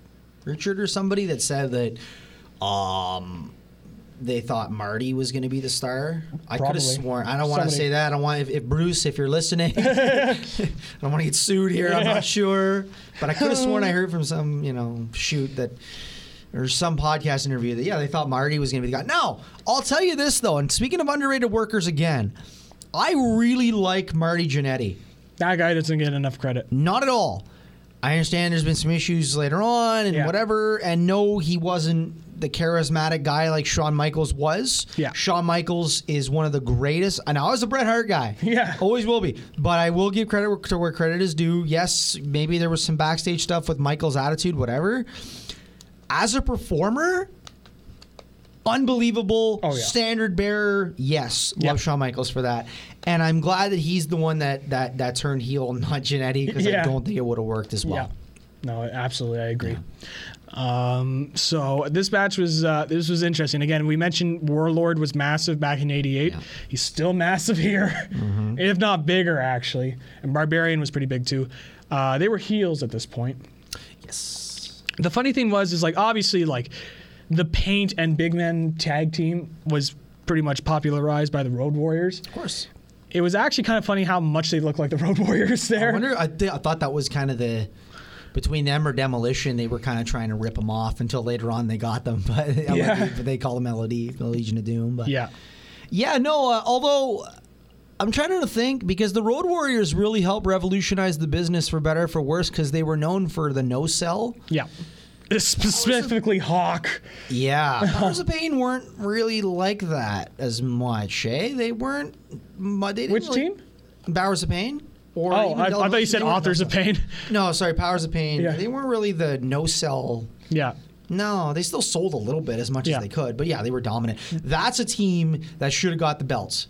S8: Richard or somebody that said that um they thought Marty was going to be the star. I could
S2: Probably.
S8: have sworn. I don't want to
S2: Somebody-
S8: say that. I don't want if, if Bruce, if
S2: *laughs*
S8: you're listening, I don't want to get sued here. I'm
S2: Yeah.
S8: not sure, but I
S2: *laughs*
S8: could have sworn I heard from some you know shoot that. Or some podcast interview that yeah they thought Marty was gonna be the guy. No, I'll tell you this though. And speaking of underrated workers again, I really like Marty Jannetty.
S2: That guy doesn't get enough credit.
S8: Not at all. I understand there's been some issues later on and
S2: Yeah.
S8: whatever. And no, he wasn't the charismatic guy like Shawn Michaels was.
S2: Yeah.
S8: Shawn Michaels is one of the greatest. And I was a Bret Hart guy.
S2: Yeah.
S8: Always will be. But I will give credit to where credit is due. Yes, maybe there was some backstage stuff with Michaels' attitude, whatever. As a performer, unbelievable
S2: Oh, yeah.
S8: standard bearer. Yes, love
S2: Yeah.
S8: Shawn Michaels for that, and I'm glad that he's the one that that that turned heel, *laughs* not Janetti, because
S2: Yeah.
S8: I don't think it would have worked as well.
S2: Yeah. No, absolutely, I agree. Um, so this match was uh, this was interesting. Again, we mentioned Warlord was massive back in '88.
S8: Yeah. Mm-hmm.
S2: He's still massive *laughs* here, if not bigger actually. And Barbarian was pretty big too. Uh, they were heels at this point.
S8: Yes.
S2: The funny thing was is like obviously like the Paint and Big Men tag team was pretty much popularized by the Road Warriors.
S8: Of course.
S2: It was actually kind of funny how much they looked like the Road *laughs* Warriors
S8: I
S2: there.
S8: wonder. I, th- I thought that was kind of the between them or demolition. They were kind of trying to rip them off until later on they got them, *laughs* but
S2: Yeah.
S8: but they call them LOD, the Legion of Doom. But
S2: yeah.
S8: Yeah, no, uh, although I'm trying to think because the Road Warriors really helped revolutionize the business for better or for worse because they were known for the no sell.
S2: Yeah. Specifically, Hawk.
S8: Yeah. Powers of Pain weren't really like that as much, eh? They weren't. mu- They didn't
S2: Which
S8: really-
S2: team?
S8: Powers of Pain? Or
S2: Oh,
S8: even
S2: I, I
S8: Del-
S2: thought you
S8: they
S2: said
S8: were
S2: Authors of
S8: no-sell.
S2: Pain. *laughs*
S8: No, sorry, Powers of Pain.
S2: Yeah.
S8: They weren't really the no sell
S2: Yeah.
S8: No, they still sold a little bit as much
S2: Yeah. Mm-hmm.
S8: as they could, but yeah, they were dominant. That's a team that should have got the belts.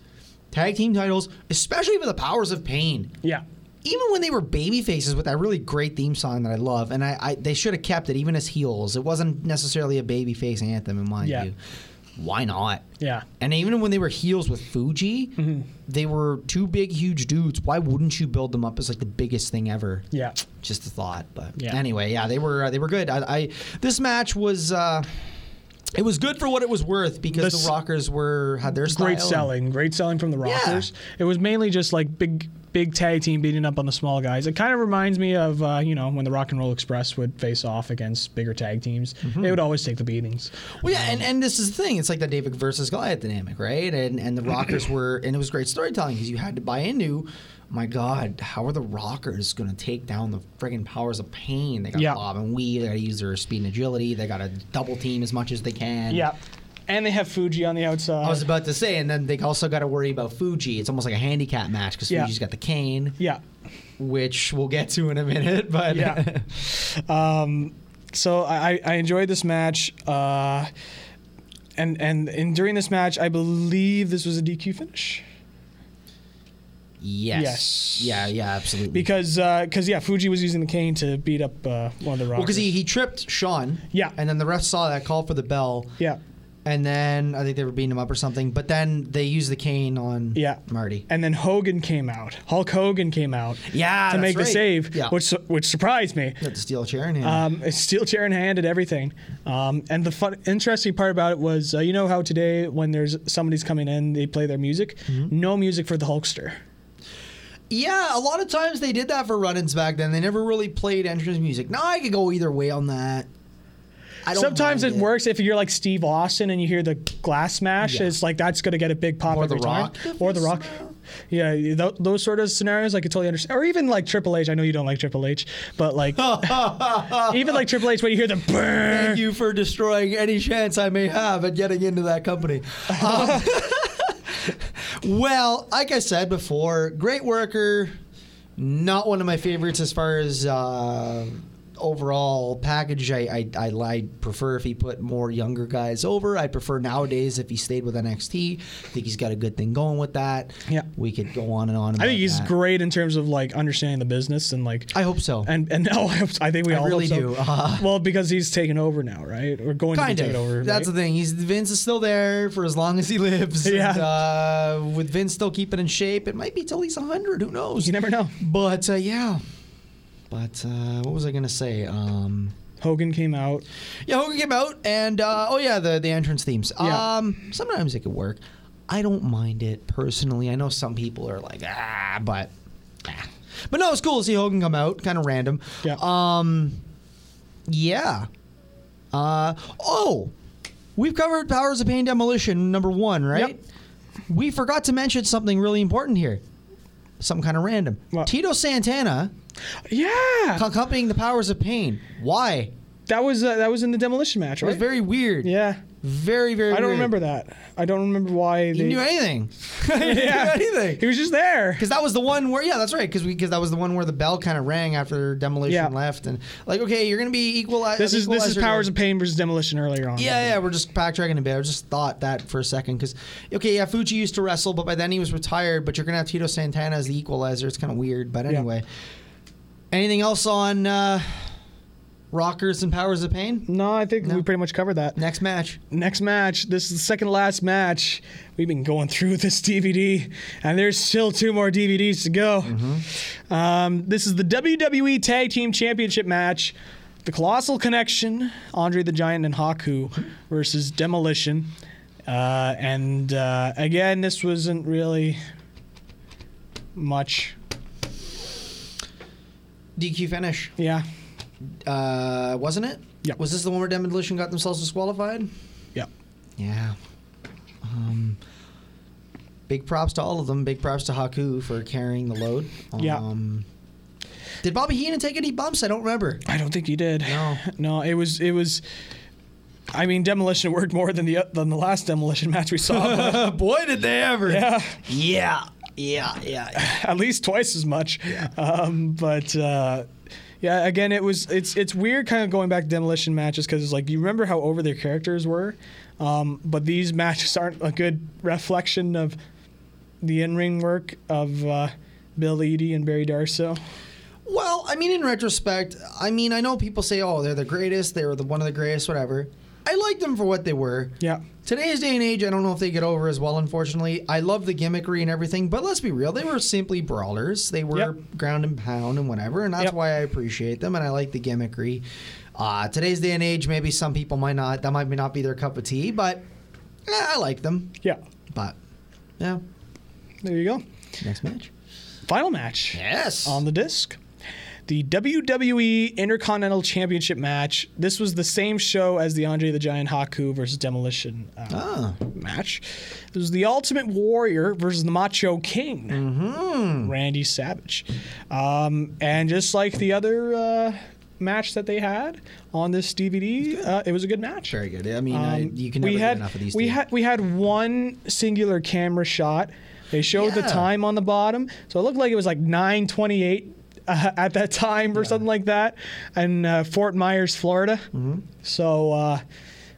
S8: Tag team titles, especially for the powers of pain.
S2: Yeah.
S8: Even when they were baby faces with that really great theme song that I love, and I, I they should have kept it even as heels. It wasn't necessarily a baby face anthem in my
S2: Yeah.
S8: view. Why not?
S2: Yeah.
S8: And even when they were heels with Fuji,
S2: Mm-hmm.
S8: they were two big, huge dudes. Why wouldn't you build them up as like the biggest thing ever?
S2: Yeah.
S8: just a thought. But
S2: Yeah.
S8: anyway, yeah, they were uh, they were good. I, I this match was uh, it was good for what it was worth because
S2: This-
S8: the Rockers were had their style.
S2: Great selling. Great selling from the Rockers. It was mainly just like big, big tag team beating up on the small guys. It kind of reminds me of, uh, you know, when the Rock and Roll Express would face off against bigger tag teams.
S8: Mm-hmm.
S2: They would always take the beatings.
S8: Well, yeah, and, and this is the thing. It's like that David versus Goliath dynamic, right? And and the Rockers were and it was great storytelling because you had to buy into. My God, how are the Rockers going to take down the friggin' powers of pain? They got
S2: Yeah.
S8: Bob and Weave. They got to use their speed and agility. They got to double team as much as they can.
S2: And they have Fuji on the outside.
S8: I was about to say, and then they also got to worry about Fuji. It's almost like a handicap match because
S2: Yeah.
S8: Fuji's got the cane,
S2: yeah.
S8: which we'll get to in a minute. *laughs*
S2: *laughs*
S8: But
S2: Yeah. Um, So I, I- I enjoyed this match. Uh, and, and and during this match, I believe this was a DQ finish. Yes.
S8: yes. yeah, yeah, absolutely.
S2: because because yeah, Fuji was using the cane to beat up uh, one of the rockers.
S8: well, because he, he tripped Sean,
S2: Yeah.
S8: and then the ref saw that call for the bell,
S2: yeah,
S8: and then I think they were beating him up or something. But then they used the cane on
S2: Yeah.
S8: Marty.
S2: and then Hogan came out. Hulk Hogan came out.
S8: Yeah,
S2: to
S8: that's
S2: make the
S8: right.
S2: save,
S8: Yeah.
S2: which su- which surprised me.
S8: Got the steel chair in him.
S2: Um, a steel chair in hand and everything. Um, and the fun, interesting part about it was, uh, you know how
S8: Mm-hmm.
S2: today when there's somebody's coming in, they play their music. No music for the Hulkster.
S8: Yeah, a lot of times they did that for run-ins back then. They never really played entrance music. Now I could go either way on that. I don't
S2: Sometimes it
S8: mind
S2: works if you're like Steve Austin and you hear the glass smash.
S8: Yeah.
S2: It's like that's gonna get a big pop
S8: Or
S2: every
S8: The
S2: time.
S8: Rock.
S2: Or the Rock. Yeah, th- those sort of scenarios I could totally understand. Or even like Triple H. I know you don't like Triple H, but
S8: *laughs*
S2: like even like Triple H when you hear the brrrr,
S8: Thank you for destroying any chance I may have at getting into that company. Um, *laughs* well, like I said before, great worker, not one of my favorites as far as uh, overall package. I, I, I I'd prefer if he put more younger guys over. I prefer nowadays if he stayed with NXT. I think he's got a good thing going with that.
S2: Yeah.
S8: we could go on and on.
S2: I think
S8: about
S2: he's
S8: that.
S2: great in terms of like understanding the business and like
S8: I hope so.
S2: and and no, I, hope- *laughs* I think we all
S8: really
S2: hope so.
S8: do. Uh,
S2: well, because he's taken over now, right? Or going
S8: Kind
S2: to be
S8: of.
S2: taken over.
S8: That's
S2: right?
S8: the thing. He's Vince is still there for as long as he lives.
S2: *laughs* Yeah.
S8: And, uh, with Vince still keeping in shape, it might be till he's hundred. Who knows?
S2: you never know.
S8: But uh, yeah. But uh, what was I gonna say? Um,
S2: Hogan came out.
S8: yeah, Hogan came out, and uh, oh yeah, the the entrance themes.
S2: Yeah.
S8: Um, sometimes it could work. I don't mind it personally. I know some people are like ah, but ah. but no, it's cool to see Hogan come out. Kind of random.
S2: Yeah.
S8: Um, yeah. Uh, oh, we've covered Powers of Pain Demolition number one, right?
S2: Yep.
S8: We forgot to mention something really important here. Something kind of random.
S2: What?
S8: Tito Santana
S2: yeah,
S8: accompanying the Powers of Pain. Why?
S2: that was uh, that was in the demolition match,
S8: It
S2: right?
S8: was very weird.
S2: yeah,
S8: Very, very
S2: I don't
S8: weird.
S2: remember that. I don't remember why
S8: He
S2: they. *laughs*
S8: didn't do anything. *laughs* he didn't
S2: Yeah.
S8: do anything.
S2: He was just there.
S8: Because that was the one where, yeah, that's right. Because because that was the one where the bell kind of rang after demolition
S2: Yeah.
S8: left, and like, okay, you're gonna be equalized.
S2: This is this is Powers of Pain versus Demolition earlier on.
S8: Yeah, yeah, we're just backtracking a bit. I just thought that for a second because, okay, yeah, Fuji used to wrestle, but by then he was retired. But you're gonna have Tito Santana as the equalizer. It's kind of weird, but anyway. Anything else on uh, Rockers and Powers of Pain?
S2: No, I think we pretty much covered that.
S8: Next match.
S2: Next match. This is the second to last match. We've been going through *laughs* this DVD, and there's still two more DVDs to go. Um, this is the WWE Tag Team Championship match. The Colossal Connection, Andre the Giant and Haku versus Demolition. Uh, and uh, again, this wasn't really much.
S8: DQ finish.
S2: Yeah.
S8: Uh, wasn't it?
S2: Yeah.
S8: Was this the one where Demolition got themselves disqualified?
S2: Yeah.
S8: Yeah. Um, big props to all of them. Big props to Haku for carrying the load.
S2: Yeah.
S8: Um, did Bobby Heenan take any bumps? I don't remember.
S2: I don't think he did.
S8: No.
S2: *laughs* no, it was it was. I mean, demolition *laughs* worked more than the than the last demolition match we saw. but
S8: *laughs* Boy, did they
S2: *laughs*
S8: ever! Yeah,
S2: yeah,
S8: yeah, yeah, yeah.
S2: at least twice as much. Um, but uh, yeah, again, it was it's it's weird kind of going back to demolition matches because it's like you remember how over their characters were, um, but these *laughs* matches aren't a good reflection of the in ring work of uh, Bill Eadie and Barry Darso.
S8: Well, I mean, in retrospect, I mean, I know people say, "Oh, they're the greatest. They were the one of the greatest, whatever." I liked them for what they were.
S2: Yeah,
S8: Today's day and age, I don't know if they get over as well, unfortunately. I love the gimmickry and everything, but let's be real, they were simply brawlers. They were
S2: Yep.
S8: ground and pound and whatever, and that's
S2: Yep.
S8: why I appreciate them and I like the gimmickry. Uh, today's day and age, maybe some people might not, that might not be their cup of tea, but eh, I like them.
S2: yeah.
S8: But, yeah,
S2: There you go.
S8: next match.
S2: Final match.
S8: Yes.
S2: on the disc. The WWE Intercontinental Championship match. This was the same show as the Andre the Giant Haku versus Demolition uh,
S8: Ah.
S2: match. This was the Ultimate Warrior versus the Macho King,
S8: Mm-hmm.
S2: Randy Savage. Um, and just like the other uh, match that they had on this DVD, uh, it was a good match.
S8: Very good. I mean, I,
S2: Um,
S8: you can never
S2: we
S8: get
S2: had
S8: enough of these.
S2: we
S8: two.
S2: had we had one singular camera shot. They showed the
S8: Yeah.
S2: time on the bottom, so it looked like it was like 9:28 uh, at that time or something like that, in uh, Fort Myers, Florida. So, uh,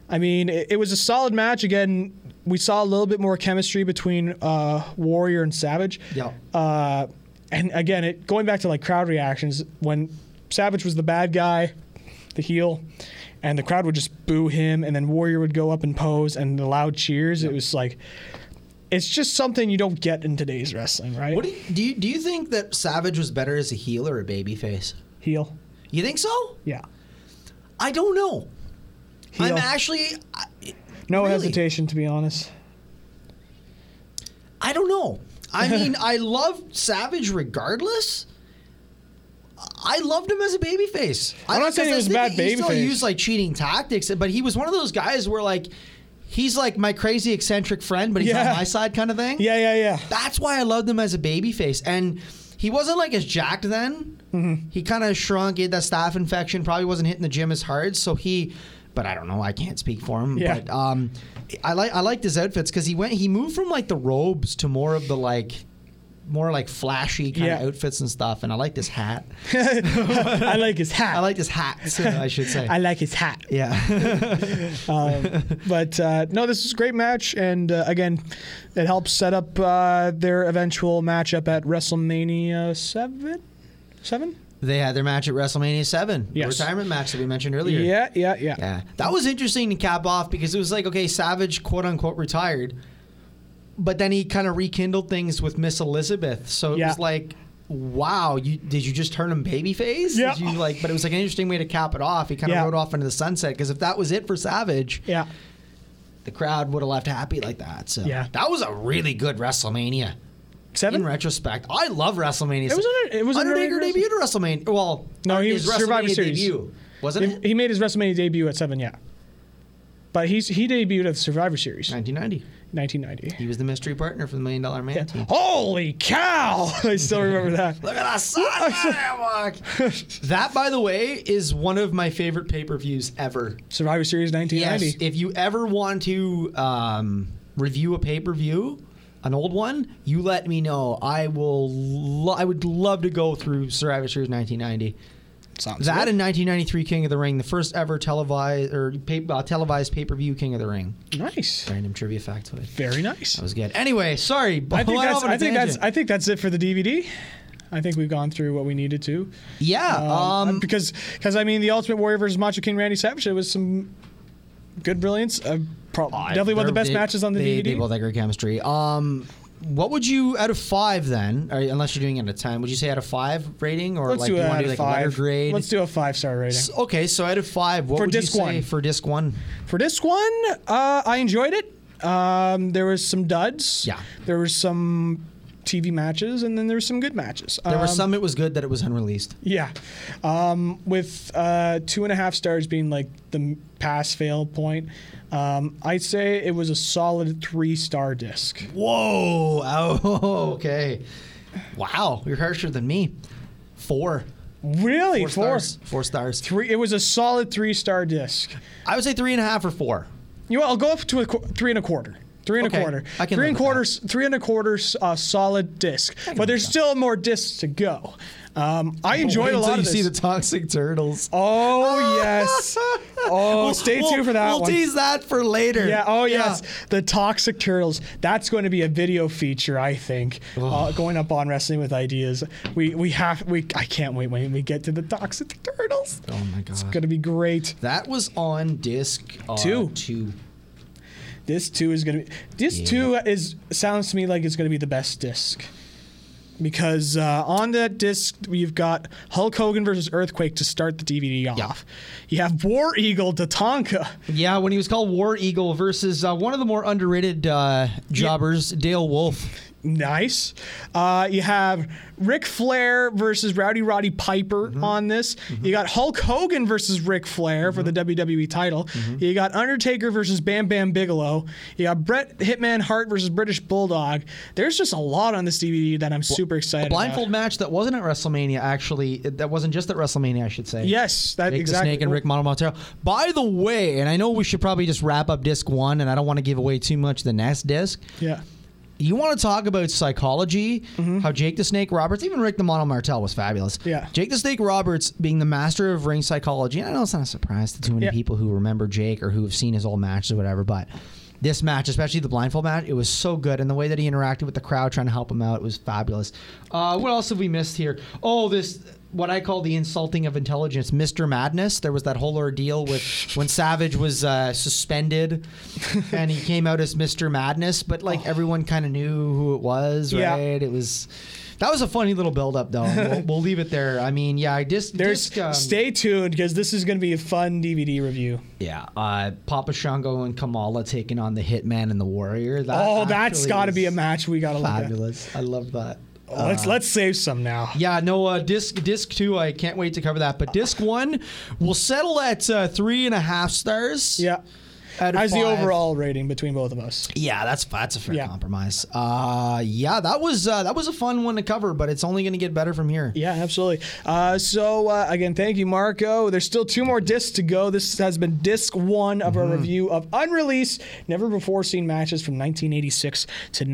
S2: I mean, it, it was a solid match. Again, we saw a little bit more chemistry between uh, Warrior and Savage.
S8: Yeah.
S2: Uh, and again, it going back to like crowd reactions when Savage was the bad guy, the heel, and the crowd would just boo him, and then Warrior would go up and pose, and the loud cheers. It was like, it's just something you don't get in today's wrestling, right?
S8: what do, you, do, you, do you think that Savage was better as a heel or a babyface?
S2: heel,
S8: You think so?
S2: yeah,
S8: I don't know.
S2: heel.
S8: I'm actually, I,
S2: no
S8: really?
S2: hesitation, to be honest.
S8: I don't know.
S2: *laughs*
S8: I mean, I loved Savage regardless. I loved him as a babyface.
S2: I'm not saying he was a bad
S8: He still
S2: babyface.
S8: used like cheating tactics, but he was one of those guys where like he's like my crazy eccentric friend, but he's
S2: Yeah.
S8: on my side kind of thing.
S2: Yeah, yeah, yeah.
S8: That's why I loved him as a babyface. And he wasn't like as jacked then.
S2: Mm-hmm.
S8: He kind of shrunk, he had that staph infection, probably wasn't hitting the gym as hard. So he, but I don't know, I can't speak for him.
S2: Yeah.
S8: But um, I like I liked his outfits because he went, he moved from like the robes to more of the like, more like flashy kind
S2: Yeah.
S8: of outfits and stuff. And I liked his hat.
S2: I like his hat.
S8: *laughs* I liked his hat, too, I should
S2: *laughs*
S8: say.
S2: I like his hat.
S8: yeah. *laughs*
S2: But uh, no, this is a great match, and uh, again, it helps set up uh, their eventual matchup at WrestleMania seven. Seven?
S8: they had their match at WrestleMania 7, the
S2: Yes.
S8: retirement match that we mentioned earlier.
S2: Yeah, yeah, yeah.
S8: Yeah, that was interesting to cap off because it was like, okay, Savage quote unquote retired, but then he kind of rekindled things with Miss Elizabeth. So it
S2: Yeah.
S8: was like, wow, you did you just turn him babyface?
S2: Yeah.
S8: Did you like, but it was like an interesting way to cap it off. He kind of
S2: Yeah.
S8: rode off into the sunset because if that was it for Savage,
S2: Yeah.
S8: the crowd would have left happy like that. So
S2: Yeah.
S8: that was a really good WrestleMania.
S2: Seven?
S8: In retrospect, I love WrestleMania.
S2: It was under- it was an
S8: Undertaker
S2: underrated
S8: debuted at WrestleMania. Well,
S2: No, he
S8: his
S2: was Survivor
S8: WrestleMania
S2: Series.
S8: debut, wasn't
S2: He-
S8: it?
S2: He made his WrestleMania debut at seven, yeah. But he's he debuted at the Survivor Series,
S8: 1990.
S2: 1990.
S8: He was the mystery partner for the Million Dollar Man team.
S2: *laughs* Holy cow! *laughs* I still remember that.
S8: Look at
S2: *laughs*
S8: us!
S2: Oh,
S8: that, by the way, is one of my favorite pay per views ever.
S2: Survivor Series
S8: Yes,
S2: 1990.
S8: if you ever want to um, review a pay per view, an old one, you let me know. I will. Lo- I would love to go through Survivor Series 1990.
S2: Sounds
S8: That
S2: good.
S8: and 1993 King of the Ring, the first ever televised or pay- uh, televised pay per view King of the Ring.
S2: nice.
S8: Random trivia factoid.
S2: Very nice.
S8: That was good. Anyway, sorry. *laughs*
S2: I think,
S8: went
S2: that's,
S8: off on a
S2: I, think that's,
S8: tangent.
S2: I think that's it for the DVD. I think we've gone through what we needed to.
S8: yeah.
S2: Um,
S8: um,
S2: because because I mean, the Ultimate Warrior versus Macho King Randy Savage. It was some good brilliance. Uh, prob- definitely one of the best
S8: They-
S2: matches on the
S8: they,
S2: DVD.
S8: They both had great chemistry. Um, what would you out of five then? Or unless you're doing it out of ten, would you say out of five rating or
S2: Let's
S8: like
S2: do
S8: you
S2: it
S8: want
S2: out
S8: to do
S2: of
S8: like a letter
S2: five.
S8: grade?
S2: Let's do a five star rating
S8: S- okay, so out of five, what
S2: For
S8: would you
S2: disc
S8: say
S2: one.
S8: for disc one?
S2: for this one. Uh, I enjoyed it. Um, there was some duds.
S8: Yeah.
S2: There was some TV matches, and then there were some good matches.
S8: There were
S2: Um,
S8: some it was good that it was unreleased.
S2: Yeah, um, with uh, two and a half stars being like the pass fail point, um, I'd say it was a solid three star disc.
S8: Whoa! *laughs* Oh, okay. Wow, you're harsher than me. Four.
S2: Really,
S8: Four,
S2: Four.
S8: stars. Four stars.
S2: Three. It was a solid three star disc.
S8: I would say three and a half or four.
S2: You know, what, I'll go up to a qu- three and a quarter. Three and
S8: Okay,
S2: a quarter.
S8: I can
S2: three
S8: live
S2: and
S8: with
S2: quarters. Three and a quarter. s- Uh, solid disc, but there's still more discs to go. Um, I enjoyed a lot of this.
S8: toxic turtles.
S2: oh
S8: *laughs*
S2: yes. Oh, stay tuned for that
S8: We'll
S2: one.
S8: tease that for later.
S2: Yeah. Oh yes, the Toxic Turtles. That's going to be a video feature, I think. Uh, going up on Wrestling with Ideas. We we have we. I can't wait when we get to the Toxic Turtles.
S8: Oh my god.
S2: It's going to be great.
S8: That was on disc uh,
S2: Two. This too is going to be. This two is sounds to me like it's going to be the best disc. Because uh, on that disc, you've got Hulk Hogan versus Earthquake to start the DVD off.
S8: Yeah.
S2: You have War Eagle to Tonka.
S8: Yeah, when he was called War Eagle versus uh, one of the more underrated uh, jobbers,
S2: *laughs*
S8: Dale Wolf.
S2: Nice. Uh, you have Ric Flair versus Rowdy Roddy Piper on this. You got Hulk Hogan versus Ric Flair for the WWE title. You got Undertaker versus Bam Bam Bigelow. You got Bret Hitman Hart versus British Bulldog. There's just a lot on this DVD that I'm super excited
S8: Blindfold
S2: about.
S8: match that wasn't at WrestleMania, actually. It- That wasn't just at WrestleMania, I should say.
S2: Yes, that
S8: Jake
S2: exactly.
S8: the Snake and Rick Montalbano. By the way, and I know we should probably just wrap up disc one, and I don't want to give away too much the next disc.
S2: Yeah.
S8: you want to talk about psychology, how Jake the Snake Roberts, even Rick the Model Martel was fabulous.
S2: Mm-hmm. Yeah.
S8: Jake the Snake Roberts being the master of ring psychology. And I know it's not a surprise to too many
S2: Yeah.
S8: people who remember Jake or who have seen his old matches or whatever, but this match, especially the blindfold match, it was so good. And the way that he interacted with the crowd trying to help him out was fabulous. Uh, what else have we missed here? Oh, this. What I call the insulting of intelligence, Mr. Madness. There was that whole ordeal with when Savage was uh, suspended, and he came out as Mr. Madness, but like everyone kind of knew who it was,
S2: Yeah.
S8: right? It was That was a funny little build-up, though. we'll, we'll leave it there. I mean, yeah, I just
S2: *laughs* There's
S8: disc, um,
S2: stay tuned because this is going to be a fun DVD review.
S8: Yeah, uh, Papa Shango and Kamala taking on the Hitman and the Warrior. That
S2: oh, that's
S8: actually
S2: got to be a
S8: is
S2: match we got to look at.
S8: Fabulous. Uh, I love that.
S2: Oh, let's let's save some now.
S8: Yeah, no, uh, disc disc two, I can't wait to cover that. But disc one, we'll settle at uh, three and a half stars.
S2: Yeah.
S8: out of
S2: As the
S8: five.
S2: overall rating between both of us.
S8: Yeah, that's that's a fair
S2: Yeah.
S8: compromise. Uh, yeah, that was uh, that was a fun one to cover, but it's only going to get better from here.
S2: Yeah, absolutely. Uh, so uh, again, thank you, Marco. There's still two more discs to go. This has been disc one of our review of unreleased, never before seen matches from 1986 to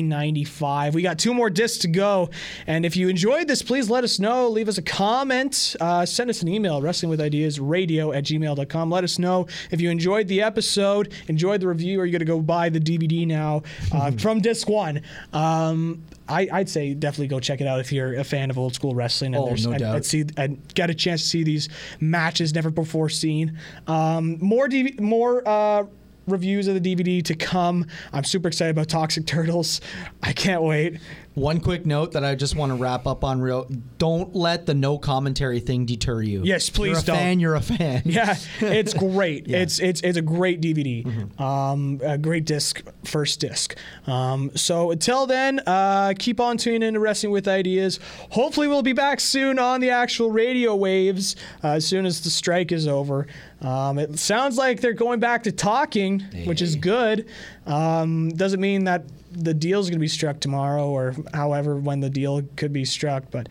S2: 1995. We got two more discs to go, and if you enjoyed this, please let us know. Leave us a comment. Uh, send us an email, wrestlingwithideasradio at gmail.com. Let us know if you enjoyed the episode, enjoyed the review. Are you going to go buy the DVD now
S8: *laughs*
S2: uh, from disc one? Um, I, I'd say definitely go check it out if you're a fan of old school wrestling and,
S8: Oh,
S2: there's-
S8: no
S2: and,
S8: doubt.
S2: and see and get a chance to see these matches never before seen. Um, more DV, more uh, reviews of the DVD to come. I'm super excited about Toxic Turtles. I can't wait.
S8: One quick note that I just want to wrap up on real: don't let the no commentary thing deter you.
S2: Yes, please
S8: you're a
S2: don't.
S8: Fan, you're a fan.
S2: *laughs* Yeah, it's great. It's it's it's a great DVD. Um, a great disc, first disc. Um, so until then, uh, keep on tuning in to Wrestling with Ideas. Hopefully, we'll be back soon on the actual radio waves uh, as soon as the strike is over. Um, it sounds like they're going back to talking, which is good. Um, doesn't mean that the deal's going to be struck tomorrow or however when the deal could be struck, but.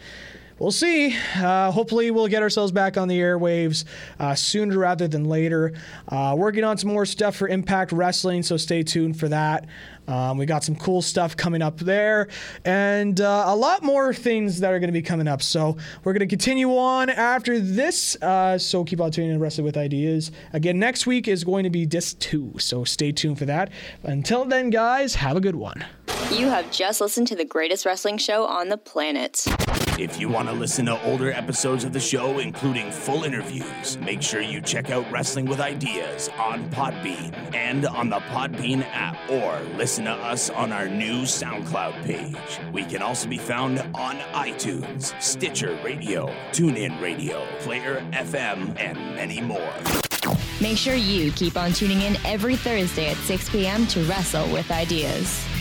S2: We'll see. Uh, hopefully, we'll get ourselves back on the airwaves uh, sooner rather than later. Uh, working on some more stuff for Impact Wrestling, so stay tuned for that. Um, we got some cool stuff coming up there, and uh, a lot more things that are going to be coming up. So we're going to continue on after this. Uh, so keep on tuning in, to Wrestling with Ideas. Again, next week is going to be Disc Two, so stay tuned for that. Until then, guys, have a good one.
S9: You have just listened to the greatest wrestling show on the planet.
S10: If you want to listen to older episodes of the show, including full interviews, make sure you check out Wrestling with Ideas on Podbean and on the Podbean app, or listen to us on our new SoundCloud page. We can also be found on iTunes, Stitcher Radio, TuneIn Radio, Player FM, and many more.
S9: Make sure you keep on tuning in every Thursday at 6 p.m. to Wrestle with Ideas.